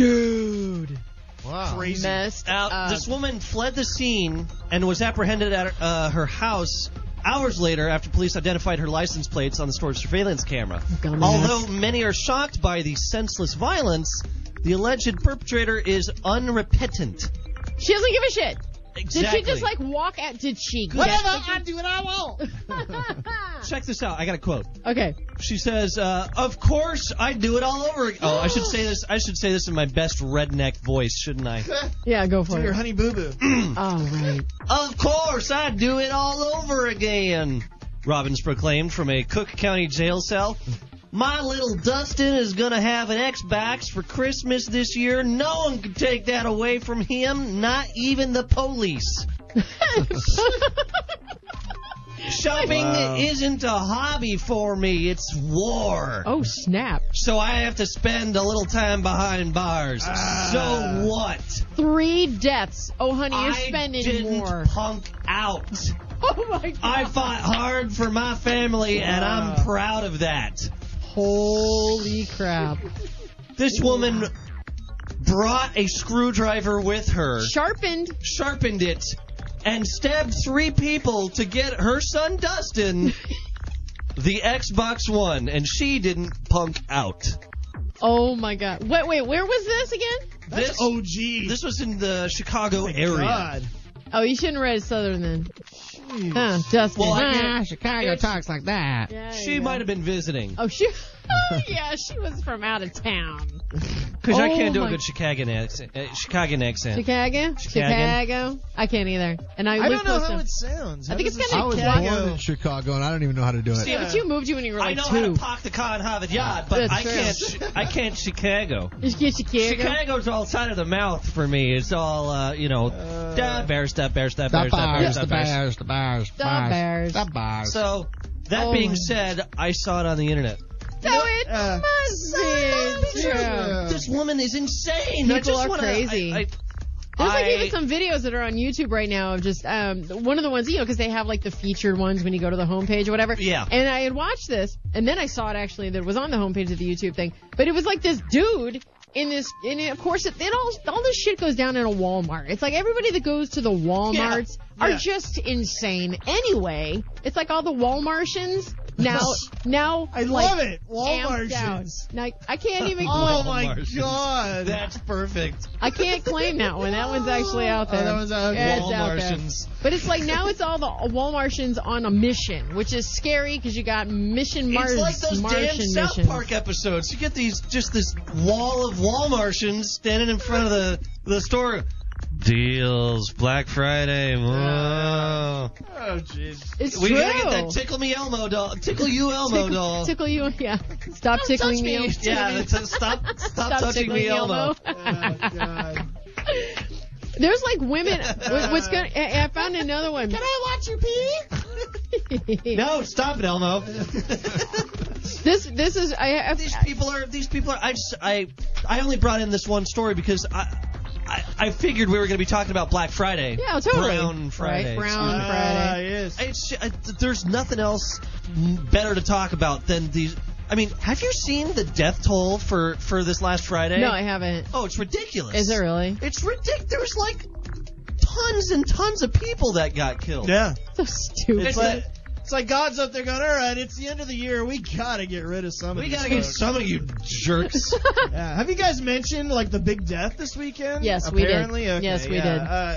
Speaker 3: Dude.
Speaker 1: Wow.
Speaker 7: Crazy.
Speaker 3: Messed
Speaker 5: Now,
Speaker 3: up.
Speaker 5: this woman fled the scene and was apprehended at uh, her house hours later after police identified her license plates on the store's surveillance camera.
Speaker 3: Dumbass.
Speaker 5: Although many are shocked by the senseless violence, the alleged perpetrator is unrepentant.
Speaker 3: She doesn't give a shit. Did
Speaker 5: Exactly.
Speaker 3: she just like walk at? Did she? get something?
Speaker 7: do what
Speaker 3: <laughs>
Speaker 7: I want.
Speaker 5: <laughs> Check this out. I got a quote.
Speaker 3: okay.
Speaker 5: She says, uh, "Of course, I do it all over again." Oh, I should say this. I should say this in my best redneck voice,
Speaker 3: <laughs>
Speaker 5: shouldn't I?
Speaker 3: Yeah, go for
Speaker 7: Do your
Speaker 3: it.
Speaker 7: honey boo boo.
Speaker 3: <clears throat> All right.
Speaker 5: Of course, I do it all over again, Robbins proclaimed from a Cook County jail cell. My little Dustin is going to have an Xbox for Christmas this year. No one can take that away from him, not even
Speaker 3: <laughs>
Speaker 5: the police. Shopping
Speaker 7: Wow.
Speaker 5: isn't a hobby for me, it's war.
Speaker 3: Oh snap!
Speaker 5: So I have to spend a little time behind bars.
Speaker 3: Ah.
Speaker 5: So what?
Speaker 3: Three deaths. Oh honey, you're
Speaker 5: I
Speaker 3: spending
Speaker 5: didn't
Speaker 3: more.
Speaker 5: punk out.
Speaker 3: <laughs> Oh my god.
Speaker 5: I fought hard for my family, and I'm proud of that.
Speaker 3: Holy crap!
Speaker 5: This woman brought a screwdriver with her,
Speaker 3: Sharpened.
Speaker 5: sharpened it, and stabbed three people to get her son Dustin the Xbox One, and she didn't punk out.
Speaker 3: Oh my god. Wait, wait. Where was this again?
Speaker 5: This,
Speaker 7: That's OG.
Speaker 5: this was in the Chicago area.
Speaker 7: God.
Speaker 3: Oh, you shouldn't read Southern then. Huh, Dustin.
Speaker 5: Well, I-
Speaker 2: Chicago talks like that.
Speaker 3: Yeah,
Speaker 5: She
Speaker 3: yeah.
Speaker 5: might have been visiting
Speaker 3: Oh, she. <laughs> yeah, she was from out of town.
Speaker 5: because I
Speaker 3: Oh
Speaker 5: can't do a
Speaker 3: my-
Speaker 5: good Chicagoan accent. Uh, Chicagoan accent.
Speaker 3: Chicago? Chicago? I can't either. And I,
Speaker 7: I
Speaker 3: live
Speaker 7: don't know
Speaker 3: close
Speaker 7: how
Speaker 3: to-
Speaker 7: it sounds.
Speaker 3: I think it's
Speaker 7: How does
Speaker 1: I
Speaker 3: gonna-
Speaker 7: it-
Speaker 1: was
Speaker 3: Chicago.
Speaker 1: born in Chicago and I don't even know how to do it.
Speaker 3: Yeah, but you moved you when you were
Speaker 5: I
Speaker 3: like
Speaker 5: know how
Speaker 3: two.
Speaker 5: to park the car in Harvard Yard, but
Speaker 3: That's
Speaker 5: I
Speaker 3: true.
Speaker 5: can't. Chi- I can't Chicago.
Speaker 3: Just get Chicago.
Speaker 5: Chicago's all side of the mouth for me. It's all uh, you know, da bear stuff, bear stuff, bear stuff, bear stuff, bear stuff.
Speaker 2: the bears,
Speaker 3: The Bears.
Speaker 2: the bears.
Speaker 5: So that
Speaker 3: Oh
Speaker 5: being
Speaker 3: my-
Speaker 5: said, I saw it on the internet.
Speaker 3: So it
Speaker 7: Uh,
Speaker 3: must be true. There's
Speaker 5: This woman is insane. I
Speaker 3: People
Speaker 5: just
Speaker 3: are
Speaker 5: wanna-
Speaker 3: crazy.
Speaker 5: I, I,
Speaker 3: like
Speaker 5: I-
Speaker 3: even some videos that are on YouTube right now of just um one of the ones you know because they have like the featured ones when you go to the homepage or whatever.
Speaker 5: Yeah.
Speaker 3: And I had watched this and then I saw it actually that was on the homepage of the YouTube thing, but it was like this dude. In this, and of course, it, it all all this shit goes down in a Walmart. It's like everybody that goes to the WalMarts are
Speaker 7: yeah.
Speaker 3: just insane. Anyway, it's like all the Walmartians
Speaker 7: <laughs>
Speaker 3: now now
Speaker 7: I
Speaker 3: like,
Speaker 7: love it.
Speaker 3: amped out.
Speaker 7: Walmartians.
Speaker 3: Like I can't even.
Speaker 7: <laughs> Oh
Speaker 3: claim-
Speaker 7: my
Speaker 5: Walmartians.
Speaker 7: god.
Speaker 5: That's perfect.
Speaker 3: I can't claim that one. That one's actually out
Speaker 7: Oh,
Speaker 3: there.
Speaker 7: that one's out.
Speaker 3: Yeah, it's out there.
Speaker 5: Walmartians.
Speaker 3: But it's like now it's all the Walmartians on a mission, which is scary because you got mission Mars.
Speaker 5: it's like those
Speaker 3: Martian
Speaker 5: damn South
Speaker 3: missions.
Speaker 5: Park episodes. You get these just this wall of Walmartians standing in front of the the store. Deals, Black Friday. whoa.
Speaker 7: Oh jeez.
Speaker 3: It's
Speaker 5: We
Speaker 3: true.
Speaker 5: gotta get that tickle me Elmo doll, tickle you Elmo doll.
Speaker 3: tickle you, yeah. Stop tickling
Speaker 5: Touch
Speaker 3: me.
Speaker 5: me. Yeah,
Speaker 3: <laughs>
Speaker 5: that's a- stop, stop,
Speaker 3: Stop
Speaker 5: touching me Elmo.
Speaker 3: <laughs>
Speaker 7: Oh, god.
Speaker 3: There's like women. what- What's good? I I found another one. Can I watch you <laughs> pee?
Speaker 5: No, stop it, Elmo.
Speaker 3: This this is I. I
Speaker 5: these people are these people are. I just I I only brought in this one story because I. I, I figured we were going to be talking about Black Friday.
Speaker 3: yeah, totally.
Speaker 5: Brown Friday.
Speaker 3: Right, brown
Speaker 7: Ah,
Speaker 3: Friday.
Speaker 7: yes.
Speaker 5: It's, I, there's nothing else better to talk about than these. I mean, have you seen the death toll for for this last Friday?
Speaker 3: No, I haven't.
Speaker 5: Oh, it's ridiculous.
Speaker 3: Is it really?
Speaker 5: It's ridiculous. There's like tons and tons of people that got killed.
Speaker 7: Yeah.
Speaker 3: <laughs> So stupid.
Speaker 7: It's like it's like God's up there going, all right, it's the end of the year. We gotta get rid of some. of
Speaker 5: We
Speaker 7: these
Speaker 5: gotta get
Speaker 7: folks."
Speaker 5: some of you jerks.
Speaker 7: <laughs> Yeah. Have you guys mentioned like the big death this weekend?
Speaker 3: Yes, we did.
Speaker 7: Apparently? Okay,
Speaker 3: Yes, we
Speaker 7: yeah.
Speaker 3: did.
Speaker 7: Uh,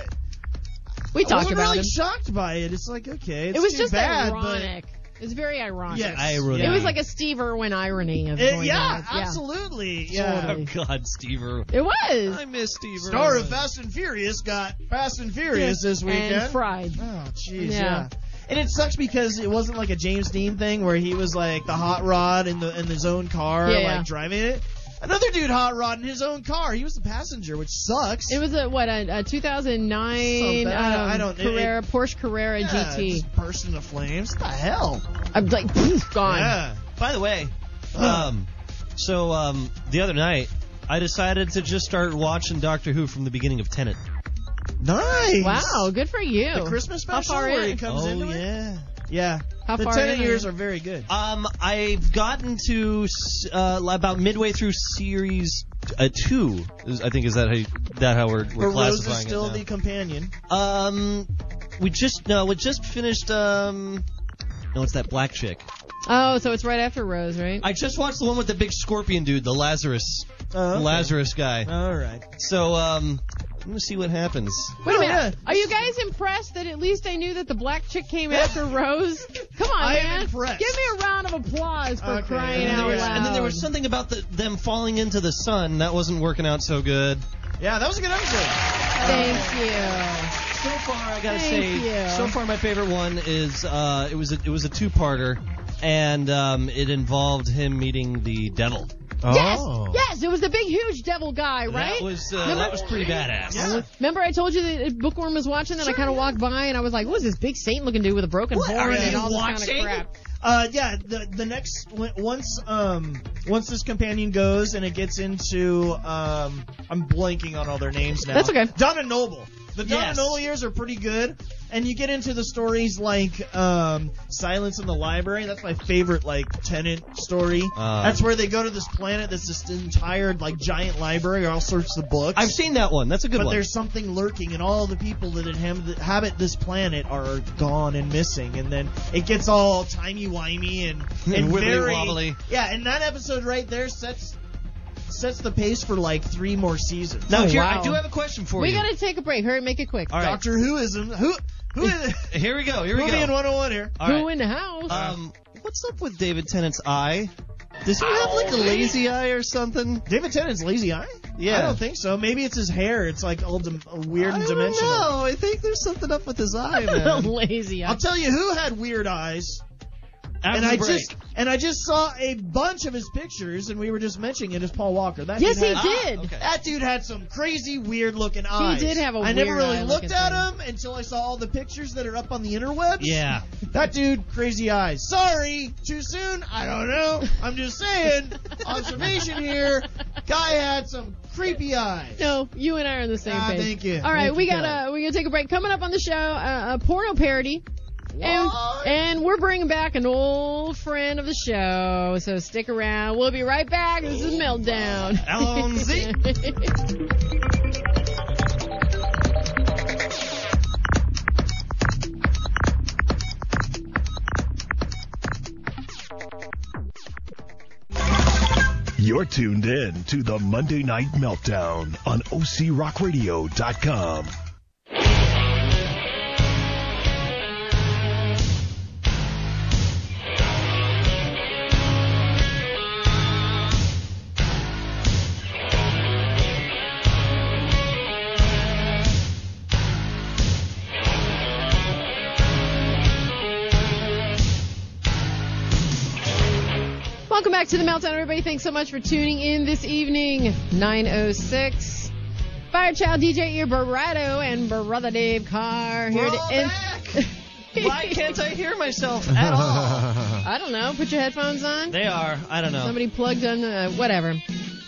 Speaker 3: we
Speaker 7: I
Speaker 3: talked
Speaker 7: wasn't
Speaker 3: about
Speaker 7: really
Speaker 3: him.
Speaker 7: shocked by it. It's like okay, it's
Speaker 3: it was
Speaker 7: too
Speaker 3: just
Speaker 7: bad,
Speaker 3: ironic. It was very ironic.
Speaker 7: But, yes,
Speaker 5: Irony.
Speaker 3: It was like a Steve Irwin irony of
Speaker 7: It-
Speaker 3: going on.
Speaker 7: yeah, absolutely. Yeah.
Speaker 3: Totally.
Speaker 5: oh God, Steve Irwin.
Speaker 3: It was.
Speaker 5: I miss Steve Irwin.
Speaker 7: Star of Fast and Furious got Fast and Furious this weekend.
Speaker 3: And fried.
Speaker 7: oh, jeez.
Speaker 3: Yeah.
Speaker 7: Yeah. And it sucks because it wasn't like a James Dean thing where he was like the hot rod in the in his own car,
Speaker 3: Yeah,
Speaker 7: like
Speaker 3: yeah.
Speaker 7: driving it. Another dude hot rod in his own car. He was the passenger, which sucks.
Speaker 3: It was a what a, a 2009
Speaker 7: Something,
Speaker 3: um,
Speaker 7: I don't- I don't- it-
Speaker 3: Carrera Porsche Carrera
Speaker 7: yeah,
Speaker 3: GT.
Speaker 7: Just burst into flames. What the hell?
Speaker 3: I'm like poof, gone.
Speaker 7: Yeah.
Speaker 5: By the way, <sighs> um, So um, the other night, I decided to just start watching Doctor Who from the beginning of Tenet.
Speaker 7: Nice.
Speaker 3: Wow, good for you.
Speaker 7: The Christmas
Speaker 3: How
Speaker 7: special
Speaker 3: far
Speaker 7: where
Speaker 3: in?
Speaker 7: he comes
Speaker 5: oh
Speaker 7: into it.
Speaker 5: yeah.
Speaker 7: Yeah.
Speaker 3: How
Speaker 7: the
Speaker 3: far
Speaker 7: Tenet
Speaker 3: in are
Speaker 7: years
Speaker 3: you?
Speaker 7: are very good.
Speaker 5: Um, I've gotten to s- uh, about midway through series uh, two. Is- I think is that how you, that how we're, we're
Speaker 7: But Rose is
Speaker 5: classifying
Speaker 7: still the
Speaker 5: it
Speaker 7: companion.
Speaker 5: now. Um, we just no, we just finished. Um, no, it's that black chick.
Speaker 3: Oh, so it's right after Rose, right?
Speaker 5: I just watched the one with the big scorpion dude, the Lazarus,
Speaker 7: Oh, okay.
Speaker 5: Lazarus guy.
Speaker 7: All right.
Speaker 5: So um, let me see what happens.
Speaker 3: Wait a
Speaker 7: Oh,
Speaker 3: minute.
Speaker 7: yeah.
Speaker 3: Are you guys impressed that at least I knew that the black chick came after Rose? Come on,
Speaker 7: I am
Speaker 3: man.
Speaker 7: impressed.
Speaker 3: Give me a round of applause for
Speaker 7: Okay.
Speaker 3: crying
Speaker 7: And then
Speaker 3: out
Speaker 7: there was-
Speaker 3: loud.
Speaker 5: And then there was something about the, them falling into the sun that wasn't working out so good.
Speaker 7: Yeah, that was a good episode. Um,
Speaker 3: Thank you.
Speaker 5: So far, I gotta
Speaker 3: Thank
Speaker 5: say,
Speaker 3: you.
Speaker 5: so far my favorite one is uh, it was a, it was a two-parter, and um, it involved him meeting the devil.
Speaker 3: Yes,
Speaker 1: Oh.
Speaker 3: yes, it was the big, huge devil guy, right?
Speaker 5: That was uh,
Speaker 3: Remember-
Speaker 5: that was pretty badass.
Speaker 3: Remember, I told you that Bookworm was watching, and I kind of walked by, and I was like, "Who's this big saint-looking dude with a broken
Speaker 7: are
Speaker 3: horn and
Speaker 7: you
Speaker 3: all this kind of crap?"
Speaker 7: Uh, yeah. The the next when- once um once this companion goes and it gets into um I'm blanking on all their names now.
Speaker 3: That's okay.
Speaker 7: Donna Noble. The Donna
Speaker 5: Yes.
Speaker 7: Noble years are pretty good. And you get into the stories like um, Silence in the Library. That's my favorite like tenant story.
Speaker 5: Uh,
Speaker 7: that's where they go to this planet that's this entire like giant library, all sorts of books.
Speaker 5: I've seen that one. That's a good
Speaker 7: but
Speaker 5: one.
Speaker 7: there's something lurking, and all the people that inhab- that inhabit this planet are gone and missing. And then it gets all timey wimey
Speaker 5: <laughs>
Speaker 7: and and
Speaker 5: Wibbly
Speaker 7: very
Speaker 5: wobbly.
Speaker 7: yeah. And that episode right there sets sets the pace for like three more seasons.
Speaker 5: now, here
Speaker 3: Oh, wow.
Speaker 5: I do have a question for
Speaker 3: We
Speaker 5: you.
Speaker 3: gotta take a break. Hurry, make it quick.
Speaker 5: All right.
Speaker 7: Doctor Whoism, who who is
Speaker 5: <laughs> Here we go. Oh, Here we
Speaker 7: movie in
Speaker 5: go.
Speaker 7: 101 here?
Speaker 5: All
Speaker 3: Who
Speaker 5: right.
Speaker 3: in the house?
Speaker 5: Um, what's up with David Tennant's eye? Does he have like a lazy eye or something?
Speaker 7: David Tennant's lazy eye?
Speaker 5: Yeah.
Speaker 7: I don't think so. Maybe it's his hair. It's like all dim- weird
Speaker 5: I
Speaker 7: and
Speaker 5: don't
Speaker 7: dimensional.
Speaker 5: know. I think there's something up with his
Speaker 3: <laughs>
Speaker 5: eye, man.
Speaker 3: lazy.
Speaker 7: I'll tell you who had weird eyes.
Speaker 5: After
Speaker 7: and
Speaker 5: the
Speaker 7: I
Speaker 5: break.
Speaker 7: just and I just saw a bunch of his pictures, and we were just mentioning it as Paul Walker. That
Speaker 3: yes,
Speaker 7: dude
Speaker 3: he
Speaker 7: had,
Speaker 3: did.
Speaker 5: Ah, okay.
Speaker 7: That dude had some crazy, weird looking eyes.
Speaker 3: did have a
Speaker 7: I never
Speaker 3: weird
Speaker 7: really
Speaker 3: eye
Speaker 7: looked
Speaker 3: looking
Speaker 7: at
Speaker 3: thing.
Speaker 7: him until I saw all the pictures that are up on the interwebs.
Speaker 5: yeah.
Speaker 7: <laughs> That dude, crazy eyes. Sorry, too soon. I don't know. I'm just
Speaker 3: <laughs>
Speaker 7: saying. observation here. Guy had some creepy eyes.
Speaker 3: No, you and I are on the same
Speaker 7: Ah,
Speaker 3: page.
Speaker 7: thank you.
Speaker 3: All right,
Speaker 7: Thank
Speaker 3: we
Speaker 7: you,
Speaker 3: gotta we gotta take a break. Coming up on the show, uh, a porno parody, and and we're bringing back an old friend of the show. So stick around. We'll be right back. This is Meltdown.
Speaker 7: <laughs>
Speaker 5: LMZ.
Speaker 6: You're tuned in to the Monday Night Meltdown on OCRockRadio.com.
Speaker 3: <laughs> Welcome back to the Meltdown, everybody. Thanks so much for tuning in this evening. 906. Firechild DJ Ear Barretto and Brother Dave Carr here to end. <laughs>
Speaker 5: Why can't I hear myself <laughs> at all?
Speaker 3: I don't know. Put your headphones on.
Speaker 5: They are. I don't know.
Speaker 3: Somebody plugged on uh, whatever.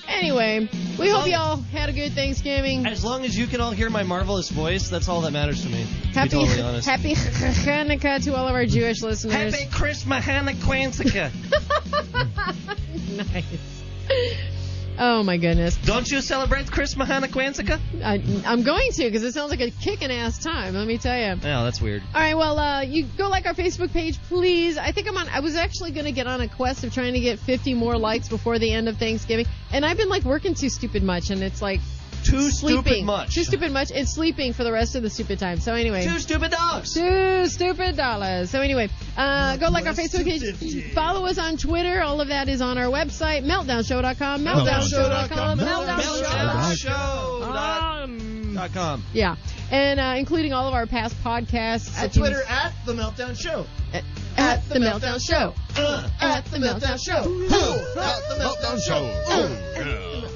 Speaker 3: Anyway, we hope
Speaker 5: Well-
Speaker 3: y'all had a good Thanksgiving.
Speaker 5: As long as you can all hear my marvelous voice, that's all that matters to me. To
Speaker 3: Happy
Speaker 5: be totally honest.
Speaker 3: Happy Hanukkah to all of our Jewish listeners.
Speaker 5: Christmas,
Speaker 3: <laughs>
Speaker 5: Hanukkah.
Speaker 3: nice. Oh my goodness.
Speaker 5: Don't you celebrate Christmas, Hanukkah?
Speaker 3: I, I'm going to because it sounds like a kicking ass time. Let me tell you.
Speaker 5: No, that's weird.
Speaker 3: All right, well, uh, you go like our Facebook page, please. I think I'm on. I was actually going to get on a quest of trying to get 50 more likes before the end of Thanksgiving, and I've been like working too stupid much, and it's like
Speaker 5: Too
Speaker 3: sleeping
Speaker 5: stupid much.
Speaker 3: too stupid much, and sleeping for the rest of the stupid time. So anyway,
Speaker 5: Two stupid dogs.
Speaker 3: Two stupid dollars. So anyway, uh, go like our Facebook page. Follow us on Twitter. All of that is on our website, meltdownshow.com, meltdownshow.com, meltdownshow.
Speaker 5: Dot com. <laughs>
Speaker 3: Yeah, and uh, including all of our past podcasts.
Speaker 7: At
Speaker 3: If you-
Speaker 7: Twitter at the Meltdown Show.
Speaker 3: at, at the Meltdown Show.
Speaker 7: Uh,
Speaker 3: At the Meltdown Show.
Speaker 7: Who? At the Meltdown Show.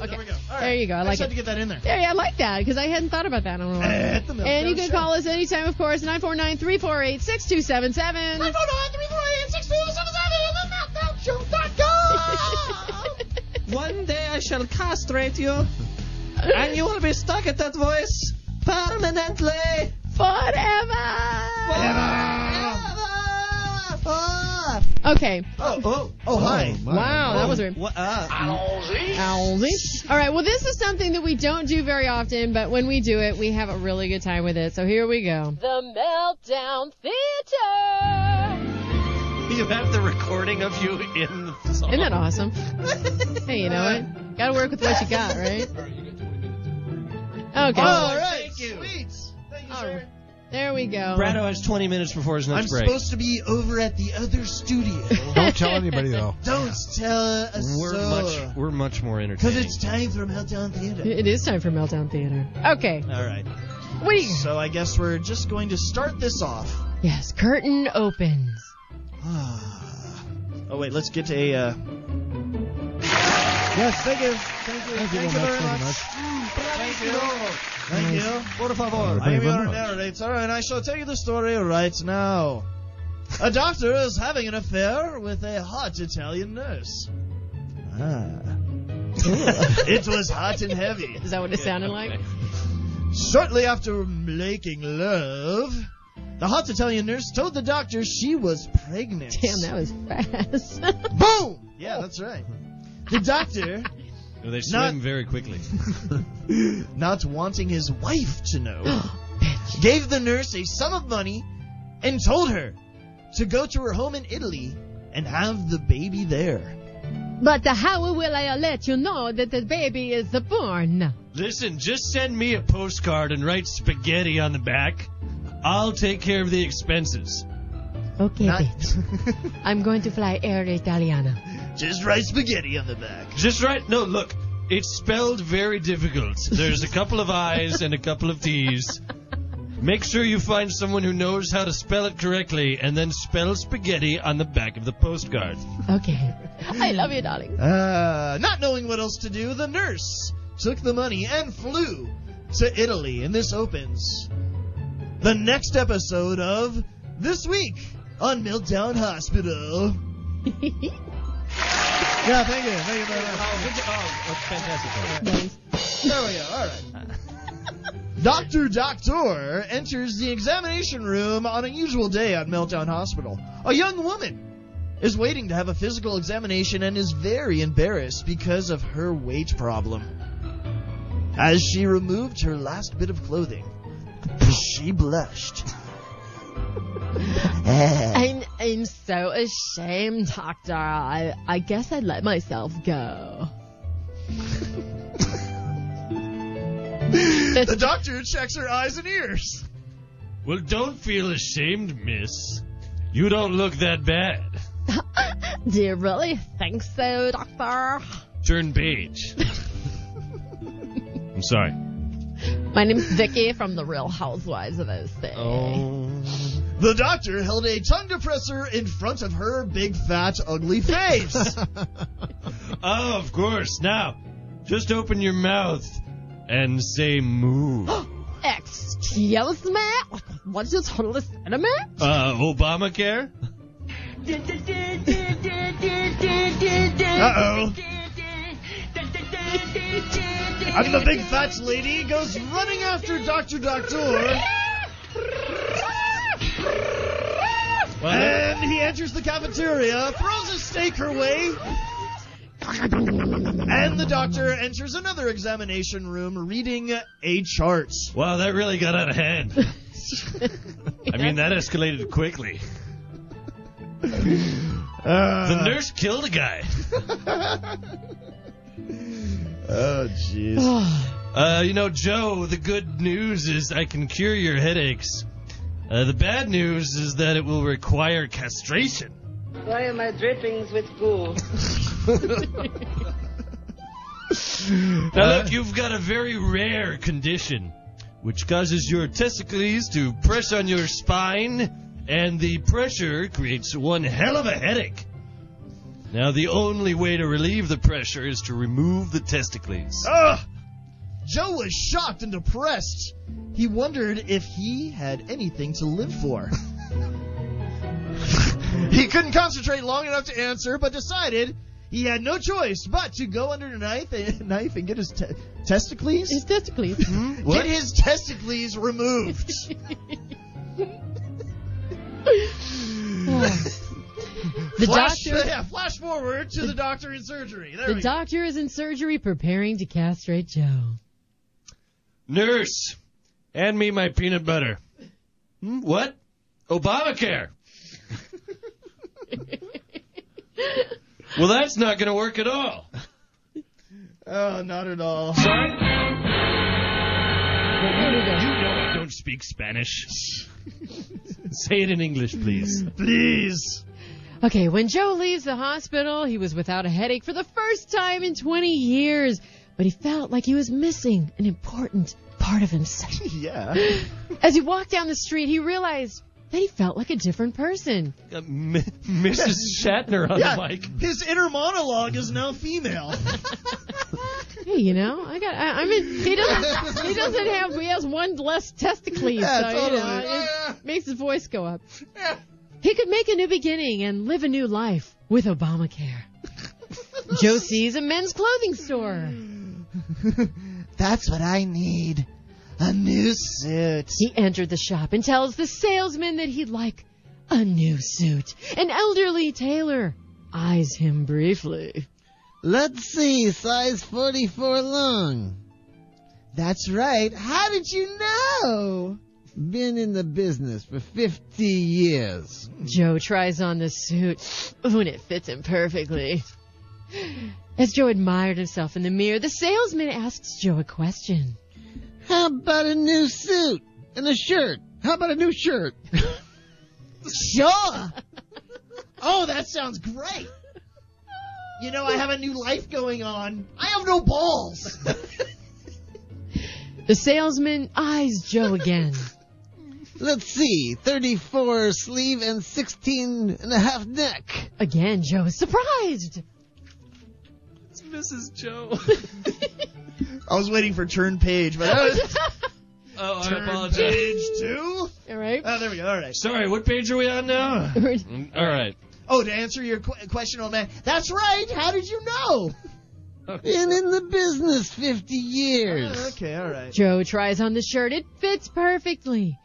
Speaker 3: Okay,
Speaker 7: There we go. All right.
Speaker 3: there you go. I
Speaker 7: I
Speaker 3: like
Speaker 7: just had to
Speaker 3: it.
Speaker 7: get that in there.
Speaker 3: Yeah, yeah, I like that because I hadn't thought about that in a while.
Speaker 7: At the Meltdown
Speaker 3: And you can
Speaker 7: Show.
Speaker 3: call us anytime, of course, 949 348 6277. <laughs>
Speaker 5: I shall castrate you, and you will be stuck at that voice permanently. Forever.
Speaker 3: Okay.
Speaker 7: Oh, oh, oh,
Speaker 1: Hi.
Speaker 7: hi.
Speaker 3: Wow, that was weird.
Speaker 5: What? Uh,
Speaker 3: Owlsy. All right, well, this is something that we don't do very often, but when we do it, we have a really good time with it. So here we go. The Meltdown Theater.
Speaker 5: you have the recording of you in the song.
Speaker 3: Isn't that awesome? hey, you know what? Gotta work with what you got, right? Okay.
Speaker 5: Oh,
Speaker 7: All right.
Speaker 10: Sweet. Thank you,
Speaker 3: All
Speaker 10: sir.
Speaker 3: right. There we go.
Speaker 5: Brado has 20 minutes before his next
Speaker 7: I'm
Speaker 5: break.
Speaker 7: supposed to be over at the other studio.
Speaker 1: Don't tell anybody though.
Speaker 7: Don't tell a
Speaker 5: we're much we're much more
Speaker 7: Because
Speaker 5: entertaining.
Speaker 7: it's time for Meltdown Theater.
Speaker 3: It is time for Meltdown Theater. Okay.
Speaker 7: All right.
Speaker 3: What do you
Speaker 7: So I guess we're just going to start this off.
Speaker 3: Yes, curtain opens. Ah.
Speaker 7: oh wait, let's get to a. Uh...
Speaker 1: Yes, thank you.
Speaker 7: Thank you.
Speaker 1: Thank you
Speaker 7: Thank you
Speaker 1: very
Speaker 7: very
Speaker 1: much.
Speaker 7: much. Thank you. Thank
Speaker 1: Nice.
Speaker 7: you. Por favor.
Speaker 1: Thank
Speaker 7: I
Speaker 1: you
Speaker 7: am
Speaker 1: very
Speaker 7: your
Speaker 1: much.
Speaker 7: narrator, and I shall tell you the story right now. A doctor is having an affair with a hot Italian nurse. Ah. it was hot and heavy.
Speaker 3: Is that what it sounded like?
Speaker 7: Shortly after making love, the hot Italian nurse told the doctor she was pregnant.
Speaker 3: Damn, that was fast.
Speaker 7: Boom! Yeah, that's right. The doctor,
Speaker 4: No, they
Speaker 7: Not-
Speaker 4: swim very
Speaker 5: <laughs>
Speaker 4: quickly.
Speaker 7: not wanting his wife to
Speaker 3: <gasps>
Speaker 7: know, gave the nurse a sum of money and told her to go to her home in Italy and have the baby there.
Speaker 3: but how will I let you know that the baby is born?
Speaker 5: Listen, just send me a postcard and write spaghetti on the back. I'll take care of the expenses.
Speaker 3: Okay,
Speaker 7: Not-
Speaker 3: bitch. <laughs> I'm going to fly Air Italiana.
Speaker 7: Just write spaghetti on the back.
Speaker 5: Just right. No, look, it's spelled very difficult. There's a couple of I's and a couple of T's. Make sure you find someone who knows how to spell it correctly and then spell spaghetti on the back of the postcard.
Speaker 3: Okay. I love you, darling.
Speaker 7: Uh, not knowing what else to do, the nurse took the money and flew to Italy. And this opens the next episode of This Week on Meltdown Hospital. yeah, thank you. Thank you
Speaker 3: Nice.
Speaker 7: very much. There we go. All right. Doctor Doctor enters the examination room on a usual day at Meltdown Hospital. A young woman is waiting to have a physical examination and is very embarrassed because of her weight problem. As she removed her last bit of clothing, she blushed. <laughs>
Speaker 3: I'm, I'm so ashamed, Doctor. I, I guess I let myself go. <laughs>
Speaker 7: the doctor checks her eyes and ears.
Speaker 5: Well, don't feel ashamed, miss. You don't look that bad.
Speaker 3: Do you really think so, Doctor?
Speaker 5: Turn page. I'm sorry.
Speaker 3: My name's Vicky from The Real Housewives of Osage.
Speaker 7: The doctor held a tongue depressor in front of her big, fat, ugly face.
Speaker 5: Oh, of course. Now, just open your mouth and say moo. <gasps> uh,
Speaker 3: Excuse me? What did you totally say <laughs> to me?
Speaker 5: Obamacare?
Speaker 7: Uh oh. And the big fat lady goes running after Dr. Doctor, and he enters the cafeteria, throws a steak her way, and the doctor enters another examination room reading a chart.
Speaker 5: Wow, that really got out
Speaker 7: <laughs>
Speaker 5: of hand. I mean, that escalated quickly.
Speaker 7: Uh.
Speaker 5: The nurse killed a guy.
Speaker 7: <laughs> Oh, jeez.
Speaker 5: <sighs> Uh, you know, Joe, the good news is I can cure your headaches. Uh, the bad news is that it will require castration.
Speaker 9: Why are my drippings with
Speaker 2: <laughs>
Speaker 9: goo?
Speaker 13: Oh
Speaker 5: Now, look, you've got a very rare condition, which causes your testicles to press on your spine, and the pressure creates one hell of a headache. Now, the only way to relieve the pressure is to remove the testicles.
Speaker 7: Ugh. Joe was shocked and depressed. He wondered if he had anything to live
Speaker 2: <laughs>
Speaker 7: for. he couldn't concentrate long enough to answer, but decided
Speaker 2: He had no choice but to go under the knife and, <laughs> knife and get his te- testicles. Hmm?
Speaker 3: His testicles. <laughs>
Speaker 2: Get his testicles removed. <laughs>
Speaker 3: The
Speaker 2: flash,
Speaker 3: doctor.
Speaker 2: yeah, flash forward to the doctor in surgery. There
Speaker 3: The
Speaker 2: we go.
Speaker 3: doctor is in surgery preparing to castrate Joe.
Speaker 5: Nurse, hand me my peanut butter. Hmm, what? <laughs> Obamacare. well, that's not going to work at all.
Speaker 2: Oh, not at all.
Speaker 5: Sorry? You know I don't speak Spanish. <laughs> Say it in English, please.
Speaker 2: Please.
Speaker 3: Okay, when Joe leaves the hospital, he was without a headache for the first time in 20 years, but he felt like he was missing an important part of himself.
Speaker 2: Yeah.
Speaker 3: As he walked down the street, he realized that he felt like a different person.
Speaker 5: Uh, M- Mrs. Shatner on
Speaker 2: Yeah.
Speaker 5: the mic.
Speaker 2: His inner <laughs> monologue is now female.
Speaker 3: <laughs> Hey, you know, I got, I, I mean, he doesn't, he doesn't have, he has one less testicles,
Speaker 2: Yeah,
Speaker 3: so, you know,
Speaker 2: totally.
Speaker 3: it makes his voice go up. He could make a new beginning and live a new life with
Speaker 2: <laughs>
Speaker 3: Obamacare. Joe sees a men's clothing store.
Speaker 2: <laughs> That's what I need. A new suit.
Speaker 3: He entered the shop and tells the salesman that he'd like a new suit. An elderly tailor eyes him briefly.
Speaker 2: Let's see, size 44 long. That's right. How did you know? Been in the business for 50 years.
Speaker 3: Joe tries on the suit. Ooh, and it fits him perfectly. As Joe admired himself in the mirror, the salesman asks Joe a question.
Speaker 2: How about a new suit and a shirt? How about a
Speaker 3: <laughs>
Speaker 2: new shirt? sure. Oh, that sounds great. You know, I have a new life going on. I have no balls.
Speaker 3: The salesman eyes Joe again.
Speaker 2: <laughs> Let's see, 34 sleeve and 16 and a half neck.
Speaker 3: Again, Joe is surprised.
Speaker 5: It's Mrs. Joe.
Speaker 7: I was waiting for turn
Speaker 3: <laughs>
Speaker 7: page, but I was
Speaker 5: Oh, I apologize.
Speaker 7: page two.
Speaker 3: All right.
Speaker 7: Oh, there we go. All right.
Speaker 5: Sorry, what page are we on now? Mm, All right.
Speaker 7: Oh, to answer your qu- question, old man. That's right. How did you know?
Speaker 2: <laughs> Been in the business 50
Speaker 3: Uh,
Speaker 2: years.
Speaker 7: Ah, Okay. All right.
Speaker 3: Joe tries on the shirt. It fits perfectly.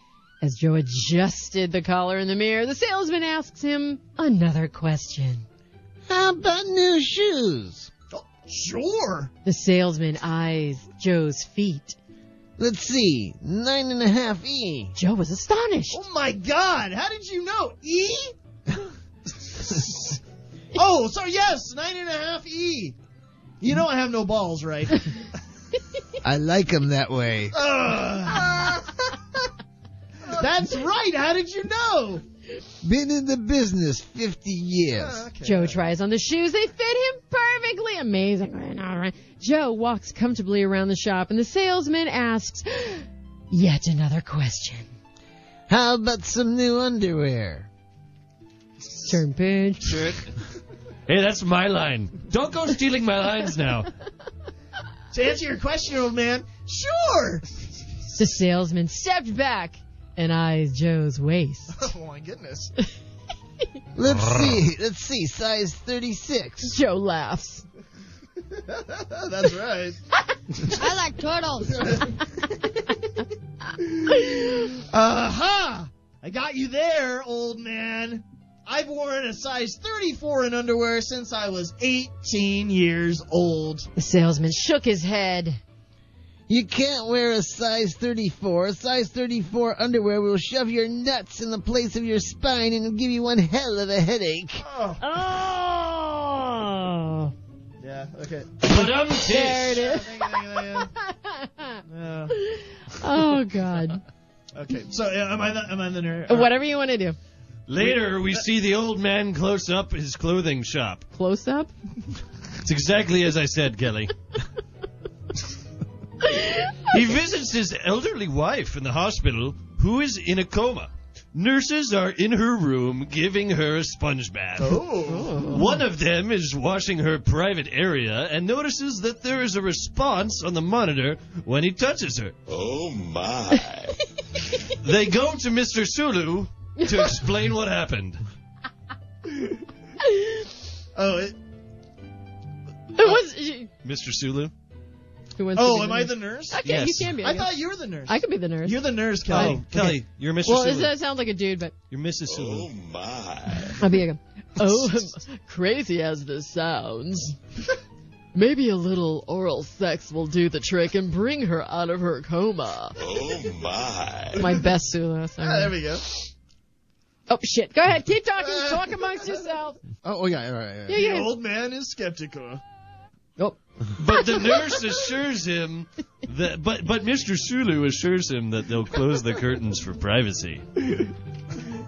Speaker 3: As Joe adjusted the collar in the mirror, the salesman asks him another question.
Speaker 2: How about new shoes? sure.
Speaker 3: The salesman eyes Joe's feet.
Speaker 2: Let's see, nine and a half E.
Speaker 3: Joe was astonished.
Speaker 7: Oh my God! How did you know? E? <laughs> oh, sorry. Yes, nine and a half E. You know I have no balls,
Speaker 2: <laughs>
Speaker 7: right?
Speaker 1: I like him that way.
Speaker 7: Ugh. That's right. How did you know?
Speaker 2: Oh,
Speaker 1: Been in the business 50 years.
Speaker 7: Okay.
Speaker 3: Joe tries on the shoes. They fit him perfectly. Amazing. All right. Joe walks comfortably around the shop, and the salesman asks yet another question.
Speaker 2: How about some new underwear?
Speaker 3: Turn page.
Speaker 5: Hey, that's my line. Don't go stealing my lines now.
Speaker 7: To answer your question, old man, sure.
Speaker 3: The salesman stepped back and eyes Joe's waist.
Speaker 7: <laughs> Oh my goodness.
Speaker 2: <laughs> Let's see, let's see, size 36.
Speaker 3: Joe laughs.
Speaker 7: <laughs> That's right.
Speaker 2: <laughs>
Speaker 3: I like turtles.
Speaker 7: <laughs> Aha! I got you there, old man. I've worn a size 34 in underwear since I was 18 years old.
Speaker 3: the salesman shook his head.
Speaker 2: You can't wear a size 34. A size 34 underwear will shove your nuts in the place of your spine and it'll give you one hell of a headache.
Speaker 7: Oh.
Speaker 3: Oh.
Speaker 7: Yeah, okay.
Speaker 5: Ba-dum tish.
Speaker 7: Yeah.
Speaker 3: Oh God.
Speaker 7: Okay, so yeah, am I the, am I the nerd?
Speaker 3: <laughs> Whatever you want to do.
Speaker 5: Later, we see the old man close up his clothing shop.
Speaker 3: Close up.
Speaker 5: It's exactly as I said, Kelly. he visits his elderly wife in the hospital, who is in a coma. Nurses are in her room giving her a sponge bath.
Speaker 7: Oh.
Speaker 5: One of them is washing her private area and notices that there is a response on the monitor when he touches her.
Speaker 6: Oh my.
Speaker 5: <laughs> They go to Mr. Sulu to
Speaker 7: <laughs>
Speaker 5: explain what happened.
Speaker 7: Oh, it,
Speaker 3: Who was?
Speaker 5: Mr. Sulu.
Speaker 3: Who wants to
Speaker 7: Oh,
Speaker 3: be
Speaker 7: am I the nurse?
Speaker 3: Okay,
Speaker 5: Yes.
Speaker 3: you can be. I,
Speaker 7: I
Speaker 3: guess.
Speaker 7: thought you were the nurse.
Speaker 3: I could be the nurse.
Speaker 7: You're the nurse, Kelly.
Speaker 5: Oh, Kelly, you're Mr.
Speaker 3: well,
Speaker 5: Sulu.
Speaker 3: is that sound like a dude? But
Speaker 5: You're Mrs. Sulu.
Speaker 6: Oh, my.
Speaker 3: I'll be like, <laughs> oh, crazy as this
Speaker 7: <laughs>
Speaker 3: sounds. Maybe a little oral sex will do the trick and bring her out of her
Speaker 7: <laughs>
Speaker 3: coma.
Speaker 6: Oh, my.
Speaker 3: My best Sulu.
Speaker 7: Ah, there
Speaker 3: Sorry.
Speaker 7: we go.
Speaker 3: Oh shit! Go ahead, keep
Speaker 7: <laughs>
Speaker 3: talking.
Speaker 7: Ah.
Speaker 3: Talk amongst yourself.
Speaker 1: Oh, oh, yeah, all right, all right.
Speaker 3: Yeah,
Speaker 7: The
Speaker 3: yeah.
Speaker 7: old man is skeptical.
Speaker 3: Oh,
Speaker 5: But the nurse assures him that, but but Mr. Sulu assures him that they'll close the curtains for privacy.
Speaker 7: <laughs>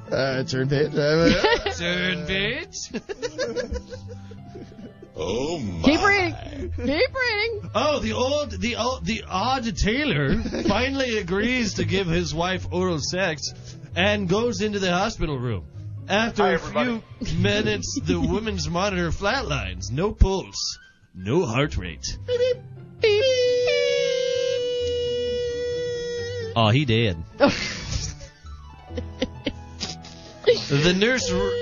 Speaker 7: Uh, turn page. Uh, <laughs>
Speaker 5: Turn <laughs> page.
Speaker 6: Oh, my.
Speaker 3: keep reading. Keep reading.
Speaker 5: Oh, the old, the old, the odd tailor finally agrees to give his wife oral sex and goes into the hospital room. After a few minutes, the woman's monitor flatlines. No pulse, no heart rate. Oh, he did. The nurse. r-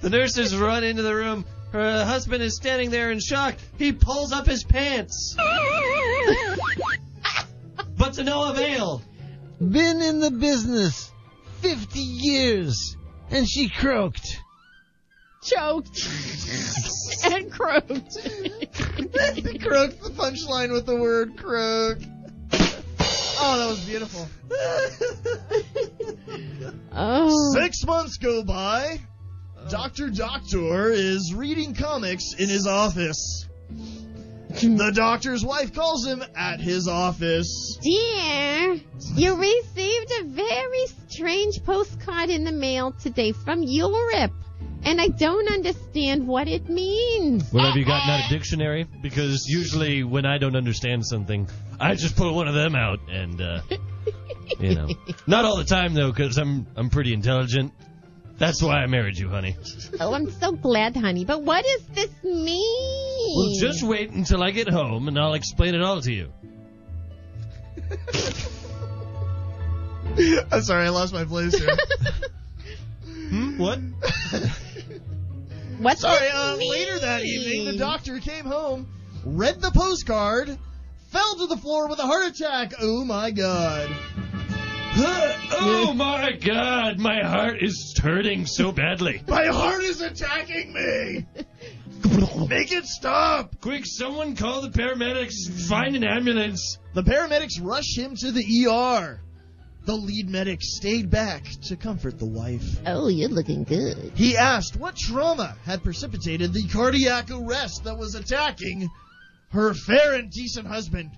Speaker 5: the nurse has run into the room. Her husband is standing there in shock. He pulls up his pants. but to no avail.
Speaker 2: Been in the business 50 years, and she croaked.
Speaker 3: Choked <laughs> and croaked.
Speaker 7: croak <laughs> the punchline with the word croak. Oh, that was beautiful.
Speaker 3: oh.
Speaker 7: Six months go by. Dr. Doctor is reading comics in his office. The doctor's wife calls him at his office.
Speaker 14: Dear, you received a very strange postcard in the mail today from Europe, and I don't understand what it means.
Speaker 5: Well, have you gotten out a dictionary? Because usually when I don't understand something, I just pull one of them out and, uh, you know. Not all the time, though, because I'm, I'm pretty intelligent. That's why I married you, honey.
Speaker 14: Oh, I'm so glad, honey, but what does this mean?
Speaker 5: Well, just wait until I get home and I'll explain it all to you.
Speaker 7: <laughs> I'm sorry, I lost my place here.
Speaker 5: <laughs> Hmm? What?
Speaker 14: What's
Speaker 7: Sorry,
Speaker 14: this
Speaker 7: uh,
Speaker 14: mean?
Speaker 7: later that evening, the doctor came home, read the postcard, fell to the floor with a heart attack. Oh my god.
Speaker 5: oh my god, my heart is hurting so badly.
Speaker 7: My heart is attacking me! Make it stop!
Speaker 5: Quick, someone call the paramedics, find an ambulance.
Speaker 7: The paramedics rush him to the ER. The lead medic stayed back to comfort the wife.
Speaker 14: Oh, you're looking good.
Speaker 7: He asked what trauma had precipitated the cardiac arrest that was attacking her fair and decent husband.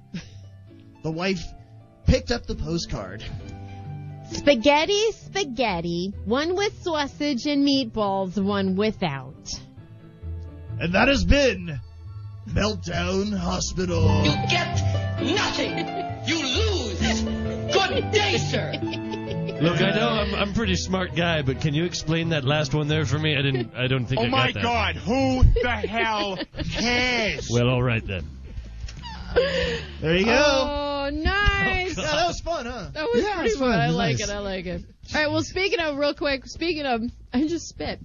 Speaker 7: The wife picked up the postcard.
Speaker 14: Spaghetti, spaghetti. One with sausage and meatballs, one without.
Speaker 7: And that has been Meltdown Hospital.
Speaker 5: <laughs> Look, I know I'm, I'm a pretty smart guy, but can you explain that last one there for me? I didn't. I don't think. I
Speaker 15: Oh
Speaker 5: got
Speaker 15: my
Speaker 5: that.
Speaker 15: God! Who the hell cares?
Speaker 5: Well, all right
Speaker 3: <laughs>
Speaker 5: then.
Speaker 7: There you go. <laughs>
Speaker 3: Oh, nice.
Speaker 7: yeah, that was fun, huh?
Speaker 3: That was
Speaker 1: Yeah,
Speaker 3: pretty
Speaker 1: it's fun.
Speaker 3: fun. I
Speaker 1: It's
Speaker 3: like
Speaker 1: nice.
Speaker 3: it. I like it. All right. Well, speaking of real quick, speaking of, <laughs> I just spit.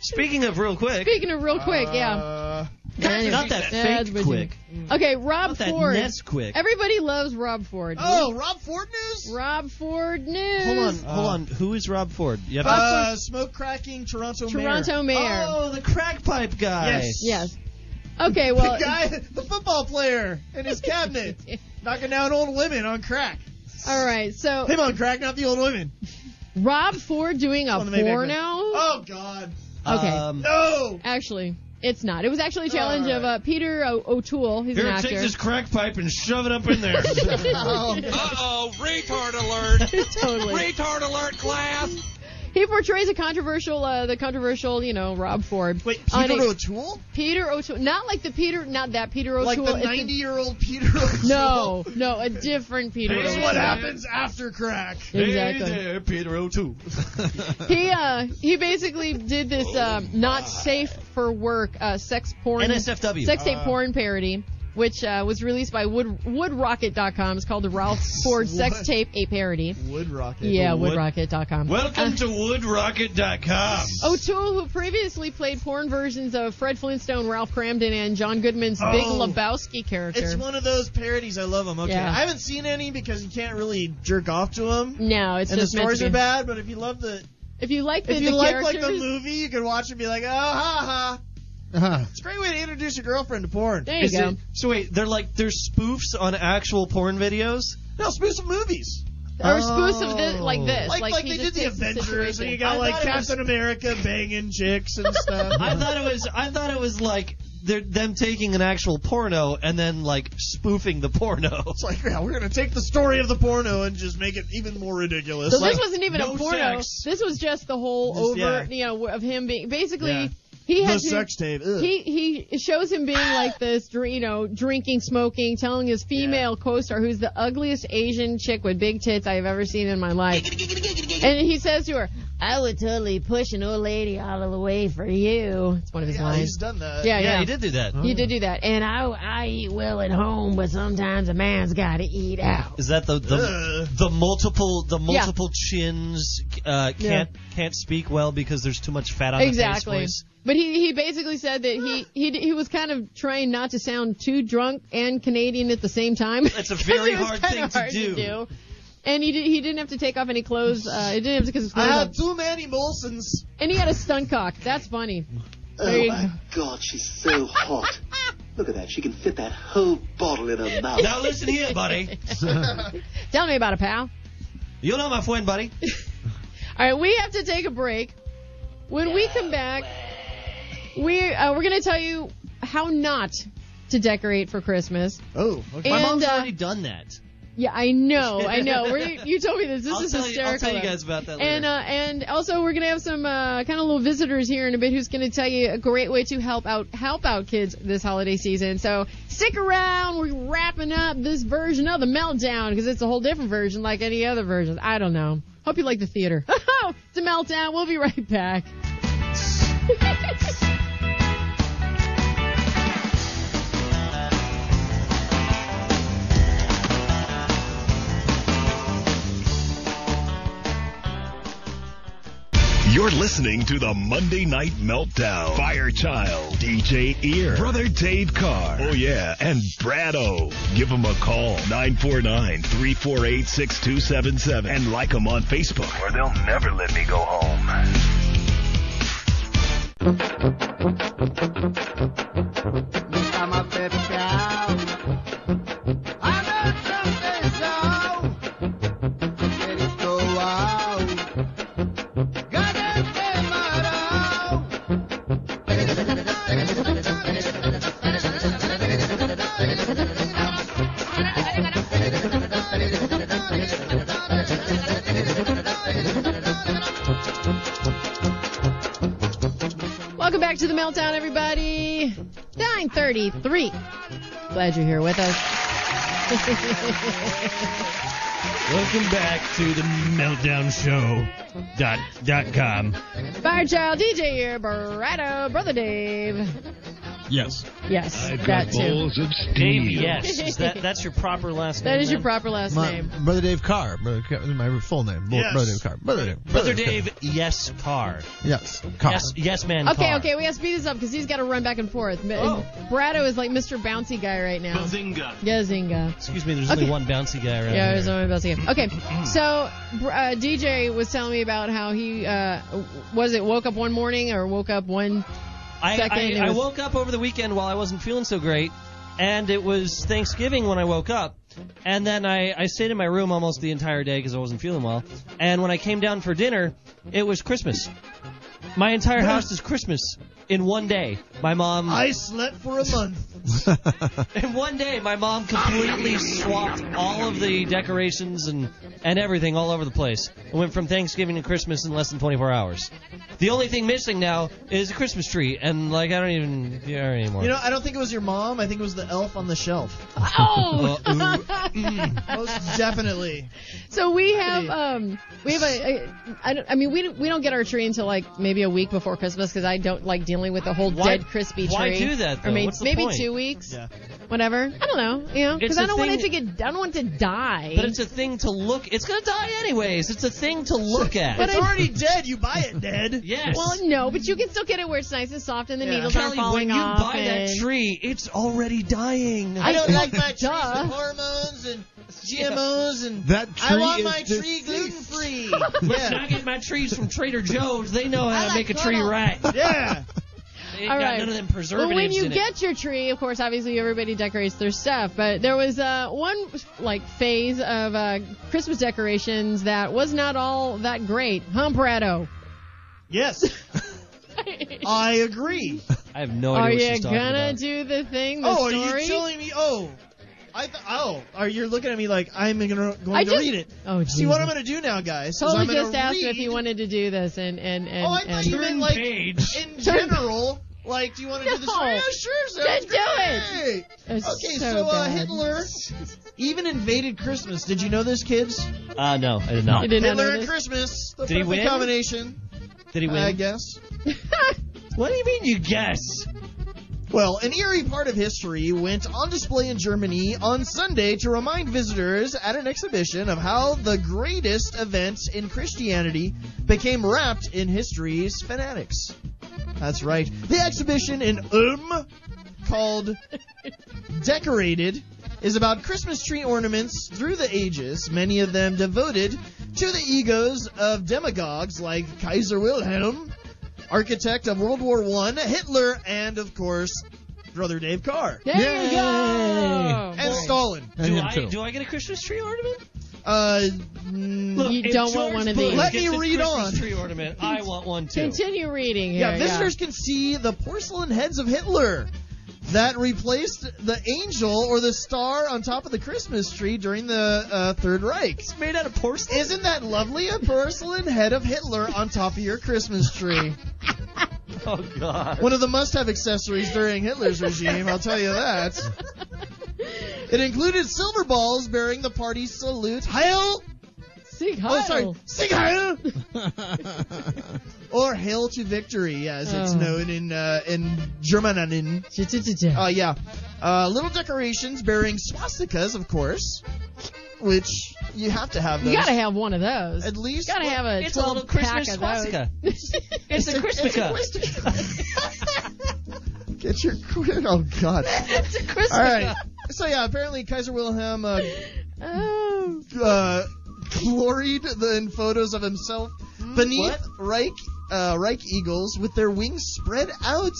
Speaker 5: Speaking of real quick,
Speaker 3: Speaking of real quick, yeah.
Speaker 7: Uh,
Speaker 3: Anyway,
Speaker 5: not that
Speaker 3: that's
Speaker 5: fake
Speaker 3: what you
Speaker 5: quick,
Speaker 3: mean. Okay, Rob
Speaker 5: not Mm. that
Speaker 3: Ford.
Speaker 5: Ness quick.
Speaker 3: Everybody loves Rob Ford.
Speaker 7: oh, Rob Ford news?
Speaker 3: Rob Ford news.
Speaker 5: Hold on, hold on. Who is Rob Ford? You have
Speaker 7: Uh, smoke cracking Toronto,
Speaker 3: Toronto
Speaker 7: mayor.
Speaker 3: mayor.
Speaker 5: oh, the crack pipe guy.
Speaker 7: Yes.
Speaker 3: Yes. Okay. Well.
Speaker 7: the guy, the football player in
Speaker 3: <laughs>
Speaker 7: his cabinet, knocking down old women on crack.
Speaker 3: All right. So
Speaker 7: Him on crack, not the old women.
Speaker 3: Rob Ford doing a
Speaker 7: On the Maybach
Speaker 3: porno.
Speaker 7: Oh God,
Speaker 3: Okay.
Speaker 5: Um,
Speaker 7: no!
Speaker 3: Actually, it's not. It was actually a challenge
Speaker 7: All
Speaker 3: of uh, Peter o- O'Toole. He's
Speaker 5: here,
Speaker 3: an
Speaker 5: take
Speaker 3: actor. Oh.
Speaker 5: this crack pipe and shove it up
Speaker 3: <laughs>
Speaker 5: in there.
Speaker 15: Uh-oh, retard alert!
Speaker 3: <laughs> totally.
Speaker 15: retard alert, class!
Speaker 3: He portrays a controversial, uh, the controversial, you know, Rob Ford.
Speaker 7: Wait,
Speaker 3: on
Speaker 7: Peter
Speaker 3: a-
Speaker 7: O'Toole?
Speaker 3: Peter O'Toole, not like the Peter, not that Peter O'Toole.
Speaker 7: Like the
Speaker 3: it's a- <laughs>
Speaker 7: ninety-year-old Peter O'Toole?
Speaker 3: no, no, a different Peter.
Speaker 5: Here's
Speaker 7: That's
Speaker 3: O'Toole.
Speaker 7: what happens after crack.
Speaker 3: Exactly.
Speaker 5: Hey there, Peter <laughs> O'Toole.
Speaker 3: He uh, he basically did this um, not safe for work uh, sex porn
Speaker 5: NSFW.
Speaker 7: Uh.
Speaker 3: sex tape porn parody which uh, was released by Wood WoodRocket.com. It's called the Ralph
Speaker 7: <laughs>
Speaker 3: Ford Sex Tape, a parody.
Speaker 7: Woodrocket.
Speaker 3: Yeah, WoodRocket.com.
Speaker 5: Welcome to WoodRocket.com.
Speaker 3: O'Toole, who previously played porn versions of Fred Flintstone, Ralph Cramden, and John Goodman's Big
Speaker 7: Oh.
Speaker 3: Lebowski character.
Speaker 7: It's one of those parodies. I love them. Okay,
Speaker 3: Yeah.
Speaker 7: I haven't seen any because you can't really jerk off to them.
Speaker 3: no, it's
Speaker 7: and the
Speaker 3: just meant to
Speaker 7: stories are
Speaker 3: be-
Speaker 7: bad, but if you love the
Speaker 3: If you like the,
Speaker 7: if you
Speaker 3: the
Speaker 7: like
Speaker 3: characters,
Speaker 7: like the movie, you can watch it and be like, oh ha ha.
Speaker 1: Uh-huh.
Speaker 7: It's a great way to introduce your girlfriend to porn.
Speaker 3: there you
Speaker 7: Is
Speaker 3: go.
Speaker 7: it-
Speaker 5: So wait, they're like they're spoofs on actual porn videos.
Speaker 7: No, spoofs of movies. Oh.
Speaker 3: Or spoofs of this, like this,
Speaker 7: Like, like,
Speaker 3: he
Speaker 7: they
Speaker 3: just
Speaker 7: did the
Speaker 3: takes
Speaker 7: Avengers, and
Speaker 3: situation.
Speaker 7: you got
Speaker 3: I
Speaker 7: like
Speaker 3: thought it was-
Speaker 7: Captain America banging
Speaker 3: <laughs>
Speaker 7: chicks and stuff.
Speaker 5: I thought it was I thought it was like they're them taking an actual porno and then like spoofing the porno.
Speaker 7: <laughs> It's like, yeah, we're gonna take the story of the porno and just make it even more ridiculous.
Speaker 3: So
Speaker 7: like,
Speaker 3: this wasn't even
Speaker 5: no
Speaker 3: a porno.
Speaker 5: sex.
Speaker 3: This was just the whole
Speaker 7: Just-
Speaker 3: over,
Speaker 7: yeah.
Speaker 3: you know, of him being basically.
Speaker 7: Yeah.
Speaker 3: He
Speaker 7: the
Speaker 3: had to,
Speaker 7: sex tape. Ugh.
Speaker 3: He he shows him
Speaker 7: <sighs>
Speaker 3: being like this, dr- you know, drinking, smoking, telling his female co-star, who's the ugliest Asian chick with big tits I have ever seen in my life, and he says to her, "I would totally push an old lady all of the way for you." It's one of his
Speaker 7: yeah, he's
Speaker 3: lines.
Speaker 7: done that.
Speaker 3: Yeah,
Speaker 5: yeah,
Speaker 3: yeah,
Speaker 5: he did do that. Is
Speaker 3: He did do that, and I I eat well at home, but sometimes a man's got to eat out.
Speaker 5: that the the, the multiple the multiple chins uh, can't can't speak well because there's too much fat on
Speaker 3: Exactly.
Speaker 5: the face voice?
Speaker 3: But he, he basically said that he, he he was kind of trying not to sound too drunk and Canadian at the same time.
Speaker 5: That's a very
Speaker 3: <laughs> 'Cause it was
Speaker 5: hard
Speaker 3: kinda
Speaker 5: thing to
Speaker 3: hard
Speaker 5: do.
Speaker 3: And he, did, he didn't have to take off any clothes. Uh, he didn't have to because his
Speaker 7: I
Speaker 3: clothes
Speaker 7: have
Speaker 3: on.
Speaker 7: too many Molsons. Oh,
Speaker 3: And he had a stunt cock. That's funny.
Speaker 7: <laughs>
Speaker 3: There you go.
Speaker 13: God, she's so hot. Look at that. She can fit that whole bottle in her mouth.
Speaker 5: Now listen here, <laughs> buddy.
Speaker 3: Tell me about it, pal.
Speaker 5: You know my friend,
Speaker 3: <laughs>
Speaker 5: buddy.
Speaker 3: All right, we have to take a break. When we come back, we uh, we're gonna tell you how not to decorate for Christmas.
Speaker 7: Oh, okay.
Speaker 5: My
Speaker 3: And,
Speaker 5: mom's
Speaker 3: uh,
Speaker 5: already done that.
Speaker 3: Yeah, I know,
Speaker 5: <laughs>
Speaker 3: I know. We're, you told me this. This
Speaker 5: I'll
Speaker 3: is
Speaker 5: tell you-
Speaker 3: hysterical.
Speaker 5: I'll tell you
Speaker 3: though.
Speaker 5: guys
Speaker 3: <laughs>
Speaker 5: about that later.
Speaker 3: And uh, and also we're gonna have some uh, kind of little visitors here in a bit who's gonna tell you a great way to help out help out kids this holiday season. So stick around. We're wrapping up this version of the meltdown because it's a whole different version, like any other version. I don't know. Hope you like the theater. <laughs> it's a meltdown. We'll be right back.
Speaker 6: <laughs> You're listening to the Monday Night Meltdown. Firechild, DJ Ear, Brother Dave Carr. Oh, yeah, and Brado. Give them a call, 949 348 6277, and like them on Facebook, or they'll never let me go home.
Speaker 3: Welcome back to the meltdown, everybody. 9:33. Glad you're here with us. <laughs>
Speaker 5: Welcome back to the Meltdown Show dot dot com.
Speaker 3: Firechild DJ here, Barretto, Brother Dave.
Speaker 16: Yes.
Speaker 3: Yes, that too.
Speaker 16: of
Speaker 5: Dave, yes,
Speaker 3: <laughs>
Speaker 5: Is that that's your proper last name.
Speaker 3: That is your
Speaker 5: then?
Speaker 3: proper last name.
Speaker 1: Brother Dave Carr. Brother, Carr- my full name. Bo-
Speaker 5: Yes.
Speaker 1: Brother Dave Carr. Brother Dave.
Speaker 5: Brother Dave, yes, Carr.
Speaker 1: Yes. Carr.
Speaker 5: Yes, yes, man. Oh.
Speaker 3: Okay,
Speaker 5: Carr.
Speaker 3: okay, we have to speed this up because he's got to run back and forth. But Bratto is like Mr. Bouncy guy right now.
Speaker 5: Bazinga.
Speaker 3: Gazinga.
Speaker 5: Excuse me, there's
Speaker 3: Okay.
Speaker 5: only one bouncy guy around
Speaker 3: Yeah,
Speaker 5: here.
Speaker 3: there's only Bouncy guy. Okay, so br- uh, DJ was telling me about how he uh, w- was it woke up one morning or woke up one
Speaker 5: I,
Speaker 3: second.
Speaker 5: I,
Speaker 3: it
Speaker 5: I
Speaker 3: was-
Speaker 5: woke up over the weekend while I wasn't feeling so great, and it was Thanksgiving when I woke up. And then I, I stayed in my room almost the entire day because I wasn't feeling well. And when I came down for dinner, it was Christmas. My entire house is Christmas in one day. My mom.
Speaker 7: I slept for a month.
Speaker 5: <laughs> In one day, my mom completely swapped all of the decorations and, and everything all over the place.
Speaker 4: It went from Thanksgiving to Christmas in less than 24 hours. The only thing missing now is a Christmas tree, and like I don't even care anymore.
Speaker 7: You know, I don't think it was your mom. I think it was the elf on the shelf.
Speaker 4: <laughs>
Speaker 3: Oh,
Speaker 7: Uh, ooh. Mm, most definitely.
Speaker 3: so we have um we have a, a I, don't, I mean we don't- we don't get our tree until like maybe a week before Christmas because I don't like dealing with the whole
Speaker 4: Why-
Speaker 3: dead crispy tree.
Speaker 4: why do that,
Speaker 3: Or
Speaker 4: though?
Speaker 3: maybe,
Speaker 4: What's the
Speaker 3: maybe
Speaker 4: point?
Speaker 3: two weeks,
Speaker 7: Yeah.
Speaker 3: whatever. I don't know, you know,
Speaker 4: It's
Speaker 3: because I
Speaker 4: a
Speaker 3: don't want it to
Speaker 4: thing-
Speaker 3: get I don't want it to die.
Speaker 4: But it's a thing to look. It's gonna die anyways. It's a thing to look at.
Speaker 3: But
Speaker 7: It's
Speaker 3: I-
Speaker 7: already dead. You buy it dead.
Speaker 4: <laughs> yes.
Speaker 3: well, no, but you can still get it where it's nice and soft and the
Speaker 7: Yeah.
Speaker 3: needles
Speaker 4: Kelly,
Speaker 3: aren't falling
Speaker 4: when you
Speaker 3: off.
Speaker 4: buy that
Speaker 3: and-
Speaker 4: tree, it's already dying.
Speaker 7: I don't
Speaker 4: <laughs>
Speaker 7: like my trees with
Speaker 3: Duh.
Speaker 7: hormones and GMOs and
Speaker 1: That
Speaker 7: I
Speaker 1: tree
Speaker 7: want
Speaker 1: is
Speaker 7: my tree
Speaker 1: deceased.
Speaker 7: gluten <laughs> free.
Speaker 4: Listen, I
Speaker 7: yeah.
Speaker 4: get my trees from Trader Joe's. They know
Speaker 7: I
Speaker 4: how to
Speaker 7: like
Speaker 4: make a tree
Speaker 7: turtle.
Speaker 4: right.
Speaker 7: Yeah.
Speaker 4: They ain't
Speaker 3: All
Speaker 4: got
Speaker 3: right.
Speaker 4: none of them
Speaker 3: Well,
Speaker 4: preservatives
Speaker 3: when you
Speaker 4: in it.
Speaker 3: get your tree, of course, obviously everybody decorates their stuff. But there was uh, one like phase of uh, Christmas decorations that was not all that great. Humprado.
Speaker 7: Yes. I agree.
Speaker 4: <laughs> I have no
Speaker 3: Are
Speaker 4: idea what
Speaker 3: you
Speaker 4: she's talking
Speaker 3: gonna
Speaker 4: about.
Speaker 3: do the thing? The
Speaker 7: Oh, are
Speaker 3: story?
Speaker 7: you telling me? Oh, I th- oh, are you looking at me like I'm gonna, going
Speaker 3: I
Speaker 7: to
Speaker 3: just-
Speaker 7: read it?
Speaker 3: Oh,
Speaker 7: See
Speaker 3: Jesus.
Speaker 7: what I'm going to do now, guys? is
Speaker 3: Totally
Speaker 7: I'm gonna
Speaker 3: just asked
Speaker 7: read,
Speaker 3: if you wanted to do this, and and and.
Speaker 7: Oh, I
Speaker 3: and-
Speaker 7: thought you meant like in general. Like, do you want to do the story?
Speaker 3: No.
Speaker 7: Yeah, sure, sounds
Speaker 3: Then do
Speaker 7: great.
Speaker 3: It was
Speaker 7: Okay,
Speaker 3: so
Speaker 7: so, uh,
Speaker 3: bad.
Speaker 7: Hitler even invaded Christmas. Did you know this, kids?
Speaker 4: Uh, no, I did not.
Speaker 3: You did not
Speaker 7: Hitler
Speaker 3: know
Speaker 7: and
Speaker 3: this?
Speaker 7: Christmas, the
Speaker 4: Did he
Speaker 7: perfect
Speaker 4: win?
Speaker 7: combination,
Speaker 4: Did he win?
Speaker 7: I guess.
Speaker 4: <laughs> what do you mean you guess?
Speaker 7: Well, an eerie part of history went on display in Germany on Sunday to remind visitors at an exhibition of how the greatest event in Christianity became wrapped in history's fanatics. That's right. The exhibition in Ulm, called Decorated, is about Christmas tree ornaments through the ages, many of them devoted to the egos of demagogues like Kaiser Wilhelm, architect of World War One, Hitler, and of course, brother Dave Carr.
Speaker 3: There you go.
Speaker 7: And Stalin.
Speaker 4: Do I, do I get a Christmas tree ornament?
Speaker 7: Uh, mm,
Speaker 4: Look,
Speaker 3: You
Speaker 4: if
Speaker 3: don't want
Speaker 4: George
Speaker 3: one of
Speaker 4: Bush
Speaker 3: these.
Speaker 7: Let
Speaker 4: gets
Speaker 7: me
Speaker 4: a
Speaker 7: read
Speaker 4: Christmas
Speaker 7: on.
Speaker 4: Tree ornament. I want one too.
Speaker 3: Continue reading here.
Speaker 7: yeah, visitors can see the porcelain heads of Hitler that replaced the angel or the star on top of the Christmas tree during the uh, Third Reich.
Speaker 4: It's made out of porcelain.
Speaker 7: Isn't that lovely? A porcelain head of Hitler on top of your Christmas tree.
Speaker 4: Oh God.
Speaker 7: One of the must have accessories during Hitler's regime, I'll tell you that. It included silver balls bearing the party's salute, Heil!
Speaker 3: Sig
Speaker 7: Oh, sorry,
Speaker 3: Heil. <laughs>
Speaker 7: Sig Heil! or Hail to Victory, as it's
Speaker 3: Oh.
Speaker 7: known in uh, in Germanin.
Speaker 3: Ch-ch-ch-ch.
Speaker 7: Uh, yeah. Uh, little decorations bearing swastikas, of course, which you have to have those.
Speaker 3: You gotta have one of those.
Speaker 7: At least
Speaker 3: gotta have a
Speaker 4: It's a
Speaker 3: 12
Speaker 4: little Christmas
Speaker 3: pack of those. <laughs>
Speaker 4: swastika. It's a Christmas.
Speaker 3: <laughs>
Speaker 7: Get
Speaker 2: <laughs>
Speaker 7: your quid. Oh, God.
Speaker 3: it's a Christmas.
Speaker 7: All right. So, yeah, apparently Kaiser Wilhelm uh,
Speaker 3: Oh.
Speaker 7: uh, gloried the, in photos of himself
Speaker 3: Hmm?
Speaker 7: beneath Reich, uh, Reich eagles with their wings spread out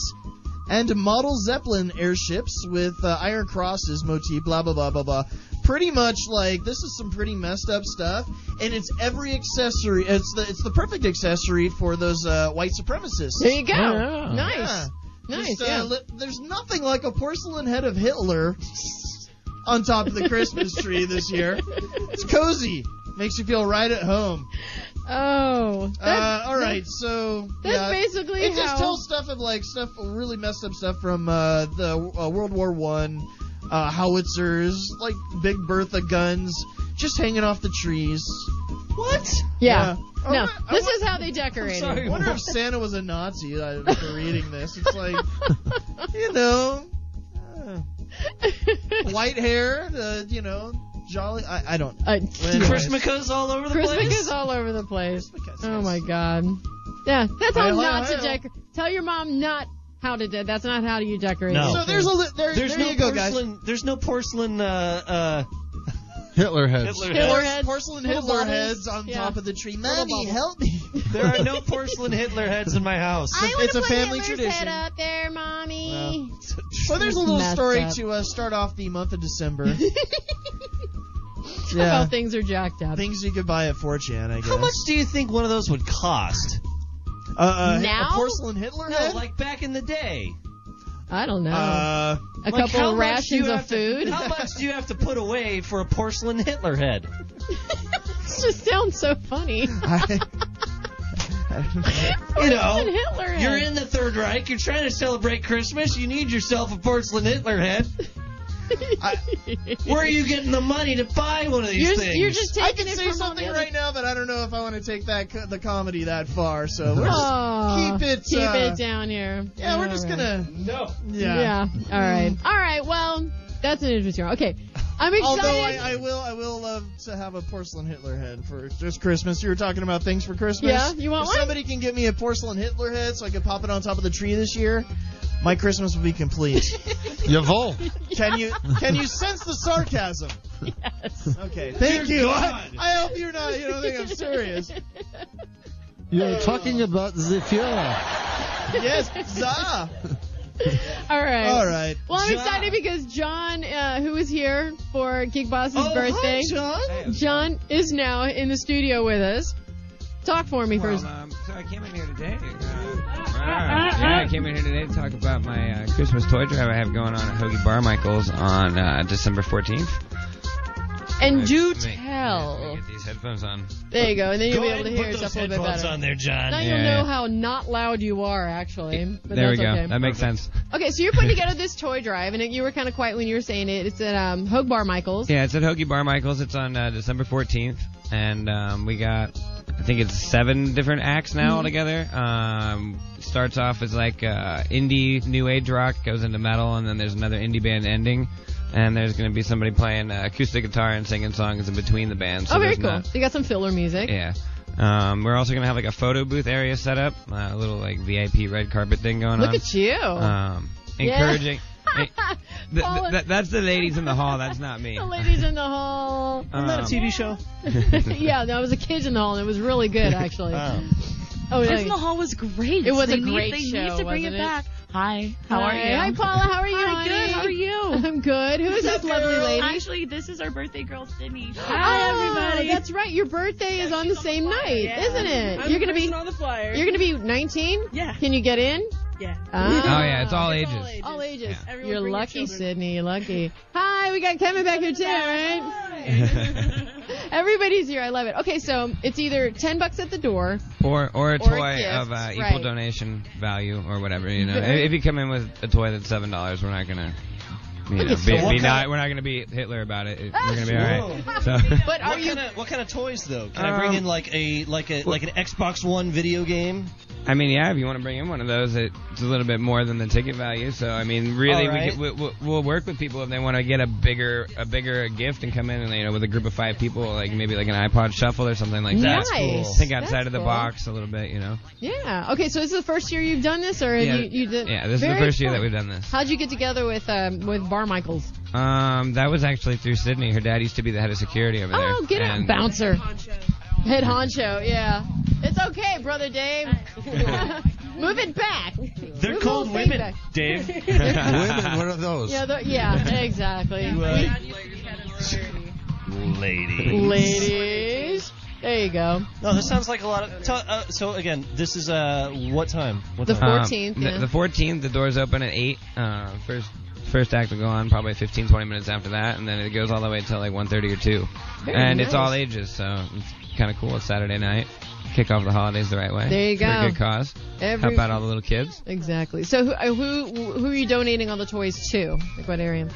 Speaker 7: and model Zeppelin airships with uh, Iron Crosses motif, blah, blah, blah, blah, blah. Pretty much like this is some pretty messed up stuff, and it's every accessory. It's the it's the perfect accessory for those uh, white supremacists.
Speaker 3: There you go.
Speaker 4: Yeah.
Speaker 3: Nice.
Speaker 7: Yeah.
Speaker 3: Nice.
Speaker 7: Just, uh,
Speaker 3: yeah.
Speaker 7: li- there's nothing like a porcelain head of Hitler on top of the Christmas tree this year. It's cozy. Makes you feel right at home.
Speaker 3: oh.
Speaker 7: Uh, all right,
Speaker 3: That's,
Speaker 7: so
Speaker 3: that's
Speaker 7: yeah,
Speaker 3: basically
Speaker 7: it
Speaker 3: how.
Speaker 7: just tells stuff of like stuff really messed up stuff from uh, the uh, World War One, uh, howitzers, like Big Bertha guns, just hanging off the trees. What?
Speaker 3: yeah.
Speaker 7: I
Speaker 3: No.
Speaker 7: wa- I
Speaker 3: this
Speaker 7: wa-
Speaker 3: is how they decorate.
Speaker 4: sorry.
Speaker 7: I wonder if Santa was a Nazi uh, after reading this. It's like, you know, uh, white hair, uh, you know, jolly. I, I don't.
Speaker 3: Uh,
Speaker 7: Anyway.
Speaker 4: Christmas all over the
Speaker 3: Christmas
Speaker 4: place.
Speaker 3: is all over the place.
Speaker 7: Christmas,
Speaker 3: Oh
Speaker 7: yes.
Speaker 3: my god. Yeah. That's how
Speaker 7: Hi-ho,
Speaker 3: not to
Speaker 7: hi-ho.
Speaker 3: decorate. Tell your mom not how to. De- that's not how you
Speaker 4: <laughs>
Speaker 3: decorate.
Speaker 4: No.
Speaker 3: your
Speaker 7: So there's a li- there,
Speaker 4: There's
Speaker 7: there
Speaker 4: no
Speaker 7: you go, guys.
Speaker 4: porcelain. There's no porcelain. Uh,
Speaker 1: Hitler
Speaker 4: uh,
Speaker 1: heads.
Speaker 4: Hitler.
Speaker 3: Hitler
Speaker 4: heads.
Speaker 7: Por-
Speaker 3: heads,
Speaker 7: porcelain
Speaker 3: little
Speaker 7: Hitler
Speaker 3: bubbles.
Speaker 7: heads on
Speaker 3: Yeah.
Speaker 7: top of the tree.
Speaker 3: Little
Speaker 7: Mommy,
Speaker 3: bubbles.
Speaker 7: help me.
Speaker 4: There are no porcelain Hitler heads in my house.
Speaker 14: I want
Speaker 7: it's a
Speaker 14: to put
Speaker 7: family
Speaker 14: Hitler's
Speaker 7: tradition.
Speaker 14: head up there, mommy.
Speaker 7: So there's a little
Speaker 3: Messed
Speaker 7: story
Speaker 3: up.
Speaker 7: to uh, start off the month of December.
Speaker 3: <laughs> How
Speaker 7: yeah,
Speaker 3: things are jacked up.
Speaker 7: things you could buy at 4chan, I guess.
Speaker 4: How much do you think one of those would cost?
Speaker 7: Uh, uh,
Speaker 14: Now?
Speaker 7: a porcelain Hitler
Speaker 4: No,
Speaker 7: head?
Speaker 4: like back in the day.
Speaker 3: I don't know.
Speaker 7: uh,
Speaker 3: a
Speaker 4: Like,
Speaker 3: couple
Speaker 4: how
Speaker 3: of
Speaker 4: much do you
Speaker 3: rations of
Speaker 4: have to-
Speaker 3: food.
Speaker 4: how much do you have to put away for a porcelain Hitler head?
Speaker 3: This just sounds so
Speaker 7: <laughs>
Speaker 3: funny.
Speaker 5: you know,
Speaker 3: Porcelain Hitler head.
Speaker 5: you're in the Third Reich. You're trying to celebrate Christmas. You need yourself a porcelain Hitler head. I- where are you getting the money to buy one of these
Speaker 3: You're-
Speaker 5: things?
Speaker 3: you're just
Speaker 7: I
Speaker 3: taking
Speaker 7: can
Speaker 3: it
Speaker 7: say
Speaker 3: from
Speaker 7: something
Speaker 3: all the other-
Speaker 7: right now, but I don't know if I want to take that co- the comedy that far. So we're just,
Speaker 3: Oh,
Speaker 7: keep it,
Speaker 3: Keep
Speaker 7: uh,
Speaker 3: it down here.
Speaker 7: yeah, we're just
Speaker 3: All right.
Speaker 7: gonna
Speaker 5: no.
Speaker 7: yeah.
Speaker 3: All right. All right. Well, that's an interesting. Okay. I'm excited.
Speaker 7: Although I, I will, I will love to have a porcelain Hitler head for just Christmas. You were talking about things for Christmas.
Speaker 3: Yeah, you want
Speaker 7: if
Speaker 3: one?
Speaker 7: Somebody can get me a porcelain Hitler head so I can pop it on top of the tree this year. My Christmas will
Speaker 3: <laughs>
Speaker 7: be complete.
Speaker 1: Jawohl.
Speaker 7: can you can you sense the sarcasm?
Speaker 3: Yes.
Speaker 7: Okay, thank you. I,
Speaker 5: God.
Speaker 3: <laughs>
Speaker 7: I hope you're not. You don't think I'm <laughs> serious.
Speaker 16: You're talking about the Fuhrer.
Speaker 7: Yes, za.
Speaker 3: <laughs> All right.
Speaker 7: All right.
Speaker 3: Well, I'm
Speaker 7: John.
Speaker 3: excited because John, uh, who is here for Gig Boss's
Speaker 7: Oh, hi,
Speaker 3: birthday,
Speaker 7: John.
Speaker 3: John is now in the studio with us. Talk for me first.
Speaker 17: Well, um, so I came in here today. Uh, yeah, I came in here today to talk about my uh, Christmas toy drive I have going on at Hoagie Barmichael's on uh, December 14th.
Speaker 3: and do
Speaker 17: Let me- let
Speaker 3: tell.
Speaker 17: me Get these headphones on.
Speaker 3: There you go, and then you'll
Speaker 5: Go
Speaker 3: be
Speaker 5: ahead
Speaker 3: able to
Speaker 5: and
Speaker 3: hear
Speaker 5: put
Speaker 3: yourself
Speaker 5: those
Speaker 3: a little bit
Speaker 5: headphones
Speaker 3: better.
Speaker 5: on there, John.
Speaker 3: Now you'll
Speaker 17: Yeah.
Speaker 3: know how not loud you are, actually. But
Speaker 17: there we
Speaker 3: that's
Speaker 17: go.
Speaker 3: okay.
Speaker 17: That makes sense.
Speaker 3: Okay, so you're putting together this toy drive, and it, you were kind of quiet when you were saying it. It's at um, Hogue Bar Michaels.
Speaker 17: Yeah, it's at Hoagie Barmichael's. It's on uh, December 14th, and um, we got I think it's seven different acts now
Speaker 3: Mm-hmm.
Speaker 17: altogether. Um, starts off as like uh, indie new age rock, goes into metal, and then there's another indie band ending. And there's going to be somebody playing uh, acoustic guitar and singing songs in between the bands. So
Speaker 3: oh, very
Speaker 17: there's
Speaker 3: cool.
Speaker 17: not-
Speaker 3: So you got some filler music.
Speaker 17: yeah. Um, we're also going to have like a photo booth area set up, uh, a little like VIP red carpet thing going
Speaker 3: Look
Speaker 17: on.
Speaker 3: at you.
Speaker 17: Um,
Speaker 3: Yeah. <laughs>
Speaker 17: encouraging. eh, th-
Speaker 3: Paula-
Speaker 17: th- th- that's the ladies in the hall. That's not me.
Speaker 3: the ladies in the hall.
Speaker 17: Isn't that a TV
Speaker 3: <laughs> show?
Speaker 17: <laughs>
Speaker 3: yeah, that was a kids in the hall, and it was really good, actually. Oh,
Speaker 18: Kids
Speaker 3: yeah.
Speaker 18: in the Hall was great.
Speaker 3: It was
Speaker 18: they
Speaker 3: a great
Speaker 18: need, They
Speaker 3: show,
Speaker 18: need to bring
Speaker 3: wasn't
Speaker 18: it
Speaker 3: it?
Speaker 18: back. Hi, how
Speaker 3: Hi.
Speaker 18: are you?
Speaker 3: Hi, Paula. How are you?
Speaker 18: Hi, good.
Speaker 3: honey?
Speaker 18: How are you?
Speaker 3: <laughs> I'm good. Who is this lovely lady?
Speaker 18: Actually, this is our birthday girl, Sydney.
Speaker 3: Oh, That's right. Your birthday is on the same night, isn't it?
Speaker 18: I'm
Speaker 3: you're gonna
Speaker 18: the
Speaker 3: be
Speaker 18: person on the flyer.
Speaker 3: You're gonna be 19.
Speaker 18: Yeah.
Speaker 3: Can you get in?
Speaker 18: Yeah.
Speaker 17: Oh yeah, it's all ages.
Speaker 3: Ah. All ages.
Speaker 18: Everyone
Speaker 3: You're
Speaker 18: bring your
Speaker 3: lucky,
Speaker 18: children.
Speaker 3: Sydney. You're lucky. Hi, we got Kevin back here too, right? Everybody's here. I love it. Okay, so it's either 10 bucks at the door.
Speaker 17: <laughs> Or or a
Speaker 3: Or a
Speaker 17: toy
Speaker 3: gift,
Speaker 17: of uh, equal
Speaker 3: right.
Speaker 17: donation value or whatever. You know,
Speaker 3: <laughs> But-
Speaker 17: if, if you come in with a toy that's seven dollars, we're not gonna. You know,
Speaker 3: Okay,
Speaker 17: be,
Speaker 3: so what
Speaker 17: be
Speaker 3: kind-
Speaker 17: not, we're not gonna be Hitler about it. It- We're gonna be all right. So
Speaker 3: But are
Speaker 5: what
Speaker 3: you?
Speaker 5: Kind of, what kind of toys though? Can I bring
Speaker 17: Um,
Speaker 5: in like a like a like an Xbox One video game?
Speaker 17: I mean, yeah, if you want to bring in one of those, it's a little bit more than the ticket value. So I mean, really,
Speaker 5: All right.
Speaker 17: we could, we, we'll, we'll work with people if they want to get a bigger a bigger gift and come in and you know with a group of five people, like maybe like an iPod Shuffle or something like that.
Speaker 3: Nice. That's cool.
Speaker 17: Think outside
Speaker 3: That's
Speaker 17: of the
Speaker 3: cool.
Speaker 17: box a little bit, you know.
Speaker 3: Yeah. Okay, so this is the first year you've done this, or have
Speaker 17: Yeah,
Speaker 3: you, you did?
Speaker 17: yeah, this is the
Speaker 3: Very
Speaker 17: first year that
Speaker 3: fun.
Speaker 17: we've done this.
Speaker 3: How'd you get together with um, with Bar Michaels?
Speaker 17: Um, that was actually through Sydney. Her dad used to be the head of security over there.
Speaker 3: Oh, get out,
Speaker 17: And-
Speaker 3: bouncer. Head honcho, yeah. It's okay, brother Dave. <laughs> Move it back.
Speaker 5: They're
Speaker 3: Move
Speaker 5: called
Speaker 3: the whole thing
Speaker 5: women,
Speaker 3: back.
Speaker 7: <laughs>
Speaker 5: Dave.
Speaker 1: Women, what are those?
Speaker 3: Yeah, the- yeah, exactly.
Speaker 5: Lady.
Speaker 3: Ladies, there you go.
Speaker 5: No, this sounds like a lot of. tell- uh, so again, this is uh, what time? What
Speaker 3: The
Speaker 5: time?
Speaker 17: Um,
Speaker 3: 14th,
Speaker 17: the-
Speaker 3: yeah.
Speaker 17: The 14th, the doors open at 8. Uh, first first act will go on probably 15, 20 minutes after that, and then it goes all the way until like 1.30 or 2.
Speaker 3: Very
Speaker 17: and it's
Speaker 3: nice.
Speaker 17: all ages, so it's kind of cool. It's Saturday night. Kick off the holidays the right way.
Speaker 3: There you
Speaker 17: for
Speaker 3: go.
Speaker 17: a good cause.
Speaker 3: Every-
Speaker 17: Help out all the little kids.
Speaker 3: Exactly. So who uh, who who are you donating all the toys to? Like what area?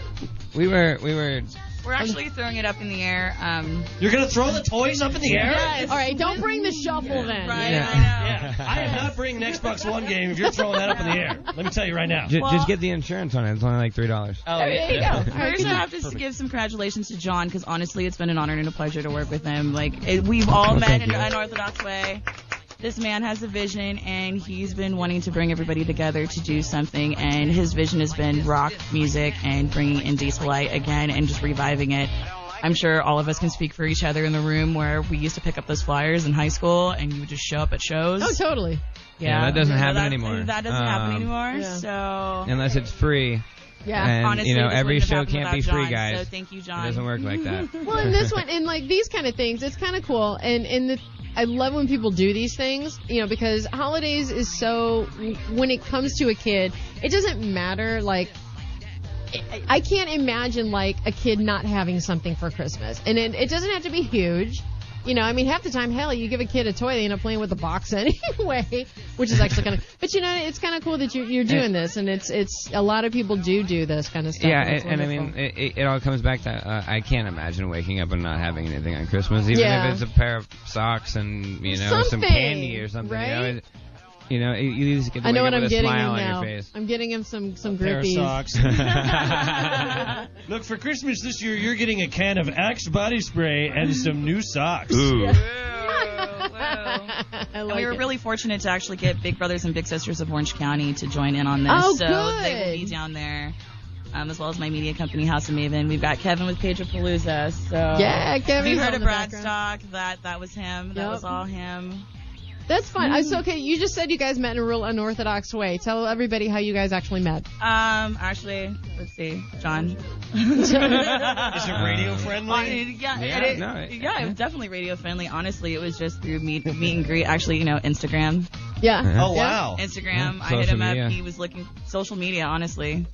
Speaker 17: We were we were
Speaker 18: We're actually throwing it up in the air. Um,
Speaker 5: You're gonna throw the toys up in the air?
Speaker 3: All right, don't bring the shovel then.
Speaker 18: Right.
Speaker 5: Yeah. I am not bringing an Xbox One game if you're throwing that up in the air. Let me tell you right now.
Speaker 17: j- just get the insurance on it. It's only like three dollars.
Speaker 5: Oh, yeah.
Speaker 3: <laughs>
Speaker 18: I also have to give some congratulations to John because honestly, it's been an honor and a pleasure to work with him. Like it, we've all
Speaker 17: Oh,
Speaker 18: met
Speaker 17: thank
Speaker 18: in
Speaker 17: you.
Speaker 18: an unorthodox way.
Speaker 3: Oh,
Speaker 18: This man has a vision, and he's been wanting to bring everybody together to do something. And his vision has been rock music and bringing indie to light again, and just reviving it. I'm sure all of us can speak for each other in the room where we used to pick up those flyers in high school, and you would just show up at shows.
Speaker 3: Oh, totally.
Speaker 17: Yeah, that doesn't
Speaker 18: So
Speaker 17: happen
Speaker 18: that's-
Speaker 17: anymore.
Speaker 18: That doesn't happen
Speaker 17: Um,
Speaker 18: anymore.
Speaker 3: Yeah.
Speaker 18: So
Speaker 17: Unless it's free.
Speaker 3: Yeah.
Speaker 17: And
Speaker 18: Honestly,
Speaker 17: you know
Speaker 18: this
Speaker 17: every
Speaker 18: wouldn't have
Speaker 17: show
Speaker 18: happened
Speaker 17: can't be
Speaker 18: without
Speaker 17: free,
Speaker 18: John,
Speaker 17: guys.
Speaker 18: so thank you, John.
Speaker 17: It doesn't work like that.
Speaker 3: <laughs> Well, and this
Speaker 18: <laughs>
Speaker 3: one, and like these kind of things, it's kind of cool. And and the, I love when people do these things, you know, because holidays is so. When it comes to a kid, it doesn't matter. Like, I- I can't imagine like a kid not having something for Christmas, and it, it doesn't have to be huge. You know, I mean, half the time, hell, you give a kid a toy, they end up playing with the box <laughs> anyway, which is actually kind of. But you know, it's kind of cool that you're, you're doing this, and it's it's a lot of people do do this kind of stuff.
Speaker 17: Yeah,
Speaker 3: and it's
Speaker 17: and, and I mean,
Speaker 3: wonderful.
Speaker 17: it, it- it all comes back to uh, I can't imagine waking up and not having anything on Christmas, even
Speaker 3: Yeah.
Speaker 17: if it's a pair of socks and you know some
Speaker 3: Something,
Speaker 17: candy or something. You know,
Speaker 3: right?
Speaker 17: it, you know, it- you just get to
Speaker 3: I know
Speaker 17: wake
Speaker 3: what
Speaker 17: up
Speaker 3: I'm
Speaker 17: with a
Speaker 3: getting him
Speaker 17: smile on
Speaker 3: now.
Speaker 17: your face.
Speaker 3: I'm getting him some some
Speaker 17: pair of
Speaker 18: <laughs>
Speaker 3: groupies. <laughs>
Speaker 17: socks.
Speaker 5: <laughs> Look, for Christmas this year, you're getting a can of Axe body spray and some new socks.
Speaker 17: Ooh.
Speaker 3: And
Speaker 18: we were really fortunate to actually get Big Brothers and Big Sisters of Orange County to join in on this.
Speaker 3: Oh,
Speaker 18: so they will be
Speaker 3: good. <laughs>
Speaker 18: down there, <laughs> um, as well as my media company, House of Maven. We've got Kevin with Pedro Palooza. So
Speaker 3: Yeah,
Speaker 18: If
Speaker 3: Kevin's
Speaker 18: you
Speaker 3: on
Speaker 18: heard of
Speaker 3: the
Speaker 18: Brad
Speaker 3: background.
Speaker 18: Stock, that that was him. That
Speaker 3: Yep.
Speaker 18: was all him.
Speaker 3: That's fine. I- so, okay, you just said you guys met in a real unorthodox way. Tell everybody how you guys actually met.
Speaker 18: Um, actually, let's see, John.
Speaker 3: Is
Speaker 5: it radio friendly?
Speaker 18: yeah,
Speaker 5: Yeah,
Speaker 18: it is-
Speaker 5: no, it-
Speaker 18: yeah, it was definitely radio friendly. Honestly, it was just through meet meet and greet. Actually, you know, Instagram.
Speaker 3: Yeah.
Speaker 5: Oh, Yeah. wow.
Speaker 18: Instagram.
Speaker 17: Yeah,
Speaker 18: I hit
Speaker 17: social
Speaker 18: him up.
Speaker 17: media.
Speaker 18: He was looking social media. Honestly.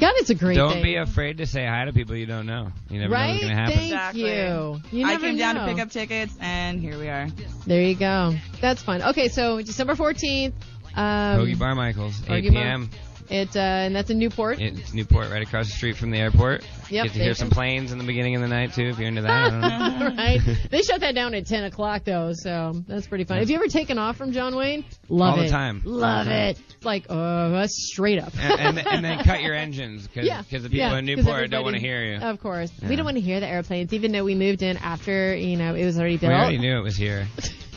Speaker 3: God, it's a great
Speaker 17: don't
Speaker 3: thing.
Speaker 17: be afraid to say hi to people you don't know. You never know
Speaker 3: right?
Speaker 17: what's gonna happen.
Speaker 3: Thank you. You
Speaker 18: I
Speaker 3: never
Speaker 18: came down to
Speaker 3: know.
Speaker 18: pick up tickets, and here we are.
Speaker 3: There you go. That's fun. Okay, so December 14th. Um,
Speaker 17: Hoagie Barmichael's, 8
Speaker 3: Hoagie Bar-
Speaker 17: p.m.
Speaker 3: It, uh, and that's in Newport.
Speaker 17: It's Newport, right across the street from the airport. Get
Speaker 3: Yep,
Speaker 17: to
Speaker 3: there
Speaker 17: hear
Speaker 3: you
Speaker 17: some
Speaker 3: go.
Speaker 17: planes in the beginning of the night too, if you're into that. I don't know.
Speaker 3: <laughs>
Speaker 17: <laughs>
Speaker 3: right? They shut that down at 10 o'clock, though, so that's pretty fun. Have you ever taken off from John Wayne? Love
Speaker 17: All
Speaker 3: it.
Speaker 17: the time. All
Speaker 3: Love
Speaker 17: the time.
Speaker 3: it. It's like, uh, that's straight up.
Speaker 17: and, and, and then cut your engines because
Speaker 3: Yeah.
Speaker 17: the people
Speaker 3: Yeah,
Speaker 17: in
Speaker 3: 'cause
Speaker 17: Newport don't
Speaker 3: everybody-
Speaker 17: want to hear you.
Speaker 3: Of course.
Speaker 17: Yeah.
Speaker 3: We don't want to hear the airplanes, even though we moved in after, you know, it was already
Speaker 17: we
Speaker 3: built.
Speaker 17: already knew it was here.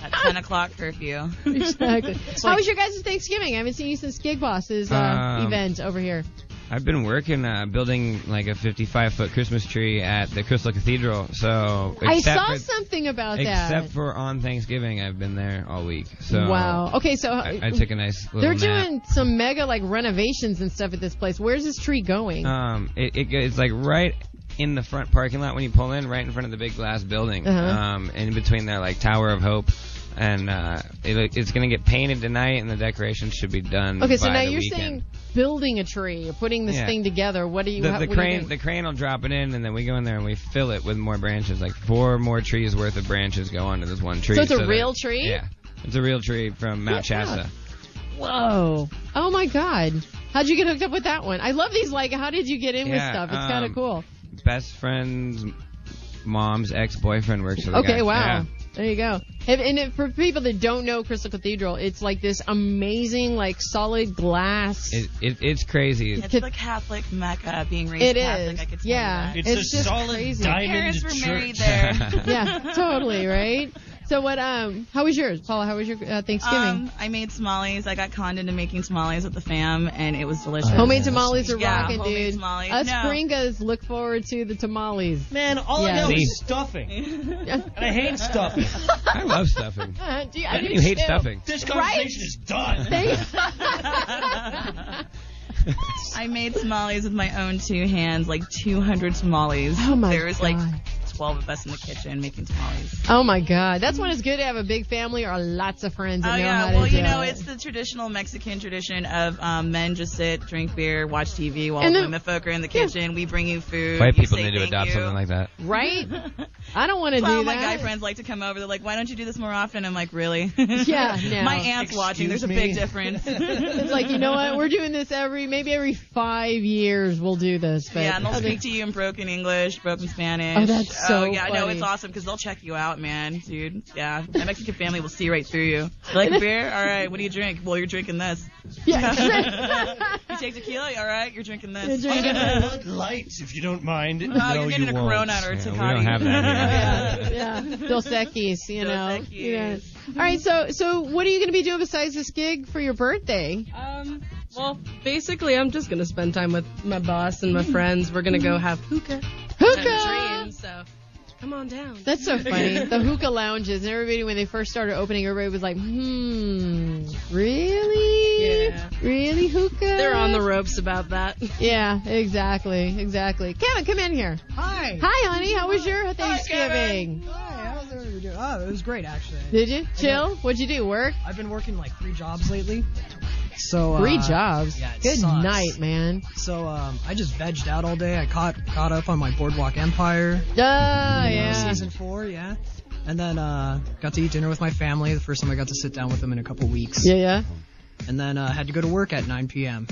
Speaker 18: At 10 o'clock curfew.
Speaker 3: <laughs>
Speaker 17: <laughs>
Speaker 3: exactly.
Speaker 18: It's
Speaker 3: How
Speaker 18: like-
Speaker 3: was your guys' Thanksgiving? I haven't seen you since Gig Boss's uh,
Speaker 17: Um,
Speaker 3: event over here.
Speaker 17: I've been working uh, building like a 55 foot Christmas tree at the Crystal Cathedral. So
Speaker 3: I
Speaker 17: except
Speaker 3: saw
Speaker 17: for,
Speaker 3: something about that.
Speaker 17: except for on Thanksgiving, I've been there all week. So
Speaker 3: wow. Okay, so uh,
Speaker 17: I, I took a nice little
Speaker 3: they're
Speaker 17: nap.
Speaker 3: doing some mega like renovations and stuff at this place. Where's this tree going?
Speaker 17: Um, it, it, it's like right in the front parking lot when you pull in, right in front of the big glass building.
Speaker 3: Uh-huh.
Speaker 17: Um, in between there, like Tower of Hope, and uh, it, it's gonna get painted tonight, and the decorations should be done.
Speaker 3: okay, so
Speaker 17: Mm-hmm. by
Speaker 3: now
Speaker 17: the
Speaker 3: you're
Speaker 17: weekend.
Speaker 3: saying building a tree, or putting this
Speaker 17: Yeah.
Speaker 3: thing together. What do you?
Speaker 17: The,
Speaker 3: how-
Speaker 17: the
Speaker 3: what do you
Speaker 17: crane,
Speaker 3: do?
Speaker 17: the crane will drop it in, and then we go in there and we fill it with more branches. Like four more trees worth of branches go onto this one tree.
Speaker 3: So it's a
Speaker 17: that-
Speaker 3: real tree?
Speaker 17: Yeah, it's a real tree from Mount
Speaker 3: Yeah.
Speaker 17: Shasta.
Speaker 3: Whoa! Oh my God! How'd you get hooked up with that one? I love these. Like, how did you get in with
Speaker 17: Yeah,
Speaker 3: stuff? It's kind
Speaker 17: um,
Speaker 3: of cool.
Speaker 17: Best friend's mom's ex-boyfriend works for the
Speaker 3: Okay,
Speaker 17: guy.
Speaker 3: wow.
Speaker 17: Yeah.
Speaker 3: There you go. And, and it, for people that don't know Crystal Cathedral, it's like this amazing, like solid glass.
Speaker 17: It, it, it's crazy.
Speaker 18: It's the Catholic Mecca being raised
Speaker 3: It
Speaker 18: Catholic.
Speaker 3: is.
Speaker 18: I could tell
Speaker 3: Yeah.
Speaker 18: you that.
Speaker 3: It's It's a just solid crazy.
Speaker 18: My
Speaker 3: diamond
Speaker 18: Parents were
Speaker 3: church.
Speaker 17: <laughs>
Speaker 18: married there.
Speaker 3: yeah, totally,
Speaker 18: <laughs>
Speaker 3: right? So what? Um, how was yours, Paula? How was your uh, Thanksgiving?
Speaker 18: Um, I made tamales. I got conned into making tamales with the fam, and it was delicious.
Speaker 3: Oh, homemade tamales are
Speaker 18: yeah,
Speaker 3: rocking,
Speaker 18: homemade
Speaker 3: dude.
Speaker 18: Tamales.
Speaker 3: Us
Speaker 18: no.
Speaker 3: gringos look forward to the tamales.
Speaker 5: Man, all I
Speaker 3: Yeah.
Speaker 5: know
Speaker 3: See? <laughs>
Speaker 5: is stuffing. And I hate stuffing.
Speaker 17: I love <laughs> stuffing.
Speaker 3: Uh, do you,
Speaker 17: How
Speaker 3: I
Speaker 17: do
Speaker 3: do
Speaker 17: you hate
Speaker 3: too.
Speaker 17: stuffing?
Speaker 5: This
Speaker 3: Right?
Speaker 5: conversation is
Speaker 3: <laughs>
Speaker 5: done.
Speaker 3: Thanks.
Speaker 18: <laughs> I made tamales with my own two hands, like 200 tamales.
Speaker 3: Oh my
Speaker 18: There was like 12 of us in the kitchen making tamales.
Speaker 3: Oh my God, that's when it's good to have a big family or lots of friends. And
Speaker 18: Oh
Speaker 3: know
Speaker 18: yeah,
Speaker 3: how to
Speaker 18: well you
Speaker 3: do
Speaker 18: know
Speaker 3: it.
Speaker 18: it's the traditional Mexican tradition of um, men just sit, drink beer, watch TV while
Speaker 3: And then-
Speaker 18: women folk are in the kitchen. We bring you food.
Speaker 17: White
Speaker 18: you
Speaker 17: people
Speaker 18: say
Speaker 17: need to
Speaker 18: thank
Speaker 17: adopt
Speaker 18: you.
Speaker 17: something like that.
Speaker 18: <laughs>
Speaker 3: right. I don't want to
Speaker 18: So
Speaker 3: do
Speaker 18: my
Speaker 3: that.
Speaker 18: guy friends like to come over. They're like, "Why don't you do this more often?" I'm like, "Really?" <laughs>
Speaker 3: Yeah, no.
Speaker 18: my aunt's watching. There's a big difference.
Speaker 3: <laughs>
Speaker 18: <laughs>
Speaker 3: it's like you know what we're doing this every maybe every five years we'll do this but
Speaker 18: Yeah, and they'll speak to you in broken English, broken Spanish.
Speaker 3: Oh, that's so
Speaker 18: Oh, yeah, no,
Speaker 3: funny.
Speaker 18: it's awesome because they'll check you out, man, dude. Yeah, the Mexican family will see right through you. They're
Speaker 3: <laughs>
Speaker 18: like beer, all right. What do you drink? Well, you're drinking this. <laughs>
Speaker 3: Yeah.
Speaker 18: you take tequila, all right. You're drinking this. <laughs>
Speaker 3: You're drinking this.
Speaker 5: Bud Light, if you don't mind.
Speaker 18: Oh,
Speaker 5: no,
Speaker 18: you're
Speaker 5: you
Speaker 18: getting a
Speaker 5: won't.
Speaker 18: Corona or a
Speaker 5: Yeah, we
Speaker 18: Tecate.
Speaker 5: don't have that
Speaker 18: <laughs>
Speaker 3: <laughs>
Speaker 5: here.
Speaker 3: yeah Dos Equis, you
Speaker 18: Dos
Speaker 3: know
Speaker 18: Equis.
Speaker 3: Yeah. all right so so what are you going to be doing besides this gig for your birthday
Speaker 19: Um, well, basically, I'm just gonna spend time with my boss and my friends. We're gonna go have hookah.
Speaker 3: Hookah!
Speaker 19: Dream, so come on down.
Speaker 3: that's
Speaker 19: <laughs>
Speaker 3: so funny the hookah lounges and everybody when they first started opening everybody was like hmm really
Speaker 19: Yeah.
Speaker 3: really hookah
Speaker 19: They're on the ropes about that.
Speaker 3: yeah exactly exactly Kevin come in here
Speaker 20: Hi.
Speaker 3: hi honey how was your Thanksgiving
Speaker 20: Hi, how's everybody doing? Oh, it was great actually.
Speaker 3: Did you? Chill? What'd you do? Work?
Speaker 20: I've been working like three jobs
Speaker 3: <laughs>
Speaker 20: lately. So uh,
Speaker 3: Three jobs.
Speaker 20: Yeah, it
Speaker 3: Good
Speaker 20: sucks.
Speaker 3: night, man.
Speaker 20: So um, I just vegged out all day. I caught caught up on my Boardwalk Empire. you
Speaker 3: Duh,
Speaker 20: know,
Speaker 3: yeah.
Speaker 20: Season four, yeah. And then uh, got to eat dinner with my family. The first time I got to sit down with them in a couple weeks.
Speaker 3: Yeah, yeah.
Speaker 20: And then uh, had to go to work at 9 p.m.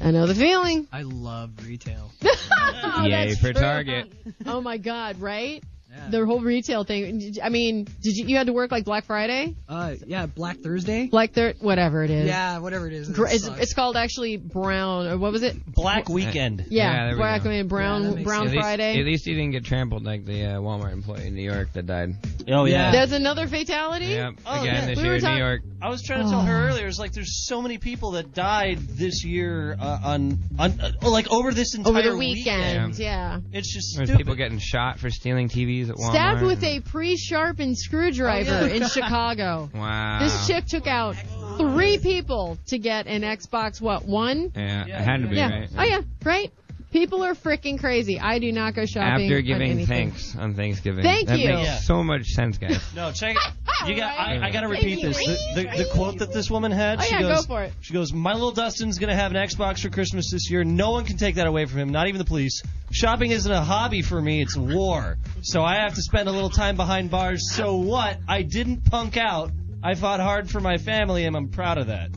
Speaker 3: I know the feeling.
Speaker 20: I love retail.
Speaker 3: Oh,
Speaker 17: Yay
Speaker 3: that's
Speaker 17: for
Speaker 3: true.
Speaker 17: Target.
Speaker 3: Oh my God, right? The whole retail thing. I mean, did you you had to work like Black Friday?
Speaker 20: Uh, yeah, Black Thursday.
Speaker 3: Black Thir whatever it is.
Speaker 20: Yeah, whatever it is.
Speaker 3: Gr-
Speaker 20: It
Speaker 3: It's,
Speaker 20: sucks.
Speaker 3: it's called actually Brown. Or what was it?
Speaker 5: Black Weekend.
Speaker 3: Yeah,
Speaker 17: Yeah, there we
Speaker 3: Black
Speaker 17: go.
Speaker 3: I mean, Brown Brown
Speaker 17: at least,
Speaker 3: Friday.
Speaker 17: At least you didn't get trampled like the uh, Walmart employee in New York that died.
Speaker 5: Oh
Speaker 17: yeah.
Speaker 3: There's another fatality.
Speaker 17: Yep.
Speaker 5: Oh,
Speaker 17: Again
Speaker 5: yeah.
Speaker 17: this
Speaker 5: We
Speaker 17: year
Speaker 5: were
Speaker 17: in
Speaker 5: talk-
Speaker 17: New York.
Speaker 5: I was trying to
Speaker 3: Oh.
Speaker 5: tell her earlier. It's like there's so many people that died this year uh, on on uh, oh, like over this entire
Speaker 3: Over the weekend, yeah.
Speaker 5: It's just
Speaker 17: There's
Speaker 5: stupid.
Speaker 17: people getting shot for stealing TVs at Walmart.
Speaker 3: Stabbed with a pre-sharpened screwdriver
Speaker 17: Oh, yeah. <laughs>
Speaker 3: in Chicago.
Speaker 17: Wow.
Speaker 3: This chick took out three people to get an Xbox. What one?
Speaker 17: Yeah, it had to be
Speaker 3: yeah.
Speaker 17: right.
Speaker 3: Oh yeah, right. People are freaking crazy. I do not go shopping.
Speaker 17: After
Speaker 3: on
Speaker 17: giving
Speaker 3: anything.
Speaker 17: thanks on Thanksgiving.
Speaker 3: Thank
Speaker 17: that
Speaker 3: you.
Speaker 17: makes
Speaker 3: Yeah.
Speaker 17: so much sense, guys.
Speaker 5: No, check. it. You got. I, I got to repeat this. The, the, the quote that this woman had.
Speaker 3: Oh,
Speaker 5: she
Speaker 3: yeah, go
Speaker 5: goes,
Speaker 3: for it.
Speaker 5: She goes, "My little Dustin's gonna have an Xbox for Christmas this year. No one can take that away from him. Not even the police. Shopping isn't a hobby for me. It's a war. So I have to spend a little time behind bars. So what? I didn't punk out. I fought hard for my family, and I'm proud of that.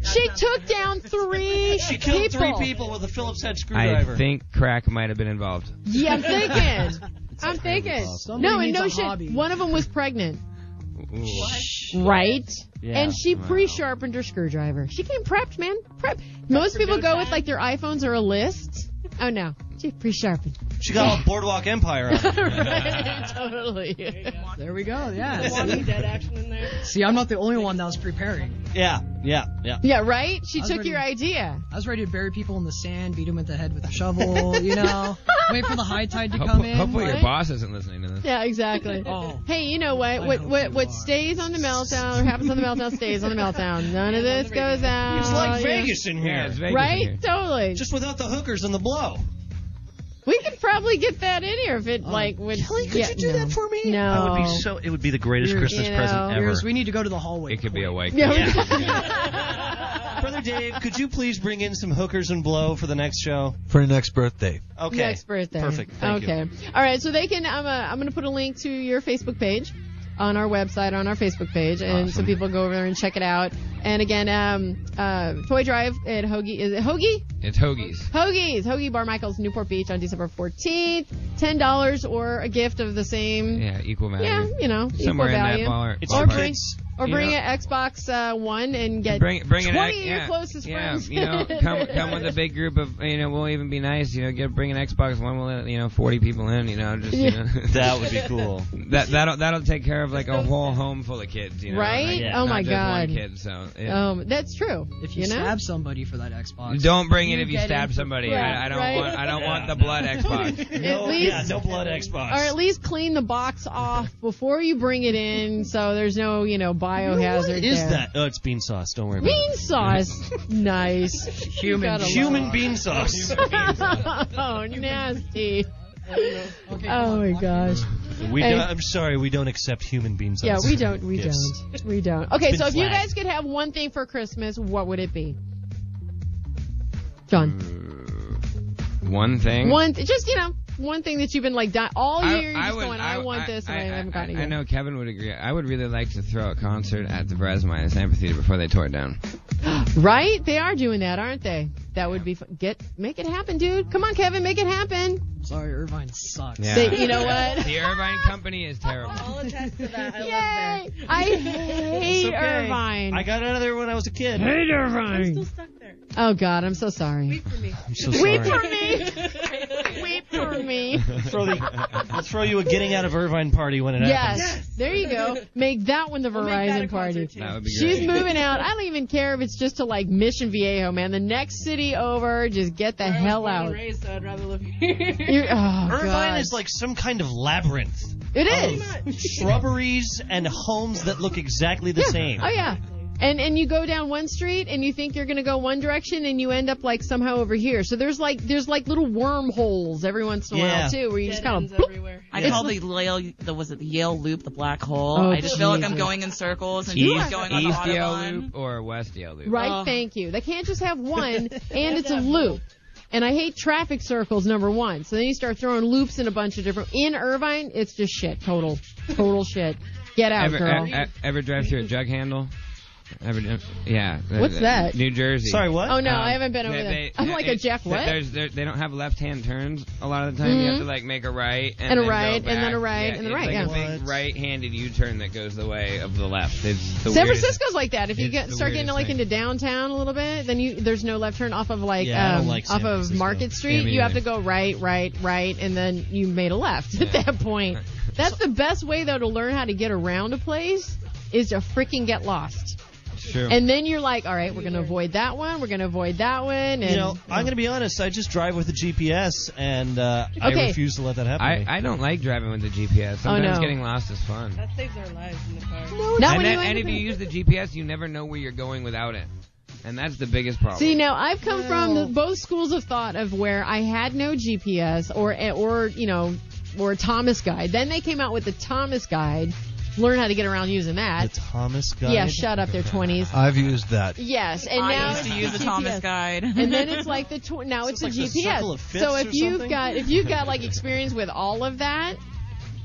Speaker 3: She took down three
Speaker 5: <laughs> She killed three people with a Phillips head screwdriver.
Speaker 17: I think crack might have been involved.
Speaker 3: Yeah, I'm thinking.
Speaker 5: <laughs>
Speaker 3: I'm thinking.
Speaker 20: Somebody
Speaker 3: No, and
Speaker 20: needs
Speaker 3: no
Speaker 20: a
Speaker 3: shit.
Speaker 20: hobby.
Speaker 3: One of them was pregnant,
Speaker 17: Ooh.
Speaker 3: right?
Speaker 17: Yeah.
Speaker 3: and she
Speaker 17: Wow.
Speaker 3: pre-sharpened her screwdriver. She came prepped, man. Prep. Most people go with like their iPhones or
Speaker 20: <laughs>
Speaker 3: a list. Oh no, she pre-sharpened.
Speaker 5: She got all Boardwalk Empire
Speaker 20: <laughs>
Speaker 5: on.
Speaker 3: Right, <laughs> totally.
Speaker 20: There we go. Yeah.
Speaker 5: Walking
Speaker 20: Dead action in there. See, I'm not the only one that was preparing.
Speaker 5: <laughs> Yeah, yeah, yeah.
Speaker 3: Yeah, right.
Speaker 20: I
Speaker 3: She
Speaker 20: was
Speaker 3: took
Speaker 20: ready-
Speaker 3: your idea.
Speaker 20: I was ready to bury people in the sand, beat them at the head with a shovel. You know,
Speaker 3: <laughs>
Speaker 20: wait for the high tide to
Speaker 17: Hope-
Speaker 20: come in.
Speaker 17: hopefully your
Speaker 20: What?
Speaker 17: boss isn't listening to this.
Speaker 3: Yeah, exactly.
Speaker 20: <laughs> Oh.
Speaker 3: Hey, you know what? What what what stays on the meltdown or happens on the meltdown stays on the meltdown.
Speaker 20: <laughs>
Speaker 3: None of this goes out.
Speaker 5: It's like
Speaker 3: you know.
Speaker 5: Vegas in here.
Speaker 17: Yeah, it's Vegas in
Speaker 3: Oh, Right?
Speaker 17: here.
Speaker 3: Totally.
Speaker 5: Just without the hookers and the blow. Oh,
Speaker 3: We could probably get that in here if it like would. Kelly,
Speaker 5: could you do that for me?
Speaker 3: No.
Speaker 21: That would be so. It would be the greatest
Speaker 3: You're-
Speaker 21: Christmas
Speaker 3: you know.
Speaker 21: present ever.
Speaker 20: Here's- we need to go to the hallway.
Speaker 17: It could be a white.
Speaker 3: Yeah,
Speaker 17: kid.
Speaker 5: Brother Dave, could you please bring in some hookers and blow for the next show?
Speaker 1: for your next birthday.
Speaker 5: Okay.
Speaker 3: Next birthday.
Speaker 5: Perfect. Thank you.
Speaker 3: okay. All right. So they can. I'm. uh i I'm gonna put a link to your Facebook page on our website on our Facebook page, and so people go over there and check it out. And again, um, uh, Toy Drive at Hoagie. Is it Hoagie?
Speaker 17: It's hoagies.
Speaker 3: Hoagies, Hoagie Bar Michaels, Newport Beach on December 14th. Ten dollars or a gift of the same.
Speaker 17: Yeah, equal value.
Speaker 3: Yeah, you know,
Speaker 17: Somewhere in
Speaker 3: equal
Speaker 17: that
Speaker 3: value.
Speaker 17: baller- It's
Speaker 3: or
Speaker 17: for
Speaker 3: bring,
Speaker 17: kids,
Speaker 3: or
Speaker 17: you
Speaker 3: bring
Speaker 17: know.
Speaker 3: an Xbox uh, One and get
Speaker 17: Bring bring it.
Speaker 3: 20
Speaker 17: out,
Speaker 3: of your
Speaker 17: yeah,
Speaker 3: closest
Speaker 17: yeah,
Speaker 3: <laughs> friends.
Speaker 17: you know, come come with a big group of you know. We'll even be nice. You know, get bring an Xbox One. We'll let you know forty people in. You know, just you
Speaker 3: Yeah.
Speaker 17: know.
Speaker 5: <laughs> That would be cool.
Speaker 17: <laughs> That that'll that'll take care of like a whole home full of kids, you know.
Speaker 3: Right?
Speaker 17: Like,
Speaker 3: Yeah.
Speaker 17: not
Speaker 3: Oh my
Speaker 17: just one
Speaker 3: God.
Speaker 17: kid, so yeah.
Speaker 3: Um, that's true.
Speaker 20: If you,
Speaker 3: know?
Speaker 20: stab somebody for that Xbox,
Speaker 17: don't bring it
Speaker 20: you
Speaker 17: if you
Speaker 20: get
Speaker 17: stab
Speaker 20: in-
Speaker 17: somebody.
Speaker 3: Right,
Speaker 17: I, I don't
Speaker 3: right.
Speaker 17: want I don't want the <laughs>
Speaker 5: no. <laughs>
Speaker 17: blood Xbox.
Speaker 5: No,
Speaker 3: At least-
Speaker 5: yeah, no blood Xbox.
Speaker 3: or at least clean the box off before you bring it in, so there's no you know biohazard.
Speaker 5: What is
Speaker 3: there.
Speaker 5: that? Oh, it's bean sauce. Don't worry about
Speaker 3: Bean
Speaker 5: <laughs>
Speaker 3: sauce, nice. You
Speaker 5: it.
Speaker 3: gotta
Speaker 5: Human
Speaker 3: love-
Speaker 5: bean sauce.
Speaker 3: <laughs> oh, nasty. Oh my gosh.
Speaker 5: we
Speaker 3: Hey.
Speaker 5: don't, I'm sorry, we don't accept human bean sauce.
Speaker 3: Yeah, we don't. We
Speaker 5: Gifts.
Speaker 3: don't. We don't. Okay,
Speaker 5: It's
Speaker 3: so
Speaker 5: been
Speaker 3: if you guys
Speaker 5: flagged.
Speaker 3: could have one thing for Christmas, what would it be? John,
Speaker 17: Uh, One thing.
Speaker 3: one, th- just you know, one thing that you've been like di- all
Speaker 17: I-
Speaker 3: year. You're
Speaker 17: I
Speaker 3: just
Speaker 17: would-
Speaker 3: going, I, want this, and I, haven't gotten it
Speaker 17: I
Speaker 3: yet.
Speaker 17: know Kevin would agree. I would really like to throw a concert at the Braz Minus Amphitheater before they tore it down.
Speaker 3: <gasps> Right? They are doing that, aren't they? That would be fun. get make it happen, dude. Come on, Kevin, make it happen.
Speaker 20: Sorry, Irvine sucks.
Speaker 17: Yeah.
Speaker 3: They- you know what?
Speaker 17: The Irvine Company is terrible.
Speaker 19: I'll attest to that. I
Speaker 3: Yay!
Speaker 19: love that.
Speaker 3: I hate
Speaker 5: It's okay.
Speaker 3: Irvine.
Speaker 5: I got out of there when I was a kid.
Speaker 19: I'm
Speaker 3: Irvine.
Speaker 19: still stuck there.
Speaker 3: Oh God, I'm so sorry.
Speaker 19: For me.
Speaker 5: I'm so
Speaker 3: Weep for
Speaker 5: sorry.
Speaker 19: <laughs>
Speaker 3: me. Weep for me.
Speaker 5: Throw the- <laughs> I'll throw you a getting out of Irvine party when it
Speaker 3: Yes.
Speaker 5: happens.
Speaker 3: There you go. Make that one the
Speaker 19: We'll make that a
Speaker 3: Verizon party.
Speaker 19: concert, too.
Speaker 17: That would be
Speaker 3: She's
Speaker 17: great.
Speaker 3: moving out. I don't even care if it's just to like Mission Viejo, man. The next city over, just get the
Speaker 19: I was
Speaker 3: hell
Speaker 19: born and
Speaker 3: out.
Speaker 19: raised, <laughs> so I'd rather live here.
Speaker 3: You're, oh,
Speaker 5: Irvine
Speaker 3: God.
Speaker 5: is like some kind of labyrinth.
Speaker 3: It is.
Speaker 5: Shrubberies and homes that look exactly the
Speaker 3: Yeah.
Speaker 5: same.
Speaker 3: Oh yeah. And and you go down one street and you think you're gonna go one direction and you end up like somehow over here. So there's like there's like little wormholes every once in a
Speaker 5: Yeah.
Speaker 3: while too, where you just
Speaker 19: Dead
Speaker 3: kind
Speaker 19: ends
Speaker 3: of.
Speaker 19: everywhere.
Speaker 18: I
Speaker 3: It's
Speaker 18: call
Speaker 3: like-
Speaker 18: the Yale, the was it the Yale Loop, the black hole.
Speaker 3: Oh,
Speaker 18: I just feel like I'm
Speaker 3: Jesus.
Speaker 18: going in circles and
Speaker 17: East,
Speaker 18: just going on the
Speaker 17: East Yale
Speaker 18: Autobahn.
Speaker 17: Loop or West Yale Loop?
Speaker 3: Right,
Speaker 18: Oh.
Speaker 3: thank you. They can't just have one, and it's a loop. And I hate traffic circles, number one. So then you start throwing loops in a bunch of different. In Irvine, it's just shit, total. Total shit. Get out,
Speaker 17: ever,
Speaker 3: girl.
Speaker 17: e- e- ever drive through a jug handle? Ever, yeah. the-
Speaker 3: What's
Speaker 17: the-
Speaker 3: that?
Speaker 17: New Jersey. Um,
Speaker 3: Sorry, what? Oh, no, I haven't been over
Speaker 17: they-
Speaker 3: there.
Speaker 17: they-
Speaker 3: I'm like a
Speaker 17: it-
Speaker 3: Jeff, what?
Speaker 17: There's, there, they don't have left-hand turns a lot of the time. You have
Speaker 3: Mhm.
Speaker 17: to like make a right and,
Speaker 3: And a
Speaker 17: then go
Speaker 3: right, and then
Speaker 17: back.
Speaker 3: a right,
Speaker 17: Yeah,
Speaker 3: and then
Speaker 17: it's
Speaker 3: right,
Speaker 17: Like
Speaker 3: yeah.
Speaker 17: a big right-handed U-turn that goes the way of the left. It's the
Speaker 3: San
Speaker 17: weirdest-
Speaker 3: Francisco's like that. If you
Speaker 17: it's
Speaker 3: get
Speaker 17: the
Speaker 3: start getting
Speaker 17: weirdest
Speaker 3: like
Speaker 17: thing.
Speaker 3: into downtown a little bit, then you there's no left turn off of like
Speaker 17: Yeah, I don't
Speaker 3: um,
Speaker 17: like San
Speaker 3: off of
Speaker 17: Francisco.
Speaker 3: Market Street.
Speaker 17: Yeah, me
Speaker 3: you have to
Speaker 17: neither.
Speaker 3: go right, right, right, and then you made a left at
Speaker 17: <laughs>
Speaker 3: that point. That's the best way though to learn how to get around a place is to freaking get lost.
Speaker 4: Sure.
Speaker 3: And then you're like, all right, we're gonna avoid that one. We're gonna avoid that one. And
Speaker 4: you know, I'm going to be honest. I just drive with a GPS, and uh, I
Speaker 3: Okay.
Speaker 4: refuse to let that happen.
Speaker 17: I, I don't like driving with the GPS.
Speaker 4: Oh,
Speaker 17: Sometimes
Speaker 4: no.
Speaker 17: getting lost is fun.
Speaker 20: That saves our lives in the car.
Speaker 3: Not
Speaker 17: and
Speaker 3: when
Speaker 17: that-
Speaker 3: you
Speaker 17: and
Speaker 3: end
Speaker 17: if
Speaker 3: up
Speaker 17: you
Speaker 3: in-
Speaker 17: use the GPS, you never know where you're going without it, and that's the biggest problem.
Speaker 3: <laughs> See, now I've come from the, both schools of thought of where I had no GPS or eh, or you know or a Thomas guide. Then they came out with the Thomas guide. Learn how to get around using that.
Speaker 4: The Thomas guide.
Speaker 3: Yeah, shut up, they're twenties.
Speaker 5: I've used that.
Speaker 3: Yes, and
Speaker 18: I
Speaker 3: now
Speaker 18: used
Speaker 3: it's
Speaker 18: to use the
Speaker 3: GPS.
Speaker 18: Thomas guide.
Speaker 3: and then it's like the tw- now it's,
Speaker 18: <laughs> It's like
Speaker 3: a
Speaker 18: the
Speaker 3: GPS.
Speaker 18: circle of fifths
Speaker 3: so if
Speaker 18: or
Speaker 3: you've
Speaker 18: something?
Speaker 3: got if you've got like experience with all of that,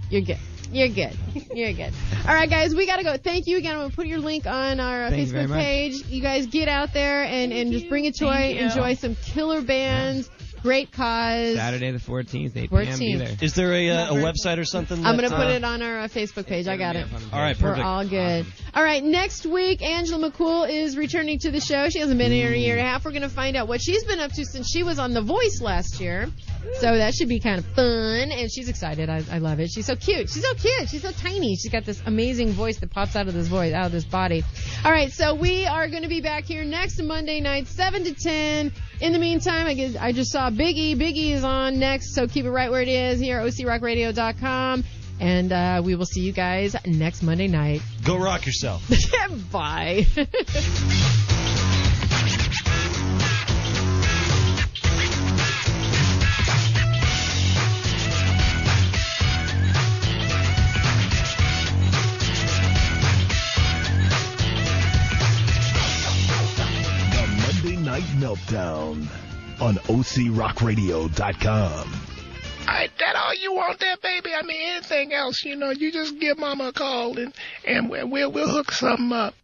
Speaker 3: you're good. You're good. You're good. All right, guys, we gotta go. Thank you again. I'm gonna put your link on our
Speaker 17: Thank you very
Speaker 3: Facebook
Speaker 17: much.
Speaker 3: page. You guys get out there and and just bring a toy.
Speaker 17: Thank you.
Speaker 3: Enjoy some killer bands. Great cause.
Speaker 17: Saturday the 14th, 8 p.m. Be
Speaker 3: 14th.
Speaker 17: there.
Speaker 4: Is there a, uh, a website or something?
Speaker 3: I'm gonna
Speaker 4: that,
Speaker 3: put
Speaker 4: uh,
Speaker 3: it on our uh, Facebook page. I got it.
Speaker 4: All right,
Speaker 3: We're
Speaker 4: perfect.
Speaker 3: all good. All right, next week, Angela McCool is returning to the show. She hasn't been here in a year and a half. We're going to find out what she's been up to since she was on The Voice last year. So that should be kind of fun. And she's excited. I, I love it. She's so cute. She's so cute. She's so tiny. She's got this amazing voice that pops out of this voice, out of this body. All right, so we are going to be back here next Monday night, 7 to 10. In the meantime, I, guess, I just saw Big E. Big E is on next, so keep it right where it is here at ocrockradio.com. And uh, we will see you guys next Monday night. <laughs>
Speaker 4: Go rock yourself.
Speaker 3: Bye. <laughs>
Speaker 6: The Monday Night Meltdown on OCRockRadio.com.
Speaker 15: Hey, that all you want there, baby? I mean, anything else, you know, you just give mama a call and, and we'll, we'll, we'll hook something up.